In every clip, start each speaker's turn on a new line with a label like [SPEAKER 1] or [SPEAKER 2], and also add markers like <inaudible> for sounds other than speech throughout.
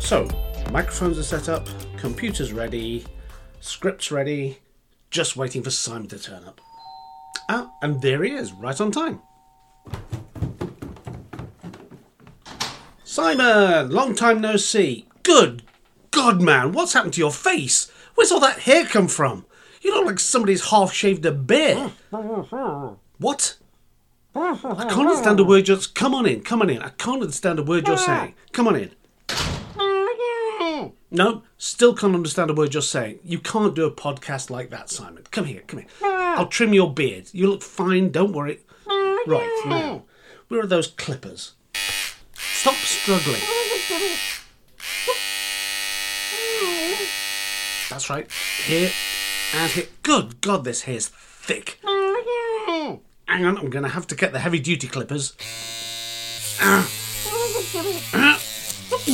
[SPEAKER 1] So, microphones are set up, computers ready, scripts ready, just waiting for Simon to turn up. Ah, and there he is, right on time. Simon, long time no see. Good God, man, what's happened to your face? Where's all that hair come from? You look like somebody's half shaved a beard. What? I can't understand a word you're. Come on in, come on in. I can't understand a word you're saying. Come on in. No, still can't understand a word you're saying. You can't do a podcast like that, Simon. Come here, come here. I'll trim your beard. You look fine, don't worry.
[SPEAKER 2] Ah.
[SPEAKER 1] Right, now, where are those clippers? Stop struggling. That's right. Here and here. Good God, this hair's thick. Hang on, I'm going to have to get the heavy duty clippers. Ooh,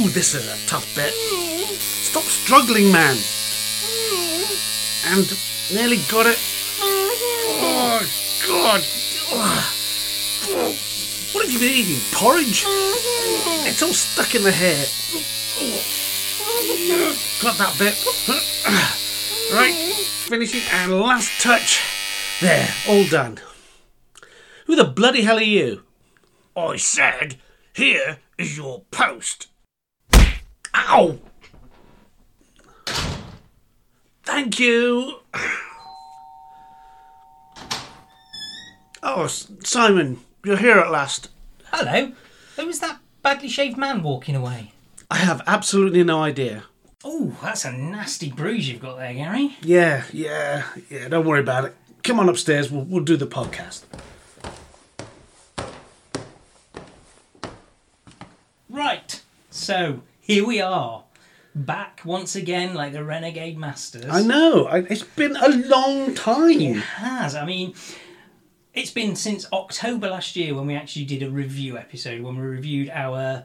[SPEAKER 1] this is a tough bit. Stop struggling, man. And nearly got it. Oh, God. Ugh. Oh, What have you been eating? Porridge? It's all stuck in the hair. Got that bit. Right, finishing and last touch. There, all done. Who the bloody hell are you?
[SPEAKER 3] I said, here is your post.
[SPEAKER 1] Ow! Thank you! Oh, S- Simon, you're here at last.
[SPEAKER 4] Hello. Who was that badly shaved man walking away?
[SPEAKER 1] I have absolutely no idea.
[SPEAKER 4] Oh, that's a nasty bruise you've got there, Gary.
[SPEAKER 1] Yeah, yeah, yeah, don't worry about it. Come on upstairs, we'll, we'll do the podcast.
[SPEAKER 4] Right. So here we are, back once again, like the renegade masters.
[SPEAKER 1] I know, I, it's been a long time.
[SPEAKER 4] has. I mean, it's been since October last year when we actually did a review episode when we reviewed our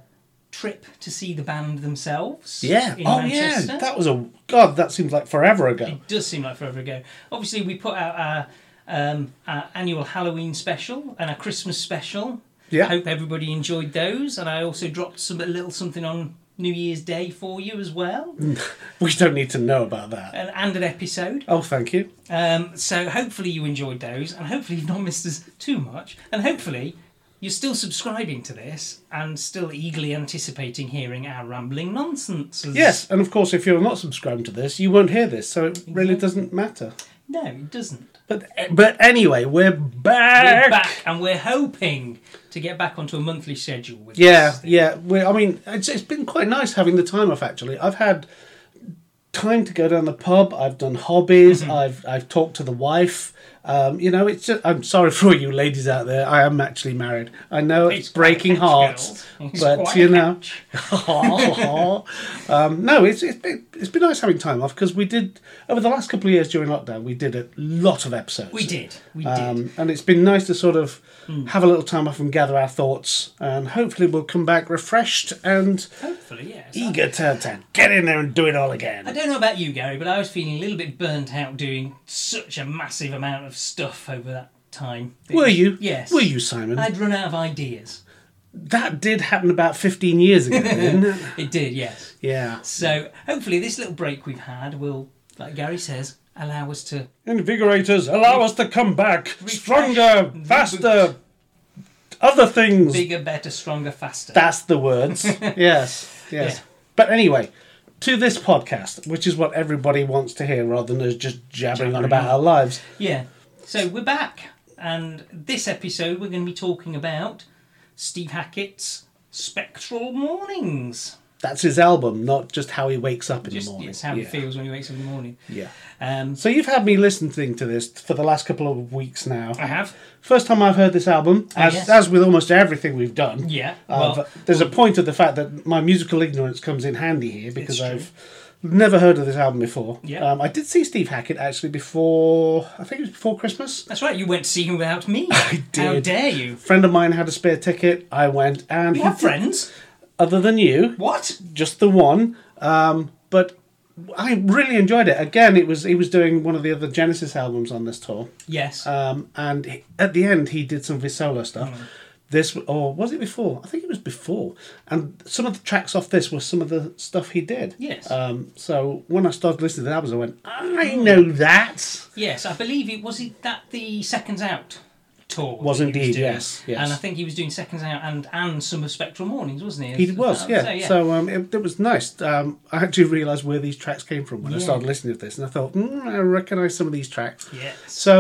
[SPEAKER 4] trip to see the band themselves.
[SPEAKER 1] Yeah,
[SPEAKER 4] in
[SPEAKER 1] oh
[SPEAKER 4] Manchester.
[SPEAKER 1] yeah, that was a. God, that seems like forever ago.
[SPEAKER 4] It does seem like forever ago. Obviously, we put out our, um, our annual Halloween special and our Christmas special.
[SPEAKER 1] Yeah.
[SPEAKER 4] Hope everybody enjoyed those. And I also dropped some a little something on New Year's Day for you as well,
[SPEAKER 1] Mm.
[SPEAKER 4] and,
[SPEAKER 1] <laughs> We don't need to know about that.
[SPEAKER 4] and an episode.
[SPEAKER 1] Oh, thank you.
[SPEAKER 4] Um, so hopefully you enjoyed those, and hopefully you've not missed us too much, and hopefully you're still subscribing to this and still eagerly anticipating hearing our rambling nonsense.
[SPEAKER 1] Yes, and of course, if you're not subscribed to this, you won't hear this, so it really doesn't matter.
[SPEAKER 4] No, it doesn't.
[SPEAKER 1] But but anyway, we're back.
[SPEAKER 4] eh, we're back and we're hoping to get back onto a monthly schedule with
[SPEAKER 1] Yeah,
[SPEAKER 4] this thing.
[SPEAKER 1] yeah. We're, I mean, it's, it's been quite nice having the time off. Actually, I've had time to go down the pub. I've done hobbies.
[SPEAKER 4] Mm-hmm.
[SPEAKER 1] I've I've talked to the wife. Um, you know, it's just. I'm sorry for all you ladies out there. I am actually married. I know it's,
[SPEAKER 4] It's quite a
[SPEAKER 1] breaking
[SPEAKER 4] catch,
[SPEAKER 1] hearts,
[SPEAKER 4] girls. It's
[SPEAKER 1] but
[SPEAKER 4] quite
[SPEAKER 1] you
[SPEAKER 4] a
[SPEAKER 1] know. <laughs>
[SPEAKER 4] catch.
[SPEAKER 1] um, no, it's it's been it's been nice having time off because we did over the last couple of years during lockdown we did a lot of episodes.
[SPEAKER 4] we did we did Hmm.
[SPEAKER 1] Um, and it's been nice to sort of have a little time off and gather our thoughts, and hopefully we'll come back refreshed and
[SPEAKER 4] hopefully yes
[SPEAKER 1] eager to, to get in there and do it all again.
[SPEAKER 4] I don't know about you Gary but I was feeling a little bit burnt out doing such a massive amount of stuff over that time
[SPEAKER 1] Were you?
[SPEAKER 4] yes
[SPEAKER 1] Were you, Simon?
[SPEAKER 4] I'd run out of ideas
[SPEAKER 1] That did happen about 15 years
[SPEAKER 4] <laughs>
[SPEAKER 1] ago, didn't it?
[SPEAKER 4] it did yes
[SPEAKER 1] Yeah.
[SPEAKER 4] so hopefully this little break we've had will like Gary says allow us to
[SPEAKER 1] Invigorators, allow us to come back stronger,
[SPEAKER 4] Refresh.
[SPEAKER 1] faster, other things.
[SPEAKER 4] bigger better stronger faster
[SPEAKER 1] That's the
[SPEAKER 4] <laughs>
[SPEAKER 1] words. yes, yes.
[SPEAKER 4] Yeah.
[SPEAKER 1] But anyway, to this podcast, which is what everybody wants to hear rather than us just jabbering on about our lives.
[SPEAKER 4] Yeah. So we're back, and this episode we're going to be talking about Steve Hackett's Spectral Mornings.
[SPEAKER 1] That's his album, not just how he wakes up in
[SPEAKER 4] Just
[SPEAKER 1] the morning.
[SPEAKER 4] it's how he
[SPEAKER 1] yeah.
[SPEAKER 4] feels when he wakes up in the morning.
[SPEAKER 1] Yeah.
[SPEAKER 4] Um,
[SPEAKER 1] So you've had me listening to this for the last couple of weeks now.
[SPEAKER 4] I have.
[SPEAKER 1] First time I've heard this album, as,
[SPEAKER 4] yes.
[SPEAKER 1] as with almost everything we've done.
[SPEAKER 4] Yeah.
[SPEAKER 1] I've-
[SPEAKER 4] Well,
[SPEAKER 1] there's a point of the fact that my musical ignorance comes in handy here because
[SPEAKER 4] It's true.
[SPEAKER 1] I've never heard of this album before.
[SPEAKER 4] Yeah.
[SPEAKER 1] Um, I did see Steve Hackett actually before, I think it was before Christmas.
[SPEAKER 4] that's right. You went to see him
[SPEAKER 1] <laughs>
[SPEAKER 4] without me. I How
[SPEAKER 1] did. <laughs>
[SPEAKER 4] dare you?
[SPEAKER 1] A friend of mine had a spare ticket. I went and
[SPEAKER 4] You have friends.
[SPEAKER 1] other than you,
[SPEAKER 4] What?
[SPEAKER 1] just the one. Um, but I really enjoyed it. Again, it was he was doing one of the other Genesis albums on this tour,
[SPEAKER 4] Yes. Mm.
[SPEAKER 1] um, and he- at the end he did some of his solo stuff. This or was it before? I think it was before. And some of the tracks off this were some of the stuff he did.
[SPEAKER 4] Yes.
[SPEAKER 1] Um, so when I started listening to the albums, I went, I know that.
[SPEAKER 4] Yes, I believe it was it that the Seconds Out tour
[SPEAKER 1] Was
[SPEAKER 4] that he
[SPEAKER 1] indeed,
[SPEAKER 4] doing?
[SPEAKER 1] yes, yes.
[SPEAKER 4] and I think he was doing Seconds Out and and some of Spectral Mornings, wasn't he? <laughs>
[SPEAKER 1] He was,
[SPEAKER 4] Oh, So,
[SPEAKER 1] yeah. So,
[SPEAKER 4] yeah.
[SPEAKER 1] um, it, it was nice. Um, I actually realised where these tracks came from when I
[SPEAKER 4] Yeah.
[SPEAKER 1] started listening to this, and I thought, mm, I recognise some of these tracks.
[SPEAKER 4] Yes.
[SPEAKER 1] So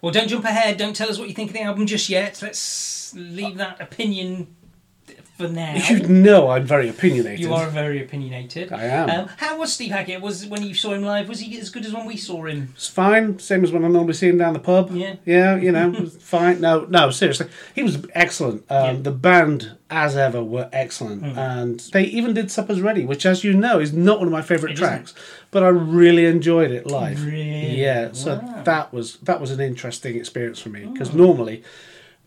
[SPEAKER 4] Well, don't jump ahead. Don't tell us what you think of the album just yet. Let's leave that opinion for now.
[SPEAKER 1] <laughs> you know I'm very opinionated.
[SPEAKER 4] You are very opinionated.
[SPEAKER 1] I am.
[SPEAKER 4] Um, how was Steve Hackett? Was when you saw him live? Was he as good as when we saw him?
[SPEAKER 1] It's fine, same as when I normally see him down the pub.
[SPEAKER 4] Yeah.
[SPEAKER 1] Yeah, you know, it's <laughs> fine. No, no, seriously. He was excellent. Um, The band, as ever, were excellent.
[SPEAKER 4] Mm-hmm.
[SPEAKER 1] And they even did Supper's Ready, which, as you know, is not one of my favourite
[SPEAKER 4] It
[SPEAKER 1] tracks. But I really enjoyed it live.
[SPEAKER 4] Really?
[SPEAKER 1] Yeah, so
[SPEAKER 4] Wow. Oh.
[SPEAKER 1] that was that was an interesting experience for me. Because normally,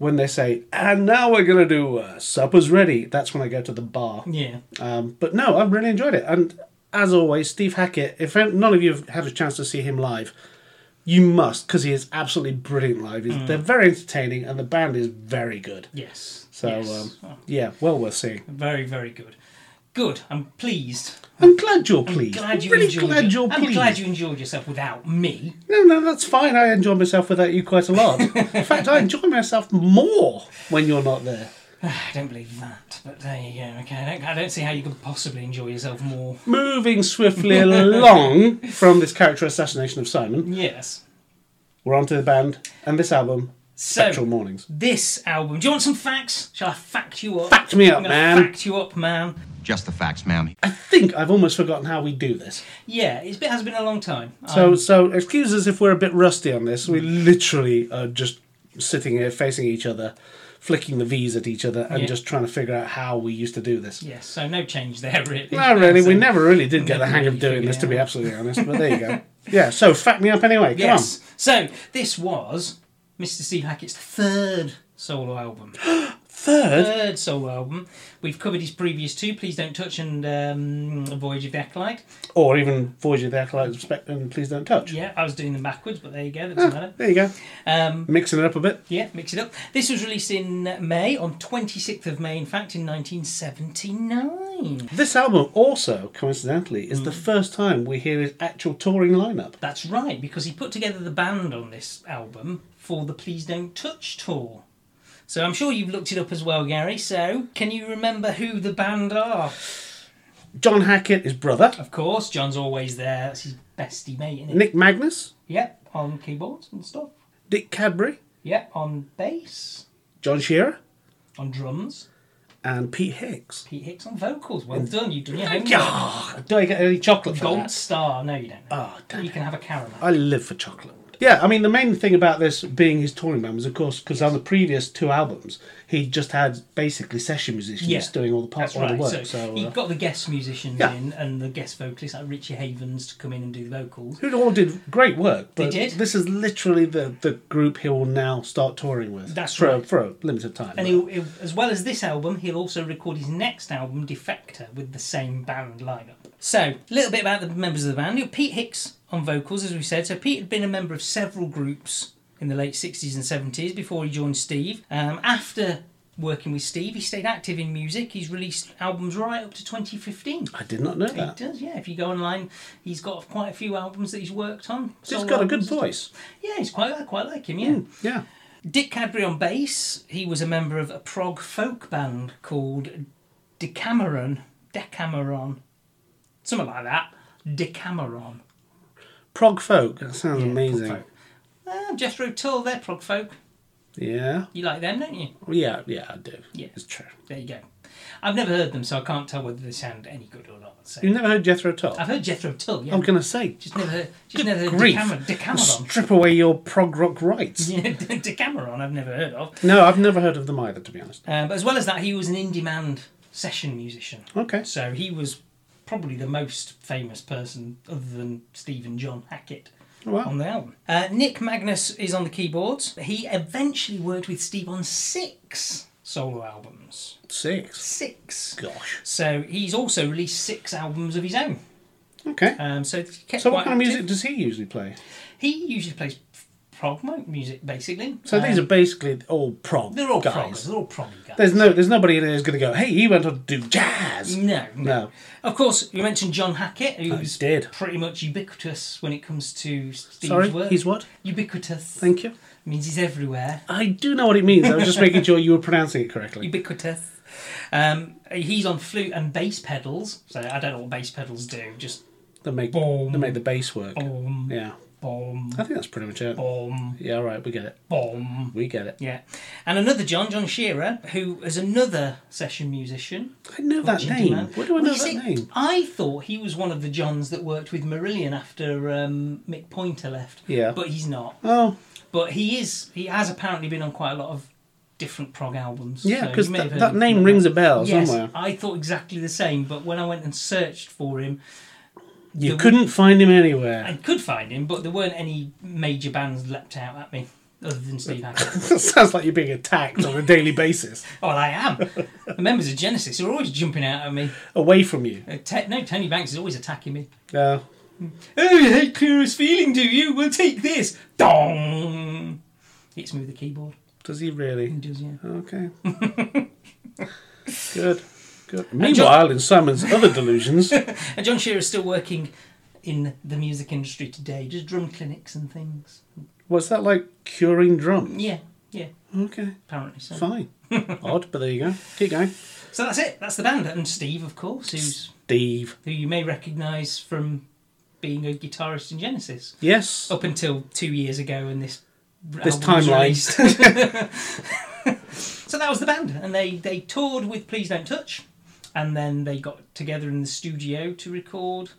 [SPEAKER 1] when they say, and now we're going to do uh, Supper's Ready, that's when I go to the bar.
[SPEAKER 4] Yeah.
[SPEAKER 1] Um, but no, I really enjoyed it. And as always, Steve Hackett, if none of you have had a chance to see him live, you must, because he is absolutely brilliant live. He's
[SPEAKER 4] Mm.
[SPEAKER 1] They're very entertaining, and the band is very good.
[SPEAKER 4] Yes.
[SPEAKER 1] So,
[SPEAKER 4] Yes. Oh.
[SPEAKER 1] um, yeah, well worth seeing.
[SPEAKER 4] very, very good. Good. I'm pleased.
[SPEAKER 1] I'm glad you're pleased.
[SPEAKER 4] Glad you
[SPEAKER 1] I'm really
[SPEAKER 4] enjoyed.
[SPEAKER 1] glad
[SPEAKER 4] it.
[SPEAKER 1] you're
[SPEAKER 4] I'm
[SPEAKER 1] pleased.
[SPEAKER 4] glad you enjoyed yourself without me.
[SPEAKER 1] No, no, that's fine. I enjoy myself without you quite a
[SPEAKER 4] <laughs>
[SPEAKER 1] lot. In fact, I enjoy myself more when you're not there.
[SPEAKER 4] I don't believe that, but there you go. Okay, I don't, I don't see how you could possibly enjoy yourself more.
[SPEAKER 1] Moving
[SPEAKER 4] <laughs>
[SPEAKER 1] swiftly along from this character assassination of Simon,
[SPEAKER 4] Yes.
[SPEAKER 1] we're on to the band and this album,
[SPEAKER 4] So-
[SPEAKER 1] Spectral Mornings.
[SPEAKER 4] This album. Do you want some facts? Shall I fact you up?
[SPEAKER 1] Fact me up,
[SPEAKER 4] I'm gonna
[SPEAKER 1] man.
[SPEAKER 4] Fact you up, man.
[SPEAKER 5] Just the facts, ma'am.
[SPEAKER 1] I think I've almost forgotten how we do this.
[SPEAKER 4] Yeah, it's been has been a long time. Um,
[SPEAKER 1] So, so excuse us if we're a bit rusty on this. We literally are just sitting here facing each other, flicking the V's at each other, and
[SPEAKER 4] Yeah.
[SPEAKER 1] just trying to figure out how we used to do this.
[SPEAKER 4] Yes, so no change there, really.
[SPEAKER 1] No, really,
[SPEAKER 4] So-
[SPEAKER 1] we never really did get the hang of
[SPEAKER 4] really
[SPEAKER 1] doing this, to be
[SPEAKER 4] figured it out.
[SPEAKER 1] absolutely honest. But there you
[SPEAKER 4] <laughs>
[SPEAKER 1] go. Yeah. So, fact me up anyway. Come
[SPEAKER 4] Yes. So this was Mr. Steve Hackett's third solo album.
[SPEAKER 1] on. Third.
[SPEAKER 4] third solo album. We've covered his previous two, Please Don't Touch and um, Voyage of the Acolyte.
[SPEAKER 1] Or even Voyage of the Acolyte of Spect- and Please Don't Touch.
[SPEAKER 4] Yeah, I was doing them backwards, but there you go, that doesn't matter.
[SPEAKER 1] There you go.
[SPEAKER 4] Um,
[SPEAKER 1] Mixing it up a bit.
[SPEAKER 4] yeah, mix it up. This was released in May, on 26th of May, in fact, in 1979.
[SPEAKER 1] This album also, coincidentally, is the
[SPEAKER 4] Mm.
[SPEAKER 1] first time we hear his actual touring lineup.
[SPEAKER 4] That's right, because he put together the band on this album for the Please Don't Touch tour. So I'm sure you've looked it up as well, Gary. So can you remember who the band are?
[SPEAKER 1] John Hackett, his brother.
[SPEAKER 4] Of course, John's always there. That's his bestie mate, isn't it?
[SPEAKER 1] Nick Magnus,
[SPEAKER 4] Yep, on keyboards and stuff.
[SPEAKER 1] Dick Cadbury,
[SPEAKER 4] Yep, on bass,
[SPEAKER 1] John Shearer,
[SPEAKER 4] on drums,
[SPEAKER 1] and Pete Hicks.
[SPEAKER 4] Pete Hicks on vocals.
[SPEAKER 1] Mm.
[SPEAKER 4] Well done, you've done your homework.
[SPEAKER 1] Ah, do I get any chocolate for
[SPEAKER 4] Gold
[SPEAKER 1] that?
[SPEAKER 4] star. No, you don't.
[SPEAKER 1] Oh, damn
[SPEAKER 4] you
[SPEAKER 1] it.
[SPEAKER 4] can have a caramel.
[SPEAKER 1] I live for chocolate. Yeah, I mean, the main thing about this being his touring band was, of course, because on the previous two albums, he just had basically session musicians
[SPEAKER 4] Yeah,
[SPEAKER 1] doing all the parts,
[SPEAKER 4] That's
[SPEAKER 1] all
[SPEAKER 4] right.
[SPEAKER 1] the work.
[SPEAKER 4] so
[SPEAKER 1] So,
[SPEAKER 4] he
[SPEAKER 1] uh,
[SPEAKER 4] got the guest musicians
[SPEAKER 1] Yeah.
[SPEAKER 4] in and the guest vocalists like Richie Havens to come in and do the vocals.
[SPEAKER 1] who all did great work. But
[SPEAKER 4] did.
[SPEAKER 1] This is literally the, the group he will now start touring with.
[SPEAKER 4] That's
[SPEAKER 1] for, a-
[SPEAKER 4] right.
[SPEAKER 1] For a limited time.
[SPEAKER 4] And he'll, he'll, as well as this album, he'll also record his next album, Defector, with the same band lineup. So, a little bit about the members of the band. You've got Pete Hicks on vocals, as we said. So, Pete had been a member of several groups in the late 60s and 70s before he joined Steve. Um, after working with Steve, he stayed active in music. He's released albums right up to 2015.
[SPEAKER 1] I did not know
[SPEAKER 4] He
[SPEAKER 1] that.
[SPEAKER 4] does, yeah. If you go online, he's got quite a few albums that he's worked on.
[SPEAKER 1] He's
[SPEAKER 4] solo
[SPEAKER 1] got a
[SPEAKER 4] albums
[SPEAKER 1] good
[SPEAKER 4] and stuff.
[SPEAKER 1] voice. Hmm.
[SPEAKER 4] Yeah, he's quite. I quite like him. Yeah.
[SPEAKER 1] Yeah.
[SPEAKER 4] Dick Cadbury on bass. He was a member of a prog folk band called Decameron. Decameron. Something like that. Decameron.
[SPEAKER 1] Prog folk. That sounds
[SPEAKER 4] Yeah, prog
[SPEAKER 1] amazing.
[SPEAKER 4] folk. Ah, Jethro Tull, they're prog folk.
[SPEAKER 1] Yeah.
[SPEAKER 4] You like them, don't you?
[SPEAKER 1] Yeah, yeah, I do.
[SPEAKER 4] Yeah.
[SPEAKER 1] It's true.
[SPEAKER 4] There you go. I've never heard them, so I can't tell whether they sound any good or not. So.
[SPEAKER 1] You've never heard Jethro Tull?
[SPEAKER 4] I've heard Jethro Tull, yeah.
[SPEAKER 1] I'm going to say,
[SPEAKER 4] Just never heard, just never heard
[SPEAKER 1] grief.
[SPEAKER 4] Decameron. Decameron.
[SPEAKER 1] strip away your prog rock rights.
[SPEAKER 4] Yeah, <laughs> Decameron, I've never heard of.
[SPEAKER 1] No, I've never heard of them either, to be honest.
[SPEAKER 4] Um, but as well as that, he was an in demand session musician.
[SPEAKER 1] Okay.
[SPEAKER 4] So he was probably the most famous person other than Stephen John Hackett on
[SPEAKER 1] Oh, Wow.
[SPEAKER 4] the album. Uh, Nick Magnus is on the keyboards. He eventually worked with Steve on six solo albums.
[SPEAKER 1] Six.
[SPEAKER 4] Six.
[SPEAKER 1] Gosh.
[SPEAKER 4] So he's also released six albums of his own.
[SPEAKER 1] Okay.
[SPEAKER 4] Um, so he kept
[SPEAKER 1] So,
[SPEAKER 4] quite
[SPEAKER 1] what kind of music
[SPEAKER 4] active.
[SPEAKER 1] does he usually play?
[SPEAKER 4] He usually plays prog mo- music, basically.
[SPEAKER 1] So these are
[SPEAKER 4] Um,
[SPEAKER 1] basically all prog.
[SPEAKER 4] they're all
[SPEAKER 1] guys.
[SPEAKER 4] prog. They're all proggy guys.
[SPEAKER 1] There's no, there's nobody in there who's going to go. Hey, he went on to do jazz.
[SPEAKER 4] No,
[SPEAKER 1] No.
[SPEAKER 4] Of course, you mentioned John Hackett, who's
[SPEAKER 1] did.
[SPEAKER 4] pretty much ubiquitous when it comes to Steve's
[SPEAKER 1] Sorry,
[SPEAKER 4] work.
[SPEAKER 1] he's what?
[SPEAKER 4] ubiquitous.
[SPEAKER 1] Thank you.
[SPEAKER 4] means he's everywhere.
[SPEAKER 1] I do know what it means. I was just making sure you were pronouncing it
[SPEAKER 4] <laughs>
[SPEAKER 1] correctly.
[SPEAKER 4] Ubiquitous. Um, he's on flute and bass pedals. So I don't know what bass pedals do. Just
[SPEAKER 1] They make,
[SPEAKER 4] Boom.
[SPEAKER 1] they make the bass work.
[SPEAKER 4] boom,
[SPEAKER 1] Yeah,
[SPEAKER 4] boom,
[SPEAKER 1] I think that's pretty much it.
[SPEAKER 4] boom,
[SPEAKER 1] Yeah, all right, we get it.
[SPEAKER 4] boom.
[SPEAKER 1] We get it.
[SPEAKER 4] Yeah, and another John, John Shearer, who is another session musician.
[SPEAKER 1] I know that
[SPEAKER 4] Gentleman.
[SPEAKER 1] name. Where do I
[SPEAKER 4] Well,
[SPEAKER 1] know
[SPEAKER 4] you
[SPEAKER 1] that
[SPEAKER 4] see,
[SPEAKER 1] name?
[SPEAKER 4] I thought he was one of the Johns that worked with Marillion after um, Mick Pointer left.
[SPEAKER 1] Yeah.
[SPEAKER 4] but he's not.
[SPEAKER 1] Oh,
[SPEAKER 4] But he is. He has apparently been on quite a lot of different prog albums.
[SPEAKER 1] yeah,
[SPEAKER 4] so
[SPEAKER 1] because
[SPEAKER 4] you may have
[SPEAKER 1] that,
[SPEAKER 4] heard
[SPEAKER 1] that
[SPEAKER 4] him
[SPEAKER 1] name
[SPEAKER 4] from
[SPEAKER 1] rings a bell
[SPEAKER 4] Yes,
[SPEAKER 1] somewhere.
[SPEAKER 4] I thought exactly the same, but when I went and searched for him,
[SPEAKER 1] You
[SPEAKER 4] the-
[SPEAKER 1] couldn't find him anywhere. <laughs>
[SPEAKER 4] I could find him, but there weren't any major bands leapt out at me other than Steve Hackett.
[SPEAKER 1] <laughs> That sounds like you're being attacked on a daily basis,
[SPEAKER 4] well, I am. The members of Genesis are always jumping out at me.
[SPEAKER 1] away from you. Uh,
[SPEAKER 4] Uh, Te- no, Tony Banks is always attacking me.
[SPEAKER 1] Yeah.
[SPEAKER 4] Oh, you hate Clearest Feeling, do you? We'll take this. Dong! Hits me with the keyboard.
[SPEAKER 1] Does he really?
[SPEAKER 4] He does, yeah. <laughs>
[SPEAKER 1] Okay. Good. Good. Meanwhile, in Simon's other delusions,
[SPEAKER 4] And John Shearer is still working in the music industry today, just drum clinics and things.
[SPEAKER 1] was that like curing drums?
[SPEAKER 4] Yeah, yeah,
[SPEAKER 1] Okay,
[SPEAKER 4] apparently so. <laughs>
[SPEAKER 1] fine. Odd, but there you go. Keep going.
[SPEAKER 4] So that's it. That's the band, and Steve, of course, who's
[SPEAKER 1] Steve.
[SPEAKER 4] who you may recognise from being a guitarist in Genesis
[SPEAKER 1] Yes.
[SPEAKER 4] up until two years ago, and this
[SPEAKER 1] this
[SPEAKER 4] album was
[SPEAKER 1] timeline.
[SPEAKER 4] released. <laughs> so that was the band, and they they toured with Please Don't Touch, and then they got together in the studio to record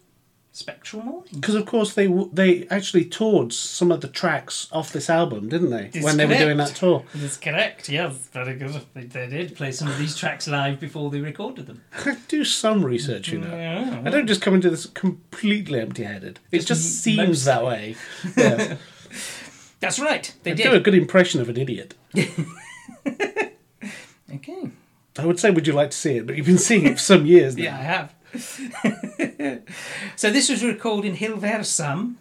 [SPEAKER 4] Spectral Morning.
[SPEAKER 1] Because of course they w- they actually toured some of the tracks off this album, didn't they? When they were doing that
[SPEAKER 4] Disconnect.
[SPEAKER 1] tour.
[SPEAKER 4] That's correct. Yes, very good. They, they did play some of these tracks live before they recorded them.
[SPEAKER 1] I do some research, you know.
[SPEAKER 4] Oh.
[SPEAKER 1] I don't just come into this completely empty-headed. It
[SPEAKER 4] Just
[SPEAKER 1] just
[SPEAKER 4] m-
[SPEAKER 1] seems that way. Yeah.
[SPEAKER 4] That's right. They
[SPEAKER 1] I
[SPEAKER 4] did.
[SPEAKER 1] do a good impression of an idiot.
[SPEAKER 4] Okay.
[SPEAKER 1] I would say, would you like to see it? But you've been seeing it for some years now.
[SPEAKER 4] Yeah, I have. <laughs> so this was recorded in Hilversum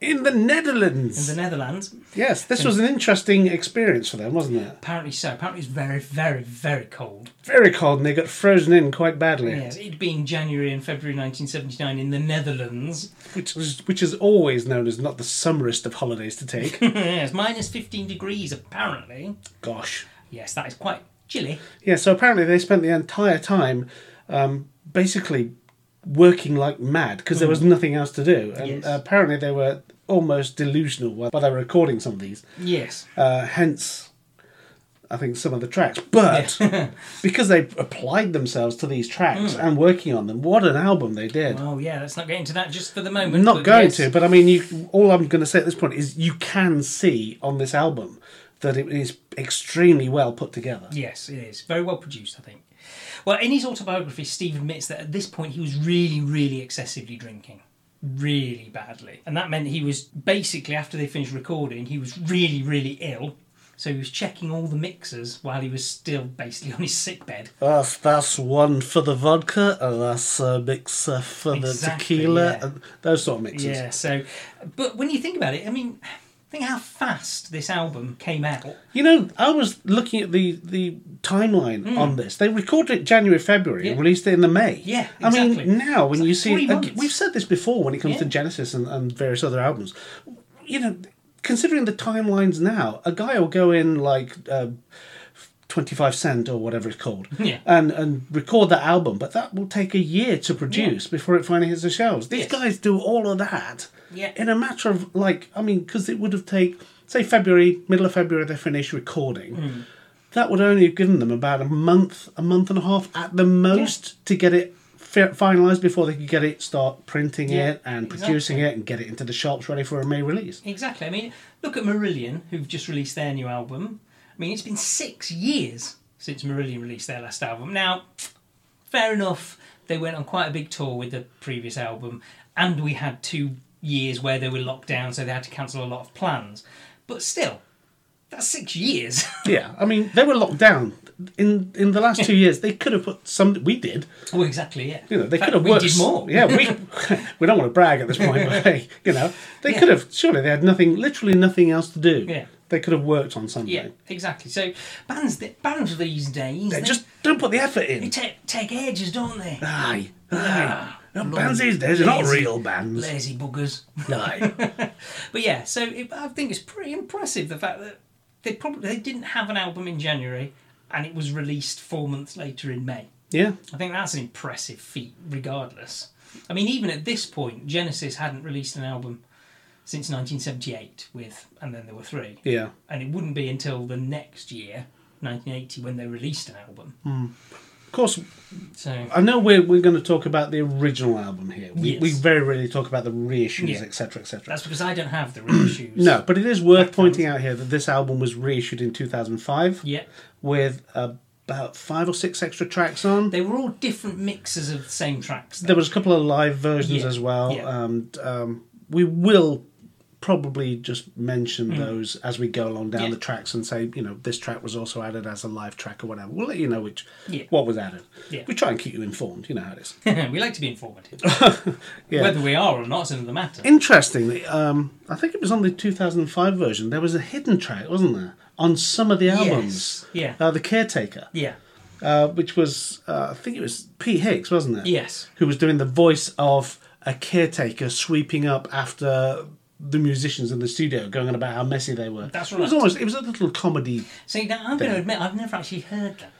[SPEAKER 1] In the
[SPEAKER 4] in
[SPEAKER 1] Netherlands.
[SPEAKER 4] the Netherlands.
[SPEAKER 1] yes, this was an interesting experience for them, wasn't it?
[SPEAKER 4] Apparently so. Apparently it's very, very, very cold.
[SPEAKER 1] Very cold, and they got frozen in quite badly,
[SPEAKER 4] Yes, it being January and February 1979 in the Netherlands. <laughs>
[SPEAKER 1] which was, which is always known as not the summerest of holidays to
[SPEAKER 4] <laughs>
[SPEAKER 1] take.
[SPEAKER 4] yes, minus 15 degrees apparently.
[SPEAKER 1] Gosh.
[SPEAKER 4] Yes, that is quite chilly.
[SPEAKER 1] Yeah, so apparently they spent the entire time um, basically working like mad because there was nothing else to do. And
[SPEAKER 4] Hmm. Yes.
[SPEAKER 1] apparently they were almost delusional while while they were recording some of these,
[SPEAKER 4] Yes.
[SPEAKER 1] uh, hence, I think, some of the tracks.
[SPEAKER 4] <laughs>
[SPEAKER 1] But <laughs> because they applied themselves to these
[SPEAKER 4] Hmm.
[SPEAKER 1] tracks and working on them, what an album they did.
[SPEAKER 4] Oh yeah, let's not get into that just for the moment.
[SPEAKER 1] I'm
[SPEAKER 4] but
[SPEAKER 1] not going
[SPEAKER 4] yes.
[SPEAKER 1] to, but I mean, you, all I'm going to say at this point is you can see on this album that it is extremely well put together.
[SPEAKER 4] Yes, it is. Very well produced, I think. Well, in his autobiography, Steve admits that at this point he was really, really excessively drinking. Really badly. And that meant he was basically, after they finished recording, he was really, really ill. So he was checking all the mixers while he was still basically <laughs> on his sickbed.
[SPEAKER 1] That's that's one for the vodka, and that's a mixer for
[SPEAKER 4] Exactly,
[SPEAKER 1] the tequila,
[SPEAKER 4] yeah.
[SPEAKER 1] and those sort of mixes.
[SPEAKER 4] Yeah, so. But when you think about it, I mean, think how fast this album came out.
[SPEAKER 1] You know, I was looking at the the timeline on this. They recorded it January, February, and
[SPEAKER 4] Hmm. Yeah.
[SPEAKER 1] released it in the May.
[SPEAKER 4] Yeah,
[SPEAKER 1] I
[SPEAKER 4] exactly.
[SPEAKER 1] mean, now when
[SPEAKER 4] It's
[SPEAKER 1] you
[SPEAKER 4] like
[SPEAKER 1] see,
[SPEAKER 4] three
[SPEAKER 1] ag-
[SPEAKER 4] months.
[SPEAKER 1] we've said this before when it comes to
[SPEAKER 4] Yeah.
[SPEAKER 1] Genesis and, and various other albums. You know, considering the timelines now, a guy will go in like. Uh, 25 cent or whatever it's called
[SPEAKER 4] <laughs> Yeah.
[SPEAKER 1] and and record that album but that will take a year to produce before it finally hits the shelves these
[SPEAKER 4] Yes.
[SPEAKER 1] guys do all of that
[SPEAKER 4] Yeah.
[SPEAKER 1] in a matter of like i mean because it would have take say february middle of february they finish recording
[SPEAKER 4] Hmm.
[SPEAKER 1] that would only have given them about a month a month and a half at the most to get it fi- finalized before they could get it start printing
[SPEAKER 4] Yeah,
[SPEAKER 1] it and producing it and get it into the shops ready for a may release
[SPEAKER 4] Exactly. I mean, look at Marillion, who've just released their new album. I mean, it's been six years since Marillion released their last album. Now, fair enough, they went on quite a big tour with the previous album, and we had two years where they were locked down, so they had to cancel a lot of plans. But still, that's six years. <laughs>
[SPEAKER 1] yeah i mean they were locked down in in the last two years they could have put some. We did.
[SPEAKER 4] Oh, exactly, yeah.
[SPEAKER 1] You know, they
[SPEAKER 4] In fact,
[SPEAKER 1] could have
[SPEAKER 4] we
[SPEAKER 1] worked.
[SPEAKER 4] did
[SPEAKER 1] s-
[SPEAKER 4] more.
[SPEAKER 1] Yeah,
[SPEAKER 4] <laughs>
[SPEAKER 1] we we don't want to brag at this point, but hey, you know, they could have. Surely they had nothing, literally nothing else to do.
[SPEAKER 4] Yeah.
[SPEAKER 1] They could have worked on something.
[SPEAKER 4] Yeah, exactly. So bands, th- bands these days
[SPEAKER 1] They just don't put the effort
[SPEAKER 4] they
[SPEAKER 1] in.
[SPEAKER 4] take, take edges, don't they?
[SPEAKER 1] Aye, aye. No, bands these days are not
[SPEAKER 4] Ah, lazy-
[SPEAKER 1] real bands.
[SPEAKER 4] Lazy buggers.
[SPEAKER 1] Aye.
[SPEAKER 4] <laughs> But yeah, so it, I think it's pretty impressive the fact that they probably they didn't have an album in January and it was released four months later in May.
[SPEAKER 1] yeah.
[SPEAKER 4] I think that's an impressive feat, regardless. I mean, even at this point, Genesis hadn't released an album since 1978 with, and then there were three.
[SPEAKER 1] Yeah.
[SPEAKER 4] And it wouldn't be until the next year, 1980, when they released an album.
[SPEAKER 1] Of course,
[SPEAKER 4] So
[SPEAKER 1] I know we're, we're going to talk about the original album here. We, we
[SPEAKER 4] Yes.
[SPEAKER 1] very rarely talk about the reissues,
[SPEAKER 4] Yeah.
[SPEAKER 1] etc., etc.
[SPEAKER 4] that's because I don't have the
[SPEAKER 1] <clears throat>
[SPEAKER 4] reissues.
[SPEAKER 1] No, but it is worth pointing out here that this album was reissued in 2005
[SPEAKER 4] Yeah.
[SPEAKER 1] with about five or six extra tracks on.
[SPEAKER 4] They were all different mixes of the same tracks. though.
[SPEAKER 1] There was a couple of live versions
[SPEAKER 4] Yeah,
[SPEAKER 1] as well.
[SPEAKER 4] yeah.
[SPEAKER 1] Um, d- um, we will probably just mention those as we go along down
[SPEAKER 4] Mm. Yeah.
[SPEAKER 1] the tracks and say, you know, this track was also added as a live track or whatever. We'll let you know which
[SPEAKER 4] Yeah.
[SPEAKER 1] what was added.
[SPEAKER 4] Yeah.
[SPEAKER 1] We try and keep you informed. You know how it is.
[SPEAKER 4] <laughs> we like to
[SPEAKER 1] <laughs>
[SPEAKER 4] be informative. Whether we are or not is another matter.
[SPEAKER 1] Interestingly, um, I think it was on the 2005 version. There was a hidden track, wasn't there, on some of the albums?
[SPEAKER 4] yeah.
[SPEAKER 1] Uh, the Caretaker,
[SPEAKER 4] yeah.
[SPEAKER 1] uh, which was uh, I think it was Pete Hicks, wasn't it?
[SPEAKER 4] Yes.
[SPEAKER 1] Who was doing the voice of a caretaker sweeping up after the musicians in the studio, going on about how messy they were.
[SPEAKER 4] That's
[SPEAKER 1] It was
[SPEAKER 4] right.
[SPEAKER 1] almost it was a little comedy.
[SPEAKER 4] See, now I'm going to admit I've never actually heard that,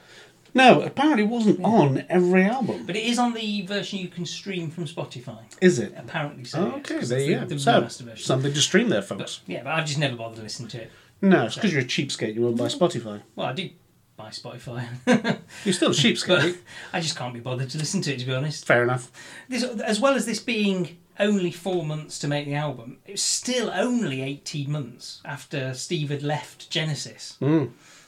[SPEAKER 1] No, apparently it wasn't on every album,
[SPEAKER 4] but it is on the version you can stream from Spotify.
[SPEAKER 1] is it?
[SPEAKER 4] Apparently so. yes,
[SPEAKER 1] Oh, Okay,
[SPEAKER 4] 'cause
[SPEAKER 1] there
[SPEAKER 4] it's
[SPEAKER 1] you
[SPEAKER 4] the,
[SPEAKER 1] go.
[SPEAKER 4] the
[SPEAKER 1] So
[SPEAKER 4] remastered version.
[SPEAKER 1] something to stream there, folks.
[SPEAKER 4] yeah, but I've just never bothered to listen to it.
[SPEAKER 1] no, it's because you're a cheapskate. You won't buy Spotify.
[SPEAKER 4] Well, I do buy Spotify, <laughs>
[SPEAKER 1] You're still a cheapskate.
[SPEAKER 4] but <laughs> I just can't be bothered to listen to it. To be honest,
[SPEAKER 1] Fair enough.
[SPEAKER 4] this, as well as this being only four months to make the album, it was still only eighteen months after Steve had left Genesis.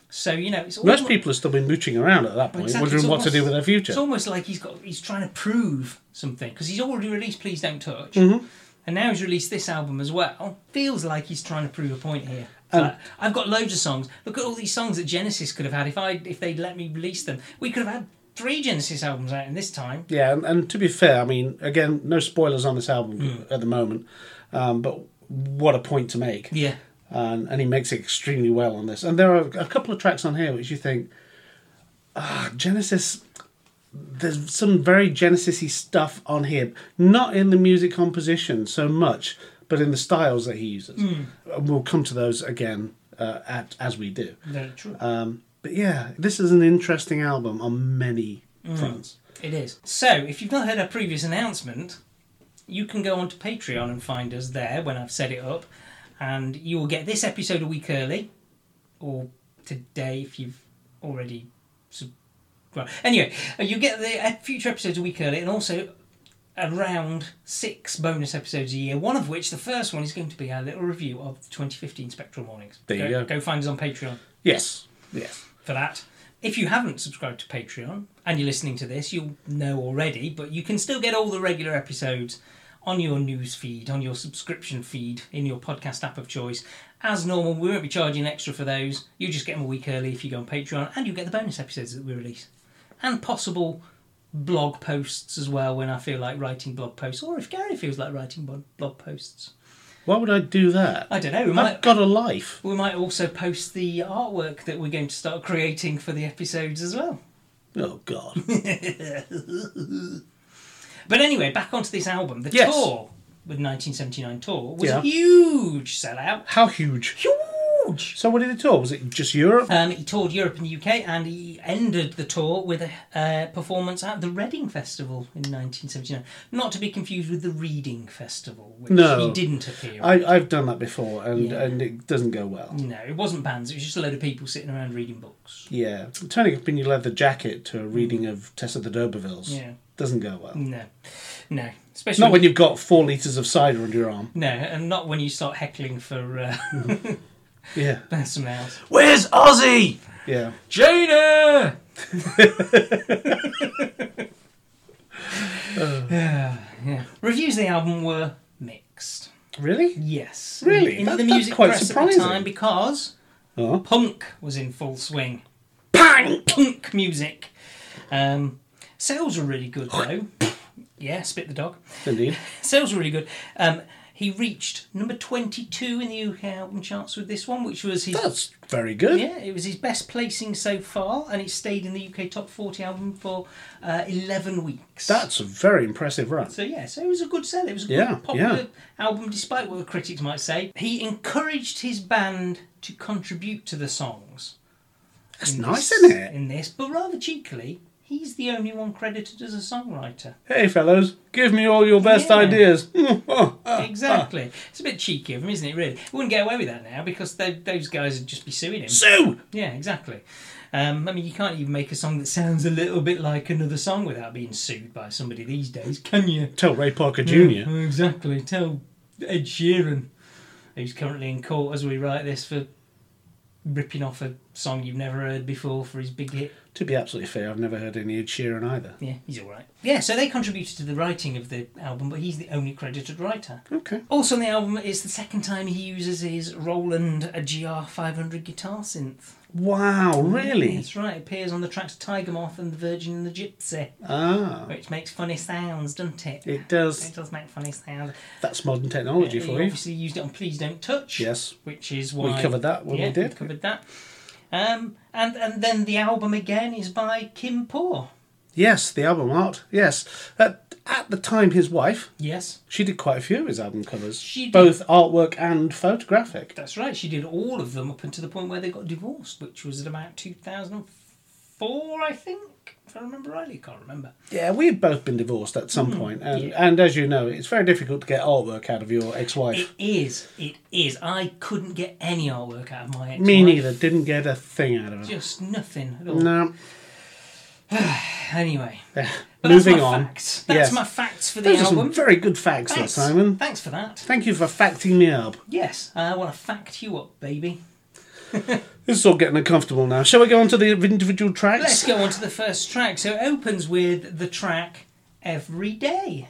[SPEAKER 4] So you know, it's
[SPEAKER 1] Hmm. Most
[SPEAKER 4] almo-
[SPEAKER 1] people have still been mooching around at that point,
[SPEAKER 4] Exactly,
[SPEAKER 1] wondering
[SPEAKER 4] it's
[SPEAKER 1] what to do
[SPEAKER 4] almost-
[SPEAKER 1] with their future.
[SPEAKER 4] It's almost like he's got he's trying to prove something because he's already released Please Don't Touch,
[SPEAKER 1] Mm-hmm.
[SPEAKER 4] and now he's released this album as well. Feels like he's trying to prove a point here. Like, I've got loads of songs. Look at all these songs that Genesis could have had if I if they'd let me release them. We could have had three Genesis albums out in this time.
[SPEAKER 1] Yeah, and, and to be fair, I mean, again, no spoilers on this album at the moment, um, but what a point to make.
[SPEAKER 4] Yeah,
[SPEAKER 1] And, and he makes it extremely well on this. And there are a couple of tracks on here which you think, ah, Genesis. There's some very Genesis-y stuff on here, not in the music composition so much, but in the styles that he uses. And we'll come to those again uh, at, as we do.
[SPEAKER 4] very true.
[SPEAKER 1] Um, but yeah, this is an interesting album on many fronts.
[SPEAKER 4] It is. So, if you've not heard our previous announcement, you can go on to Patreon and find us there when I've set it up, and you will get this episode a week early, or today if you've already. sub- Well, anyway, uh, you get the uh, future episodes a week early, and also around six bonus episodes a year. One of which, the first one, is going to be our little review of the 2015 Spectral Mornings.
[SPEAKER 1] There you go.
[SPEAKER 4] Go find us on Patreon
[SPEAKER 1] Yes, yes.
[SPEAKER 4] for that. If you haven't subscribed to Patreon and you're listening to this, you'll know already, but you can still get all the regular episodes on your news feed, on your subscription feed, in your podcast app of choice. As normal, we won't be charging extra for those. You just get them a week early if you go on Patreon, and you get the bonus episodes that we release. And possible blog posts as well when I feel like writing blog posts, or if Gary feels like writing blog- blog posts.
[SPEAKER 1] Why would I do that?
[SPEAKER 4] I don't know. We
[SPEAKER 1] I've
[SPEAKER 4] might,
[SPEAKER 1] got a life.
[SPEAKER 4] we might also post the artwork that we're going to start creating for the episodes as well.
[SPEAKER 1] Oh
[SPEAKER 4] <laughs>
[SPEAKER 1] God.
[SPEAKER 4] But anyway, back onto this album. The
[SPEAKER 1] Yes.
[SPEAKER 4] tour with 1979 tour was
[SPEAKER 1] Yeah.
[SPEAKER 4] a huge sellout.
[SPEAKER 1] How huge?
[SPEAKER 4] Huge.
[SPEAKER 1] So what did he tour? Was it just Europe?
[SPEAKER 4] Um, he toured Europe and the UK, and he ended the tour with a uh, performance at the Reading Festival in 1979. Not to be confused with the Reading Festival, which
[SPEAKER 1] No.
[SPEAKER 4] he didn't appear. at.
[SPEAKER 1] I, I've done that before, and,
[SPEAKER 4] Yeah.
[SPEAKER 1] and it doesn't go well.
[SPEAKER 4] no, it wasn't bands. It was just a load of people sitting around reading books.
[SPEAKER 1] Yeah, turning up in your leather jacket to a reading of Tessa the D'Urbervilles
[SPEAKER 4] Mm. Yeah. Mm.
[SPEAKER 1] doesn't go well.
[SPEAKER 4] No, no, especially
[SPEAKER 1] Not when you've got four liters of cider under your arm.
[SPEAKER 4] no, and not when you start heckling
[SPEAKER 1] <laughs>
[SPEAKER 4] for uh, <laughs>
[SPEAKER 1] Yeah,
[SPEAKER 4] someone else.
[SPEAKER 3] Where's Ozzy?
[SPEAKER 1] yeah.
[SPEAKER 3] Jada!
[SPEAKER 4] Yeah. Reviews of the album were mixed.
[SPEAKER 1] Really?
[SPEAKER 4] Yes.
[SPEAKER 1] Really?
[SPEAKER 4] In
[SPEAKER 1] That-
[SPEAKER 4] the
[SPEAKER 1] that's
[SPEAKER 4] music
[SPEAKER 1] quite
[SPEAKER 4] press at
[SPEAKER 1] surprising.
[SPEAKER 4] the time because
[SPEAKER 1] Oh.
[SPEAKER 4] punk was in full swing. bang
[SPEAKER 3] Punk!
[SPEAKER 4] punk music. Um, sales were really
[SPEAKER 1] <laughs>
[SPEAKER 4] good though. yeah, spit the dog.
[SPEAKER 1] Indeed.
[SPEAKER 4] Sales were really good. Um, he reached number 22 in the UK album charts with this one, which was his
[SPEAKER 1] That's very good.
[SPEAKER 4] yeah, it was his best placing so far, and it stayed in the UK top 40 album for uh, 11 weeks.
[SPEAKER 1] That's a very impressive run.
[SPEAKER 4] So yeah, so it was a good sell. It was a good
[SPEAKER 1] Yeah,
[SPEAKER 4] popular
[SPEAKER 1] yeah.
[SPEAKER 4] album, despite what the critics might say. He encouraged his band to contribute to the songs.
[SPEAKER 1] That's
[SPEAKER 4] in
[SPEAKER 1] nice,
[SPEAKER 4] this-
[SPEAKER 1] isn't it?
[SPEAKER 4] In this, but rather cheekily, he's the only one credited as a songwriter.
[SPEAKER 1] Hey, fellows, give me all your best
[SPEAKER 4] Yeah.
[SPEAKER 1] ideas. <laughs> Mm, oh, oh.
[SPEAKER 4] exactly. It's a bit cheeky of him, isn't it? Really, we wouldn't get away with that now because tho- those guys would just be suing him.
[SPEAKER 1] Sue!
[SPEAKER 4] Yeah, exactly. Um, I mean, you can't even make a song that sounds a little bit like another song without being sued by somebody these days, can you?
[SPEAKER 1] Tell Ray Parker
[SPEAKER 4] Mm.
[SPEAKER 1] Jr.
[SPEAKER 4] Yeah, exactly. Tell Ed Sheeran, who's currently in court as we write this, for ripping off a song you've never heard before for his big hit.
[SPEAKER 1] To be absolutely fair, I've never heard any Ed Sheeran either.
[SPEAKER 4] Yeah, he's all right. Yeah, so they contributed to the writing of the album, but he's the only credited writer.
[SPEAKER 1] Okay.
[SPEAKER 4] Also on the album, it's the second time he uses his Roland GR500 guitar synth.
[SPEAKER 1] Wow,
[SPEAKER 4] Mm.
[SPEAKER 1] really?
[SPEAKER 4] That's right, it appears on the tracks Tiger Moth and The Virgin and the Gypsy,
[SPEAKER 1] Ah,
[SPEAKER 4] which makes funny sounds, doesn't it?
[SPEAKER 1] it does.
[SPEAKER 4] It does make funny sounds.
[SPEAKER 1] That's modern technology
[SPEAKER 4] he
[SPEAKER 1] for you.
[SPEAKER 4] obviously used it on Please Don't Touch.
[SPEAKER 1] Yes.
[SPEAKER 4] which is
[SPEAKER 1] We
[SPEAKER 4] why
[SPEAKER 1] covered that when
[SPEAKER 4] yeah,
[SPEAKER 1] we did.
[SPEAKER 4] covered that. Um, and and then the album again is by Kim Poor.
[SPEAKER 1] Yes, the album art. Yes. At, at the time, his wife,
[SPEAKER 4] Yes,
[SPEAKER 1] she did quite a few of his album covers.
[SPEAKER 4] She did.
[SPEAKER 1] Both artwork and photographic.
[SPEAKER 4] that's right. She did all of them up until the point where they got divorced, which was at about two thousand four, I think, if I remember rightly. Can't remember.
[SPEAKER 1] Yeah, we've both been divorced at some point, And,
[SPEAKER 4] Mm, yeah.
[SPEAKER 1] and as you know, it's very difficult to get artwork out of your ex
[SPEAKER 4] It
[SPEAKER 1] wife.
[SPEAKER 4] is. It is. I couldn't get any artwork out of my ex.
[SPEAKER 1] Me neither. Didn't get a thing out of her.
[SPEAKER 4] Just nothing at all.
[SPEAKER 1] No.
[SPEAKER 4] Anyway, but
[SPEAKER 1] <laughs> Moving
[SPEAKER 4] that's my
[SPEAKER 1] on.
[SPEAKER 4] Facts. That's
[SPEAKER 1] Yes.
[SPEAKER 4] my facts for the
[SPEAKER 1] Those are
[SPEAKER 4] album.
[SPEAKER 1] some very good facts
[SPEAKER 4] Thanks.
[SPEAKER 1] there, Simon.
[SPEAKER 4] Thanks for that.
[SPEAKER 1] Thank you for facting me up.
[SPEAKER 4] Yes, I want to fact you up, baby.
[SPEAKER 1] This is all getting uncomfortable now. Shall we go on to the individual tracks?
[SPEAKER 4] Let's go on to the first track. So it opens with the track Every Day.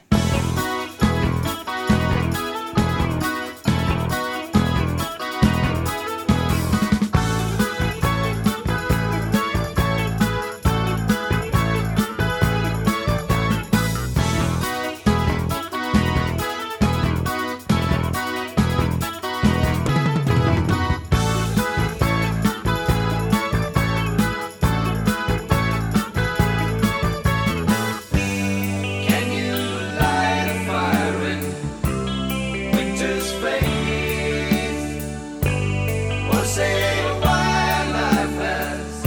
[SPEAKER 5] Can you light a fire in winter's face? Or say why life has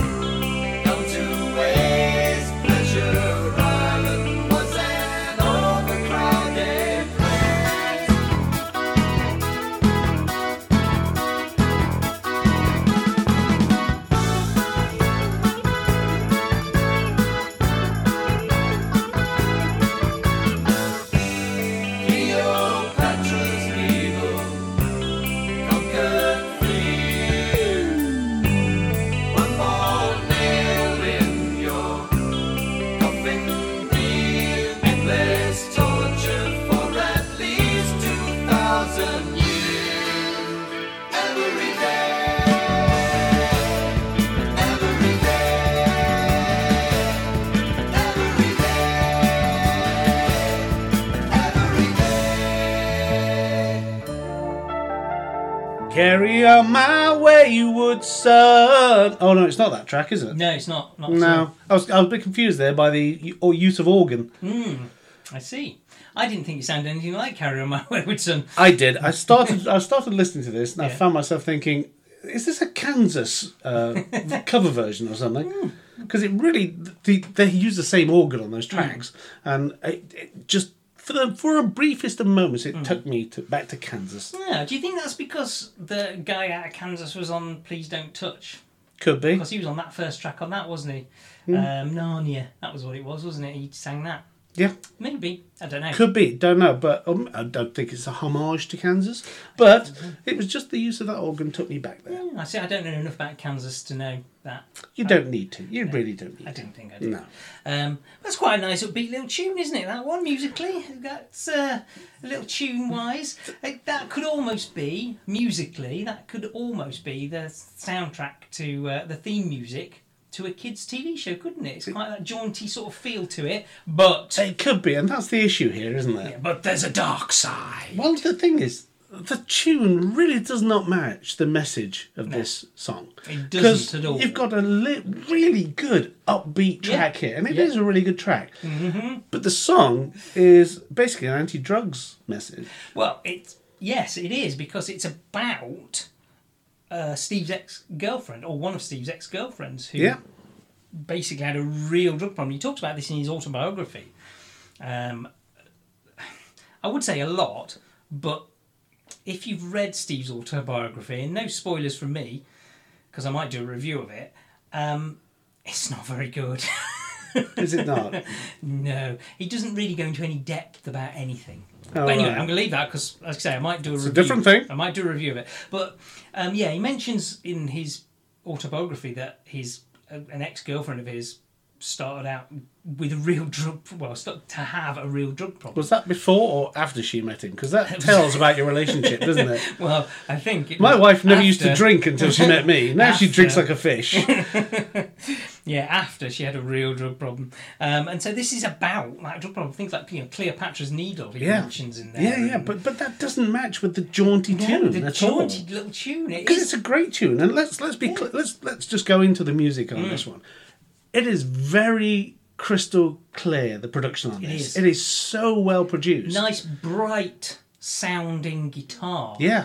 [SPEAKER 5] come to waste? Pleasure Island was an overcrowded place. Cleopatra's needle conquered fear. One more nail in your coffin wheel. Endless torture for at least two thousand years. Every day, every day, every day. Every day.
[SPEAKER 1] Carry on my wayward son. Oh no, it's not that track, is it?
[SPEAKER 4] No, it's not. not at all.
[SPEAKER 1] No, I was, I was a bit confused there by the u- use of organ.
[SPEAKER 4] I see. I didn't think it sounded anything like Carry On My <laughs> Wayward Son.
[SPEAKER 1] I did. I started. I started listening to this, and I
[SPEAKER 4] Yeah.
[SPEAKER 1] found myself thinking, "Is this a Kansas
[SPEAKER 4] <laughs>
[SPEAKER 1] uh, cover version or something?"
[SPEAKER 4] Hmm.
[SPEAKER 1] Because it really the, they use the same organ on those tracks, and it, it just for the for a briefest of moments,
[SPEAKER 4] Hmm.
[SPEAKER 1] it took me to, back to Kansas.
[SPEAKER 4] Yeah, do you think that's because the guy out of Kansas was on Please Don't Touch?
[SPEAKER 1] Could be.
[SPEAKER 4] Because he was on that first track on that, wasn't
[SPEAKER 1] Hmm.
[SPEAKER 4] he? Um, Narnia. That was what it was, wasn't it? He sang that.
[SPEAKER 1] Yeah,
[SPEAKER 4] Maybe. I don't know.
[SPEAKER 1] could be. Don't know, but um, I don't think it's a homage to Kansas. But
[SPEAKER 4] Mm-hmm.
[SPEAKER 1] it was just the use of that organ took me back there.
[SPEAKER 4] I see. I don't know enough about Kansas to know that.
[SPEAKER 1] You don't need to. You really don't
[SPEAKER 4] I
[SPEAKER 1] need to.
[SPEAKER 4] didn't think I did.
[SPEAKER 1] No.
[SPEAKER 4] Um, that's quite a nice upbeat little tune, isn't it? That one musically, that's uh, a little tune-wise. Like, That could almost be musically. That could almost be the soundtrack to uh, the theme music to a kids' TV show, couldn't it? It's quite that jaunty sort of feel to it, but
[SPEAKER 1] It could be, and that's the issue here, isn't it?
[SPEAKER 3] But there's a dark side.
[SPEAKER 1] Well, the thing is, the tune really does not match the message of this song.
[SPEAKER 4] It
[SPEAKER 1] 'Cause
[SPEAKER 4] doesn't at all.
[SPEAKER 1] You've got a li- really good upbeat
[SPEAKER 4] Yeah. Mm-hmm.
[SPEAKER 1] track here, and it is a really good track. But the song is basically an anti-drugs message.
[SPEAKER 4] well, it's yes, it is because it's about uh, Steve's ex-girlfriend or one of Steve's ex-girlfriends who
[SPEAKER 1] Yeah,
[SPEAKER 4] basically had a real drug problem. He talks about this in his autobiography. Um, I would say a lot, but if you've read Steve's autobiography, and no spoilers from me, because I might do a review of it, um, it's not very good. <laughs>
[SPEAKER 1] is it not?
[SPEAKER 4] no, he doesn't really go into any depth about anything.
[SPEAKER 1] Oh,
[SPEAKER 4] but anyway,
[SPEAKER 1] right.
[SPEAKER 4] I'm going to leave that because, like I say, I might do a
[SPEAKER 1] a
[SPEAKER 4] review.
[SPEAKER 1] different thing.
[SPEAKER 4] I might do a review of it. But um, yeah, he mentions in his autobiography that his uh, an ex girlfriend of his started out with a real drug. Well, started to have a real drug problem.
[SPEAKER 1] Was that before or after she met him? Because that <laughs> tells about your relationship, doesn't it?
[SPEAKER 4] Well, I think it
[SPEAKER 1] My
[SPEAKER 4] was
[SPEAKER 1] wife never used to
[SPEAKER 4] after-
[SPEAKER 1] drink until she met me. Now she drinks
[SPEAKER 4] After.
[SPEAKER 1] like a
[SPEAKER 4] <laughs>
[SPEAKER 1] fish.
[SPEAKER 4] Yeah, after she had a real drug problem, um, and so this is about like drug problem things like you know Cleopatra's needle. He
[SPEAKER 1] Yeah.
[SPEAKER 4] mentions in there.
[SPEAKER 1] yeah, yeah,
[SPEAKER 4] and-
[SPEAKER 1] but but that doesn't match with the jaunty tune
[SPEAKER 4] the
[SPEAKER 1] at all.
[SPEAKER 4] jaunty little tune. It
[SPEAKER 1] because
[SPEAKER 4] is
[SPEAKER 1] it's a great tune and let's let's be cl- let's let's just go into the music on
[SPEAKER 4] Mm.
[SPEAKER 1] this one it is very crystal clear the production on this
[SPEAKER 4] is.
[SPEAKER 1] it is so well produced
[SPEAKER 4] nice, bright sounding guitar.
[SPEAKER 1] yeah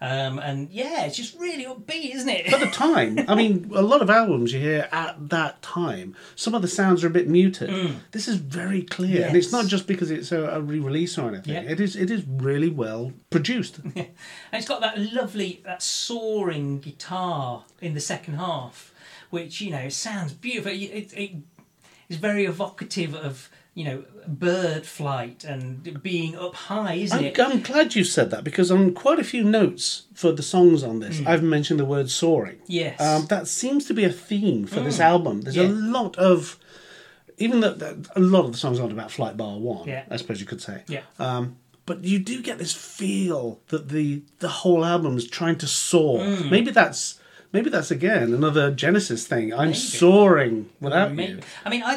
[SPEAKER 4] Um, and yeah, it's just really upbeat, isn't it?
[SPEAKER 1] at the time i mean a lot of albums you hear at that time some of the sounds are a bit muted this is very clear and it's
[SPEAKER 4] Mm. Yes.
[SPEAKER 1] not just because it's a, a re-release or anything
[SPEAKER 4] Yeah.
[SPEAKER 1] it is it is really well
[SPEAKER 4] <laughs>
[SPEAKER 1] produced
[SPEAKER 4] <laughs> and it's got that lovely, that soaring guitar in the second half, which you know it sounds beautiful. It, it, it is very evocative of you know bird flight and being up high, isn't
[SPEAKER 1] I'm,
[SPEAKER 4] it?
[SPEAKER 1] I'm glad you said that because on quite a few notes for the songs on this, I've mentioned the word soaring.
[SPEAKER 4] Mm. Yes. Mm.
[SPEAKER 1] Um, that seems to be a theme for this album. There's a
[SPEAKER 4] Yeah.
[SPEAKER 1] lot of, even though that- a lot of the songs aren't about Flight Bar One,
[SPEAKER 4] Yeah.
[SPEAKER 1] I suppose you could say.
[SPEAKER 4] yeah.
[SPEAKER 1] Um, but you do get this feel that the the whole album is trying to soar.
[SPEAKER 4] Mm.
[SPEAKER 1] Maybe that's maybe that's again another Genesis thing. I'm soaring without you.
[SPEAKER 4] Maybe. I mean, I,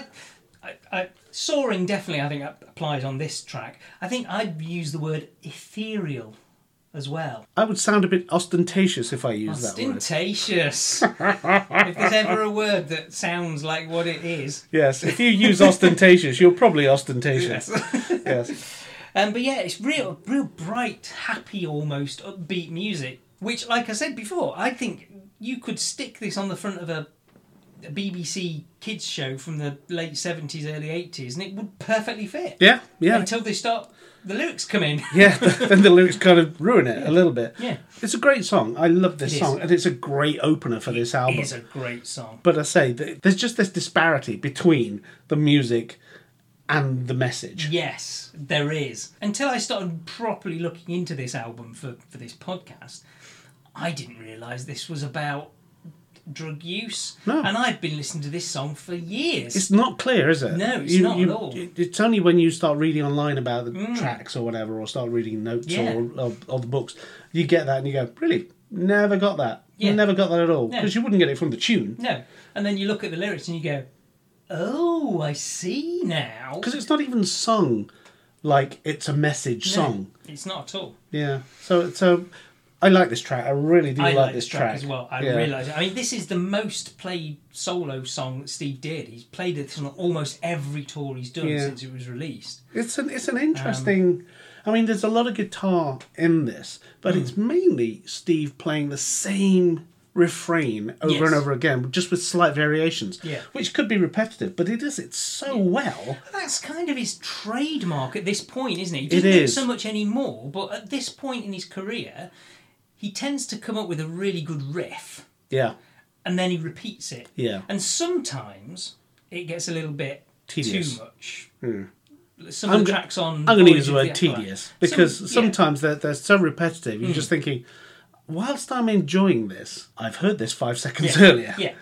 [SPEAKER 4] I, I, soaring definitely. I think that applies on this track. I think I'd use the word ethereal as well.
[SPEAKER 1] I would sound a bit ostentatious if I used that word. <laughs>
[SPEAKER 4] Ostentatious. if there's ever a word that sounds like what it is.
[SPEAKER 1] Yes, if you
[SPEAKER 4] <laughs>
[SPEAKER 1] use ostentatious, you're probably ostentatious. <laughs> yes.
[SPEAKER 4] Um, but yeah, it's real, real bright, happy, almost upbeat music. Which, like I said before, I think you could stick this on the front of a, a BBC kids show from the late seventies, early eighties, and it would perfectly fit.
[SPEAKER 1] Yeah, yeah.
[SPEAKER 4] Until they start, the lyrics come in. <laughs>
[SPEAKER 1] Yeah, <laughs> then the lyrics kind of ruin it a little bit.
[SPEAKER 4] Yeah.
[SPEAKER 1] It's a great song. I love this
[SPEAKER 4] It is.
[SPEAKER 1] song, and it's a great opener for this album.
[SPEAKER 4] It's a great song.
[SPEAKER 1] But I say, th- there's just this disparity between the music and the message.
[SPEAKER 4] Yes, there is. Until I started properly looking into this album for, for this podcast, I didn't realise this was about drug use.
[SPEAKER 1] No.
[SPEAKER 4] And I've been listening to this song for years.
[SPEAKER 1] It's not clear, is it?
[SPEAKER 4] No, it's not at all. Mm.
[SPEAKER 1] it- It's only when you start reading online about the tracks or whatever, or start reading notes
[SPEAKER 4] Yeah.
[SPEAKER 1] or, or, or the books, you get that and you go, really? Never got that.
[SPEAKER 4] Yeah.
[SPEAKER 1] Never got that at all.
[SPEAKER 4] No.
[SPEAKER 1] Because you wouldn't get it from the tune.
[SPEAKER 4] no. And then you look at the lyrics and you go, oh, I see now.
[SPEAKER 1] Because it's not even sung like it's a message song.
[SPEAKER 4] No, it's not at all.
[SPEAKER 1] Yeah. So so I like this track. I really do
[SPEAKER 4] I
[SPEAKER 1] like,
[SPEAKER 4] like
[SPEAKER 1] this
[SPEAKER 4] this track, as well. I
[SPEAKER 1] Yeah.
[SPEAKER 4] realise. I mean, this is the most played solo song that Steve did. He's played it on almost every tour he's done
[SPEAKER 1] Yeah.
[SPEAKER 4] since it was released.
[SPEAKER 1] It's an
[SPEAKER 4] Um,
[SPEAKER 1] it's an interesting. I mean, there's a lot of guitar in this, but
[SPEAKER 4] Hmm.
[SPEAKER 1] it's mainly Steve playing the same refrain over
[SPEAKER 4] Yes.
[SPEAKER 1] and over again, just with slight variations.
[SPEAKER 4] Yeah.
[SPEAKER 1] Which could be repetitive, but he does it so well.
[SPEAKER 4] That's kind of his trademark at this point, isn't it? He doesn't
[SPEAKER 1] It
[SPEAKER 4] do it
[SPEAKER 1] is.
[SPEAKER 4] so much anymore, but at this point in his career, he tends to come up with a really good riff
[SPEAKER 1] Yeah.
[SPEAKER 4] and then he repeats it.
[SPEAKER 1] Yeah.
[SPEAKER 4] And sometimes it gets a little bit
[SPEAKER 1] Tedious. Hmm.
[SPEAKER 4] too much. Some
[SPEAKER 1] I'm
[SPEAKER 4] of the
[SPEAKER 1] go-
[SPEAKER 4] tracks on.
[SPEAKER 1] I'm going to
[SPEAKER 4] Voyage
[SPEAKER 1] use the
[SPEAKER 4] of
[SPEAKER 1] word
[SPEAKER 4] Aqualung-
[SPEAKER 1] tedious
[SPEAKER 4] Some-
[SPEAKER 1] because
[SPEAKER 4] yeah. Hmm.
[SPEAKER 1] sometimes <laughs> they're, they're so repetitive. You're just thinking, whilst I'm enjoying this, I've heard this five seconds earlier.
[SPEAKER 4] Yeah.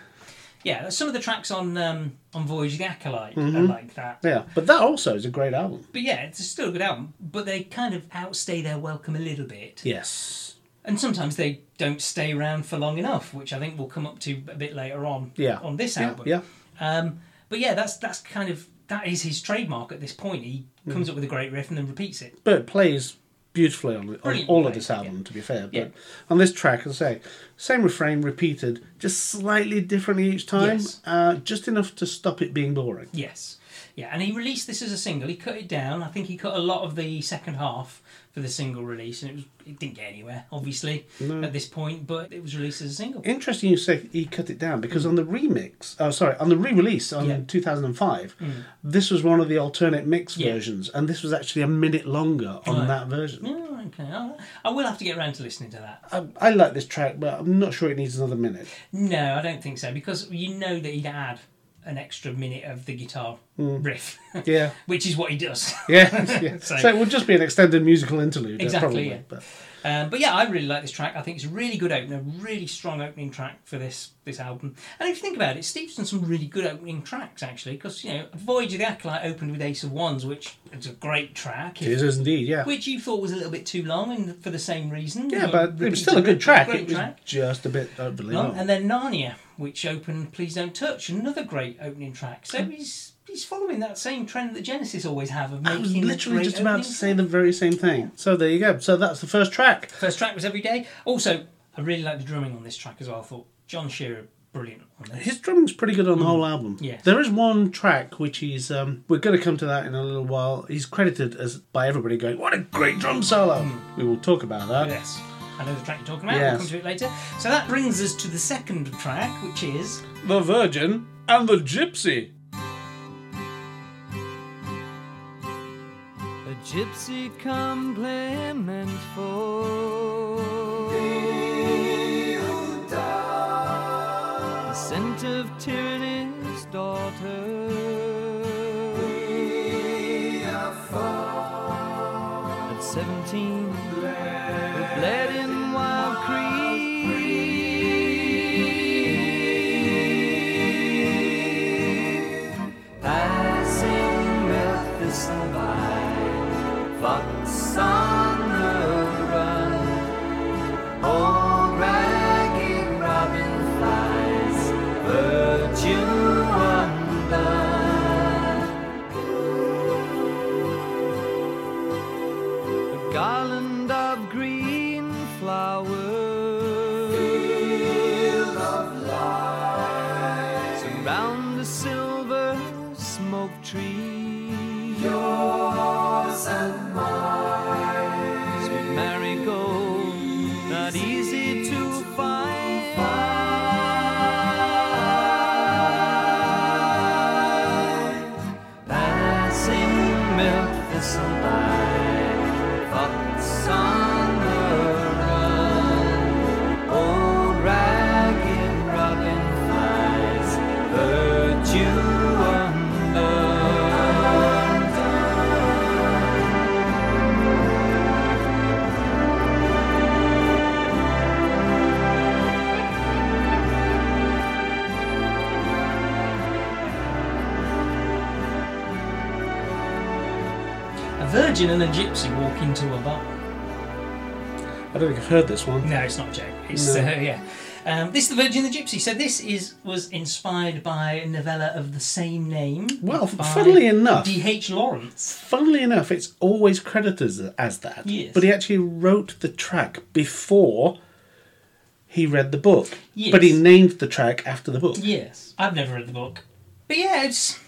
[SPEAKER 4] Yeah, some of the tracks on um, on Voyage of the Acolyte are like that.
[SPEAKER 1] Mm-hmm. Yeah. But that also is a great album.
[SPEAKER 4] But yeah, it's still a good album, but they kind of outstay their welcome a little bit.
[SPEAKER 1] Yes.
[SPEAKER 4] and sometimes they don't stay around for long enough, which I think we'll come up to a bit later on.
[SPEAKER 1] Yeah.
[SPEAKER 4] On this
[SPEAKER 1] Yeah,
[SPEAKER 4] album.
[SPEAKER 1] yeah.
[SPEAKER 4] Um, but yeah, that's that's kind of that is his trademark at this point. He
[SPEAKER 1] Mm.
[SPEAKER 4] comes up with a great riff and then repeats it.
[SPEAKER 1] But it plays beautifully on, on
[SPEAKER 4] Brilliant
[SPEAKER 1] all of
[SPEAKER 4] play,
[SPEAKER 1] this album, to be fair. But
[SPEAKER 4] Yeah.
[SPEAKER 1] on this track, as I say, same refrain repeated, just slightly differently each time,
[SPEAKER 4] Yes.
[SPEAKER 1] uh, just enough to stop it being boring.
[SPEAKER 4] Yes. Yeah, and he released this as a single. He cut it down. I think he cut a lot of the second half for the single release, and it, was, it didn't get anywhere, obviously, at this point, but it was released as a single.
[SPEAKER 1] Interesting you say he cut it down because on the remix, oh sorry, on the re-release on
[SPEAKER 4] Mm. Yeah. Mm.
[SPEAKER 1] 2005, this was one of the alternate mix
[SPEAKER 4] Yeah.
[SPEAKER 1] versions, and this was actually a minute longer on
[SPEAKER 4] Right.
[SPEAKER 1] that version.
[SPEAKER 4] Oh, okay. all right. I will have to get round to listening to that.
[SPEAKER 1] I, I like this track, but I'm not sure it needs another minute.
[SPEAKER 4] No, I don't think so, because you know that he'd add an extra minute of the guitar riff,
[SPEAKER 1] Hmm.
[SPEAKER 4] <laughs>
[SPEAKER 1] Yeah,
[SPEAKER 4] which is what he does.
[SPEAKER 1] <laughs> yeah, yeah. so,
[SPEAKER 4] So-
[SPEAKER 1] it would just be an extended musical interlude, uh,
[SPEAKER 4] Exactly,
[SPEAKER 1] probably.
[SPEAKER 4] yeah.
[SPEAKER 1] But
[SPEAKER 4] <laughs> Um, but yeah, I really like this track. I think it's a really good opener, really strong opening track for this this album. And if you think about it, Steve's done some really good opening tracks actually, because you know, Voyage of the Acolyte opened with Ace of Wands, which is a great track.
[SPEAKER 1] it is indeed, yeah.
[SPEAKER 4] Which you thought was a little bit too long, and for the same reason.
[SPEAKER 1] Yeah,
[SPEAKER 4] You
[SPEAKER 1] but it
[SPEAKER 4] repeated
[SPEAKER 1] was still a good track.
[SPEAKER 4] Great
[SPEAKER 1] It was
[SPEAKER 4] track.
[SPEAKER 1] just a bit overly
[SPEAKER 4] Long.
[SPEAKER 1] long.
[SPEAKER 4] And then Narnia, which opened Please Don't Touch, another great opening track.
[SPEAKER 1] Hmm.
[SPEAKER 4] So he's he's following that same trend that Genesis always have of making
[SPEAKER 1] I was
[SPEAKER 4] a
[SPEAKER 1] literally
[SPEAKER 4] great
[SPEAKER 1] just about to
[SPEAKER 4] opening
[SPEAKER 1] say the very same thing. So there you go. So that's the first track.
[SPEAKER 4] First track was Every Day. Also, I really like the drumming on this track as well. I thought John Shearer brilliant on this.
[SPEAKER 1] His drumming's pretty good on the whole album.
[SPEAKER 4] Yes.
[SPEAKER 1] There is one track which he's um, we're going to come to that in a little while. He's credited as by everybody going, "What a great drum solo."
[SPEAKER 4] Hmm.
[SPEAKER 1] We will talk about that.
[SPEAKER 4] Yes. I know the track you're talking about.
[SPEAKER 1] Yes.
[SPEAKER 4] We'll come to it later. So that brings us to the second track, which is
[SPEAKER 1] The Virgin and the Gypsy.
[SPEAKER 2] a gypsy compliment for the scent of tyranny's daughter. At seventeen, we bled in wild creek. Passing Melchizedek by. Fox on the run. Old ragged robin flies, virtue undone. A garland of green flowers. Field of light. Surround the silver smoke tree. Yours and mine. Sweet marigold, not easy to find. Passing Memphis by, thoughts on the run. Old ragged robin flies, virtue undone.
[SPEAKER 4] A Virgin and a Gypsy Walk Into a Bar.
[SPEAKER 1] I don't think I've heard this one.
[SPEAKER 4] No, it's not a joke. It's,
[SPEAKER 1] No.
[SPEAKER 4] uh, yeah. Um, this is The Virgin and the Gypsy. So this is was inspired by a novella of the same name.
[SPEAKER 1] Well,
[SPEAKER 4] by
[SPEAKER 1] funnily enough-
[SPEAKER 4] D.H. Lawrence.
[SPEAKER 1] Funnily enough, it's always credited as, as that.
[SPEAKER 4] Yes.
[SPEAKER 1] But he actually wrote the track before he read the book.
[SPEAKER 4] Yes.
[SPEAKER 1] But he named the track after the book.
[SPEAKER 4] Yes. I've never read the book. But yeah, it's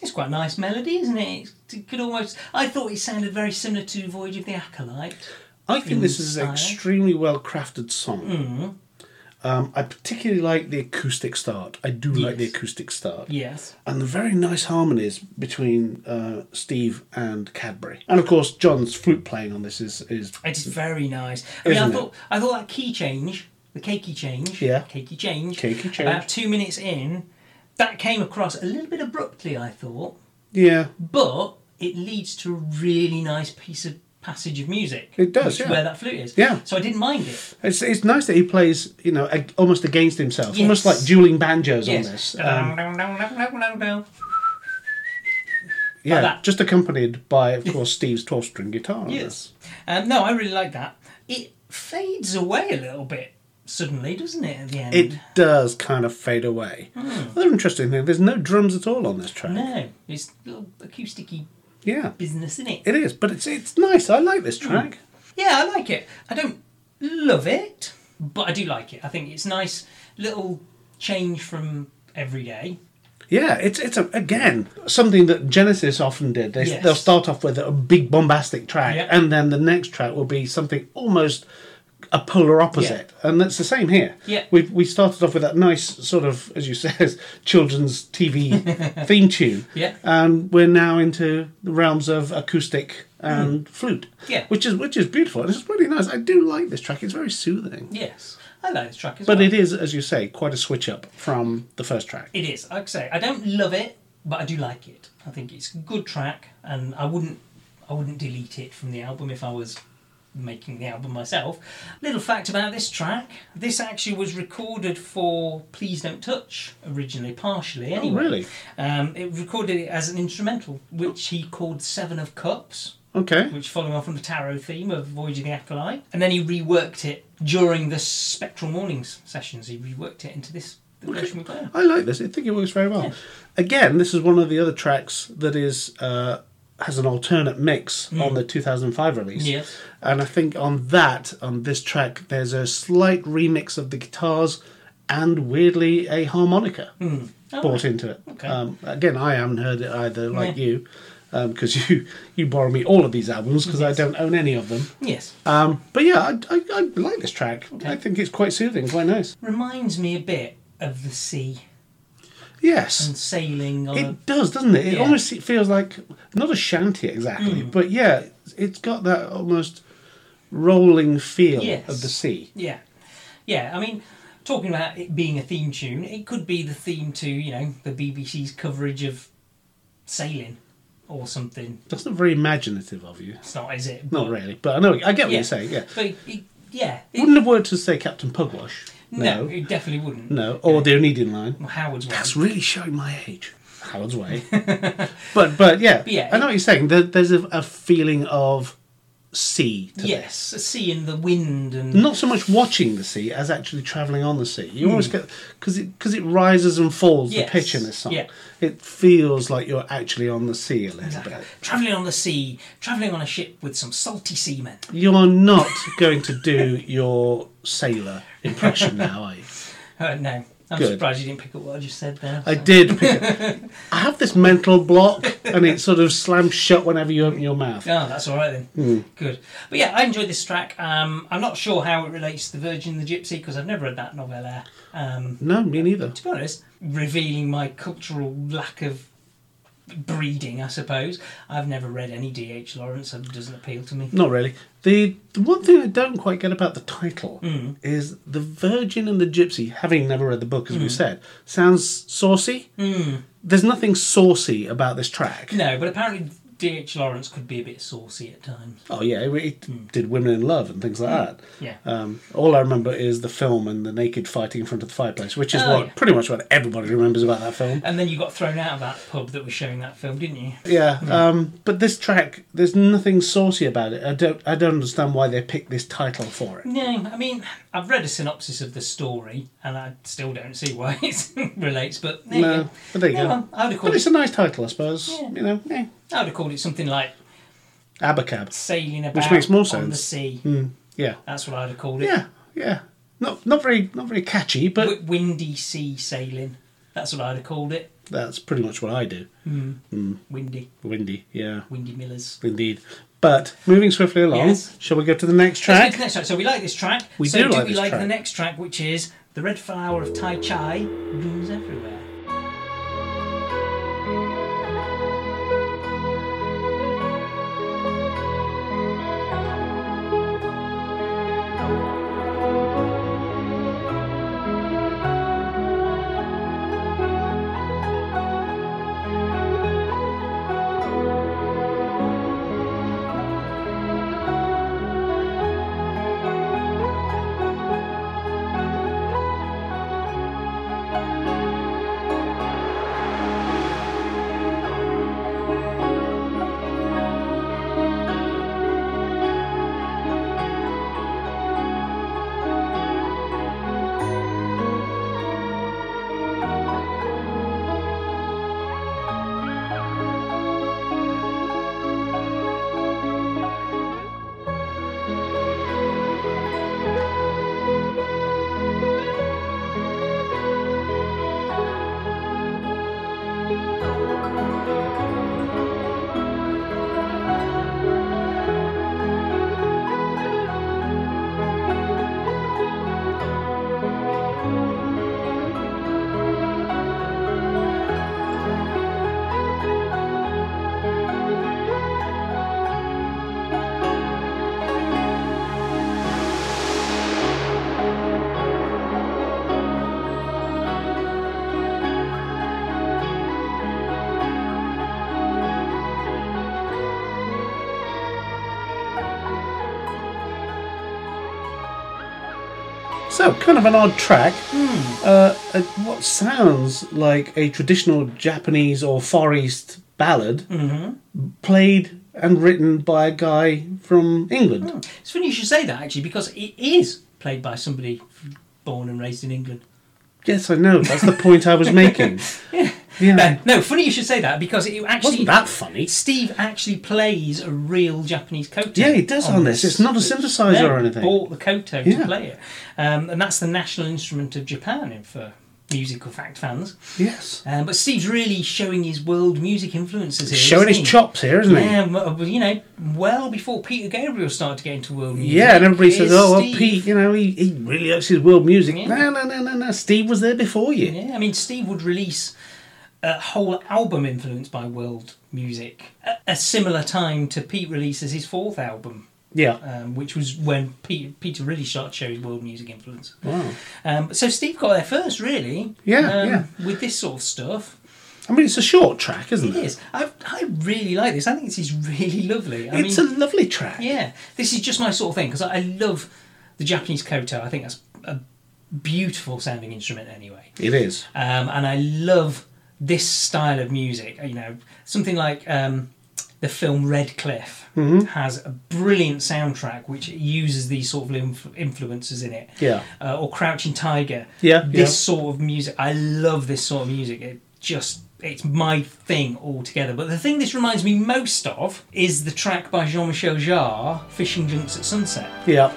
[SPEAKER 4] it's quite a nice melody, isn't it? It's- It could almost I thought it sounded very similar to Voyage of the Acolyte.
[SPEAKER 1] I think this is an
[SPEAKER 4] Inside. Mm-hmm.
[SPEAKER 1] extremely well crafted song. Um, I particularly like the acoustic start. I do like the
[SPEAKER 4] Yes.
[SPEAKER 1] acoustic start.
[SPEAKER 4] Yes.
[SPEAKER 1] And the very nice harmonies between uh, Steve and Cadbury. And of course, John's flute playing on this is. is
[SPEAKER 4] It is very nice. I mean, I
[SPEAKER 1] Isn't it?
[SPEAKER 4] thought I thought that key change, the cakey change,
[SPEAKER 1] Yeah.
[SPEAKER 4] cakey change,
[SPEAKER 1] Cakey change.
[SPEAKER 4] About two minutes in, that came across a little bit abruptly, I thought,
[SPEAKER 1] yeah.
[SPEAKER 4] but it leads to a really nice piece of passage of music.
[SPEAKER 1] It does,
[SPEAKER 4] which is
[SPEAKER 1] yeah.
[SPEAKER 4] Where that flute is,
[SPEAKER 1] Yeah.
[SPEAKER 4] So I didn't mind it.
[SPEAKER 1] It's, it's nice that he plays, you know, ag- almost against himself,
[SPEAKER 4] Yes.
[SPEAKER 1] almost like dueling banjos
[SPEAKER 4] Yes. Uh,
[SPEAKER 1] on this. Um,
[SPEAKER 4] Yes.
[SPEAKER 1] yeah,
[SPEAKER 4] that.
[SPEAKER 1] just accompanied by, of course, Steve's 12 string guitar. on this.
[SPEAKER 4] Um, no, I really like that. It fades away a little bit suddenly, doesn't it? At the end,
[SPEAKER 1] It does kind of fade away. Another interesting thing, there's no drums at all on this track.
[SPEAKER 4] Hmm. no, it's little acousticy
[SPEAKER 1] Yeah.
[SPEAKER 4] business in it.
[SPEAKER 1] It is, but it's it's nice. I like this track.
[SPEAKER 4] Yeah, I like it. I don't love it, but I do like it. I think it's nice little change from every day.
[SPEAKER 1] Yeah, it's it's a, again something that Genesis often did. They
[SPEAKER 4] Yes.
[SPEAKER 1] they'll start off with a big bombastic track,
[SPEAKER 4] Yeah.
[SPEAKER 1] and then the next track will be something almost a polar opposite, and that's the same here.
[SPEAKER 4] Yeah.
[SPEAKER 1] we we started off with that nice sort of, as you <laughs> says, children's
[SPEAKER 4] <laughs>
[SPEAKER 1] TV theme tune.
[SPEAKER 4] Yeah.
[SPEAKER 1] and we're now into the realms of acoustic and flute.
[SPEAKER 4] Hmm. Yeah.
[SPEAKER 1] which is which is beautiful. and It's really nice. I do like this track. It's very soothing.
[SPEAKER 4] Yes, I like this track as
[SPEAKER 1] But
[SPEAKER 4] well.
[SPEAKER 1] it is, as you say, quite a switch up from the first track.
[SPEAKER 4] It is. I'd say I don't love it, but I do like it. I think it's a good track, and I wouldn't, I wouldn't delete it from the album if I was making the album myself. Little fact about this track: this actually was recorded for "Please Don't Touch" originally, partially anyway.
[SPEAKER 1] really?
[SPEAKER 4] Um, it recorded it as an instrumental, which he called Seven of Cups
[SPEAKER 1] Okay.
[SPEAKER 4] which following on from the tarot theme of Voyage of the Acolyte. And then he reworked it during the Spectral Mornings sessions. He reworked it into this the version we play.
[SPEAKER 1] I like this. I think it works very well. Again, this is one of the other tracks that is uh, has an alternate mix on the 2005 release.
[SPEAKER 4] Mm. Yes.
[SPEAKER 1] And I think on that, on this track, there's a slight remix of the guitars and weirdly a harmonica brought into it.
[SPEAKER 4] Mm. Oh, Okay.
[SPEAKER 1] Um, again, I haven't heard it either, like
[SPEAKER 4] Yeah.
[SPEAKER 1] you, because you <laughs> you borrow me all of these albums because I don't own any of them.
[SPEAKER 4] Yes.
[SPEAKER 1] Um, but yeah, I, I, I like this track. I think it's quite soothing, quite nice.
[SPEAKER 4] Reminds me a bit of the sea
[SPEAKER 1] Yes.
[SPEAKER 4] and sailing on a
[SPEAKER 1] It does, doesn't it? It
[SPEAKER 4] Yeah. Mm.
[SPEAKER 1] almost se- feels like not a shanty exactly, but yeah, it's got that almost rolling feel
[SPEAKER 4] Yes.
[SPEAKER 1] of the sea.
[SPEAKER 4] Yeah. Yeah, I mean, talking about it being a theme tune, it could be the theme to, you know, the BBC's coverage of sailing or something.
[SPEAKER 1] That's not very imaginative of you.
[SPEAKER 4] It's not, is it?
[SPEAKER 1] Not really, but I know I get what
[SPEAKER 4] Yeah.
[SPEAKER 1] you're saying. Yeah,
[SPEAKER 4] But it, it- yeah. it-
[SPEAKER 1] wouldn't have worked to say Captain Pugwash.
[SPEAKER 4] no,
[SPEAKER 1] No, no,
[SPEAKER 4] it definitely wouldn't.
[SPEAKER 1] or the Oneidian line.
[SPEAKER 4] Well, Howard's one.
[SPEAKER 1] That's really showing my age. Howard's Way. but but yeah,
[SPEAKER 4] But <laughs> yeah,
[SPEAKER 1] I know
[SPEAKER 4] it-
[SPEAKER 1] what you're saying. There, there's a, a feeling of sea to this.
[SPEAKER 4] Yes, the sea and the wind and
[SPEAKER 1] not so much watching the sea as actually travelling on the sea. You always get because it because it rises and falls
[SPEAKER 4] Hmm. Yes,
[SPEAKER 1] the pitch in this song.
[SPEAKER 4] yeah.
[SPEAKER 1] It feels like you're actually on the sea a little bit.
[SPEAKER 4] traveling on the sea, traveling on a ship with some salty seamen.
[SPEAKER 1] You're not <laughs> going to do your sailor impression now, are you?
[SPEAKER 4] Uh, no, I'm
[SPEAKER 1] Good.
[SPEAKER 4] surprised you didn't pick up what I just said there.
[SPEAKER 1] I
[SPEAKER 4] so.
[SPEAKER 1] did. Pick it. I have this mental block, and it sort of slams shut whenever you open your mouth.
[SPEAKER 4] Oh, that's all right then. Good, but yeah, I enjoyed this track. Um, I'm not sure how it relates to the Virgin and the Gypsy because I've never read that novella. Um,
[SPEAKER 1] No, me neither.
[SPEAKER 4] to be honest, revealing my cultural lack of breeding, I suppose. I've never read any D. H. Lawrence, so it doesn't appeal to me.
[SPEAKER 1] Not really. The, the one thing I don't quite get about the title
[SPEAKER 4] Mm.
[SPEAKER 1] is the Virgin and the Gypsy, having never read the book, as we
[SPEAKER 4] Mm.
[SPEAKER 1] said, sounds saucy. There's nothing saucy about this track.
[SPEAKER 4] No, but apparently D. H. Lawrence could be a bit saucy at times.
[SPEAKER 1] Oh, yeah, it, it
[SPEAKER 4] Mm.
[SPEAKER 1] did Women in Love and things like that.
[SPEAKER 4] Yeah.
[SPEAKER 1] Um, all I remember is the film and the naked fighting in front of the fireplace, which is
[SPEAKER 4] Oh,
[SPEAKER 1] what
[SPEAKER 4] yeah.
[SPEAKER 1] pretty much what everybody remembers about that film.
[SPEAKER 4] And then you got thrown out of that pub that was showing that film, didn't you?
[SPEAKER 1] Yeah, um, but this track, there's nothing saucy about it. I don't, I don't understand why they picked this title for it.
[SPEAKER 4] No, I mean, I've read a synopsis of the story, and I still don't see why <laughs> it relates. But there you
[SPEAKER 1] No,
[SPEAKER 4] go.
[SPEAKER 1] but there you
[SPEAKER 4] No,
[SPEAKER 1] go.
[SPEAKER 4] I would have
[SPEAKER 1] But
[SPEAKER 4] called.
[SPEAKER 1] it's
[SPEAKER 4] It,
[SPEAKER 1] a nice title, I suppose.
[SPEAKER 4] Yeah.
[SPEAKER 1] You know, eh.
[SPEAKER 4] I would have called it something like
[SPEAKER 1] Abacab.
[SPEAKER 4] sailing about
[SPEAKER 1] makes more
[SPEAKER 4] on the
[SPEAKER 1] sense.
[SPEAKER 4] sea.
[SPEAKER 1] Yeah.
[SPEAKER 4] That's what I would have called it.
[SPEAKER 1] Yeah. Yeah. Not not very not very catchy, but
[SPEAKER 4] W- windy sea sailing. That's what I'd have called it.
[SPEAKER 1] that's pretty much what I do.
[SPEAKER 4] Windy,
[SPEAKER 1] Windy. Yeah.
[SPEAKER 4] windy millers.
[SPEAKER 1] Indeed. But moving swiftly along,
[SPEAKER 4] Yes.
[SPEAKER 1] shall we go to the next
[SPEAKER 4] Let's go to
[SPEAKER 1] track?
[SPEAKER 4] the next track. So we like this track.
[SPEAKER 1] We
[SPEAKER 4] so
[SPEAKER 1] do
[SPEAKER 4] do
[SPEAKER 1] like
[SPEAKER 4] we
[SPEAKER 1] this
[SPEAKER 4] like
[SPEAKER 1] track.
[SPEAKER 4] the next track, which is the red flower of Tai Chai blooms everywhere.
[SPEAKER 6] Thank
[SPEAKER 1] So, kind of an odd track.
[SPEAKER 4] Hmm.
[SPEAKER 1] Uh, uh, what sounds like a traditional Japanese or Far East ballad
[SPEAKER 4] Mm-hmm.
[SPEAKER 1] played and written by a guy from England.
[SPEAKER 4] It's funny you should say that actually, because it is played by somebody born and raised in England.
[SPEAKER 1] Yes, I know. That's the point I was
[SPEAKER 4] <laughs>
[SPEAKER 1] making. yeah.
[SPEAKER 4] No, no, funny you should say that because it actually
[SPEAKER 1] Wasn't that funny?
[SPEAKER 4] Steve actually plays a real Japanese koto.
[SPEAKER 1] Yeah, he does on this. It's not a synthesizer
[SPEAKER 4] They
[SPEAKER 1] or anything.
[SPEAKER 4] Bought the koto
[SPEAKER 1] Yeah.
[SPEAKER 4] to play it, um, and that's the national instrument of Japan in- for musical fact fans.
[SPEAKER 1] Yes.
[SPEAKER 4] Um, but Steve's really showing his world music influences here.
[SPEAKER 1] Showing
[SPEAKER 4] isn't
[SPEAKER 1] his
[SPEAKER 4] he?
[SPEAKER 1] chops here, isn't he?
[SPEAKER 4] Yeah, well, well, you know, well before Peter Gabriel started to get into world music.
[SPEAKER 1] Yeah, and everybody says,
[SPEAKER 4] here's
[SPEAKER 1] "Oh, well,
[SPEAKER 4] Steve."
[SPEAKER 1] Pete, you know, he, he really likes his world music."
[SPEAKER 4] Yeah.
[SPEAKER 1] No, no, no, no, no. Steve was there before you.
[SPEAKER 4] Yeah, I mean, Steve would release a whole album influenced by world music at a similar time to Pete releases his fourth album,
[SPEAKER 1] Yeah.
[SPEAKER 4] um, which was when Pete, Peter really started to show his world music influence.
[SPEAKER 1] Wow.
[SPEAKER 4] Um, so Steve got there first, really. um,
[SPEAKER 1] Yeah, yeah.
[SPEAKER 4] With this sort of stuff.
[SPEAKER 1] I mean, it's a short track, isn't
[SPEAKER 4] It
[SPEAKER 1] it?
[SPEAKER 4] is. I, I really like this. I think this is really lovely. I
[SPEAKER 1] It's
[SPEAKER 4] mean,
[SPEAKER 1] a lovely track.
[SPEAKER 4] yeah, this is just my sort of thing because I, I love the Japanese koto. I think that's a beautiful sounding instrument anyway.
[SPEAKER 1] It is.
[SPEAKER 4] um, and I love this style of music. You know, something like um, the film Red Cliff
[SPEAKER 1] Mm-hmm.
[SPEAKER 4] has a brilliant soundtrack which uses these sort of inf- influences in it.
[SPEAKER 1] Yeah.
[SPEAKER 4] Uh, or Crouching Tiger.
[SPEAKER 1] Yeah,
[SPEAKER 4] This
[SPEAKER 1] yeah.
[SPEAKER 4] sort of music, I love this sort of music. It just it's my thing altogether. But the thing this reminds me most of is the track by Jean-Michel Jarre, "Fishing Junks at Sunset."
[SPEAKER 1] Yeah.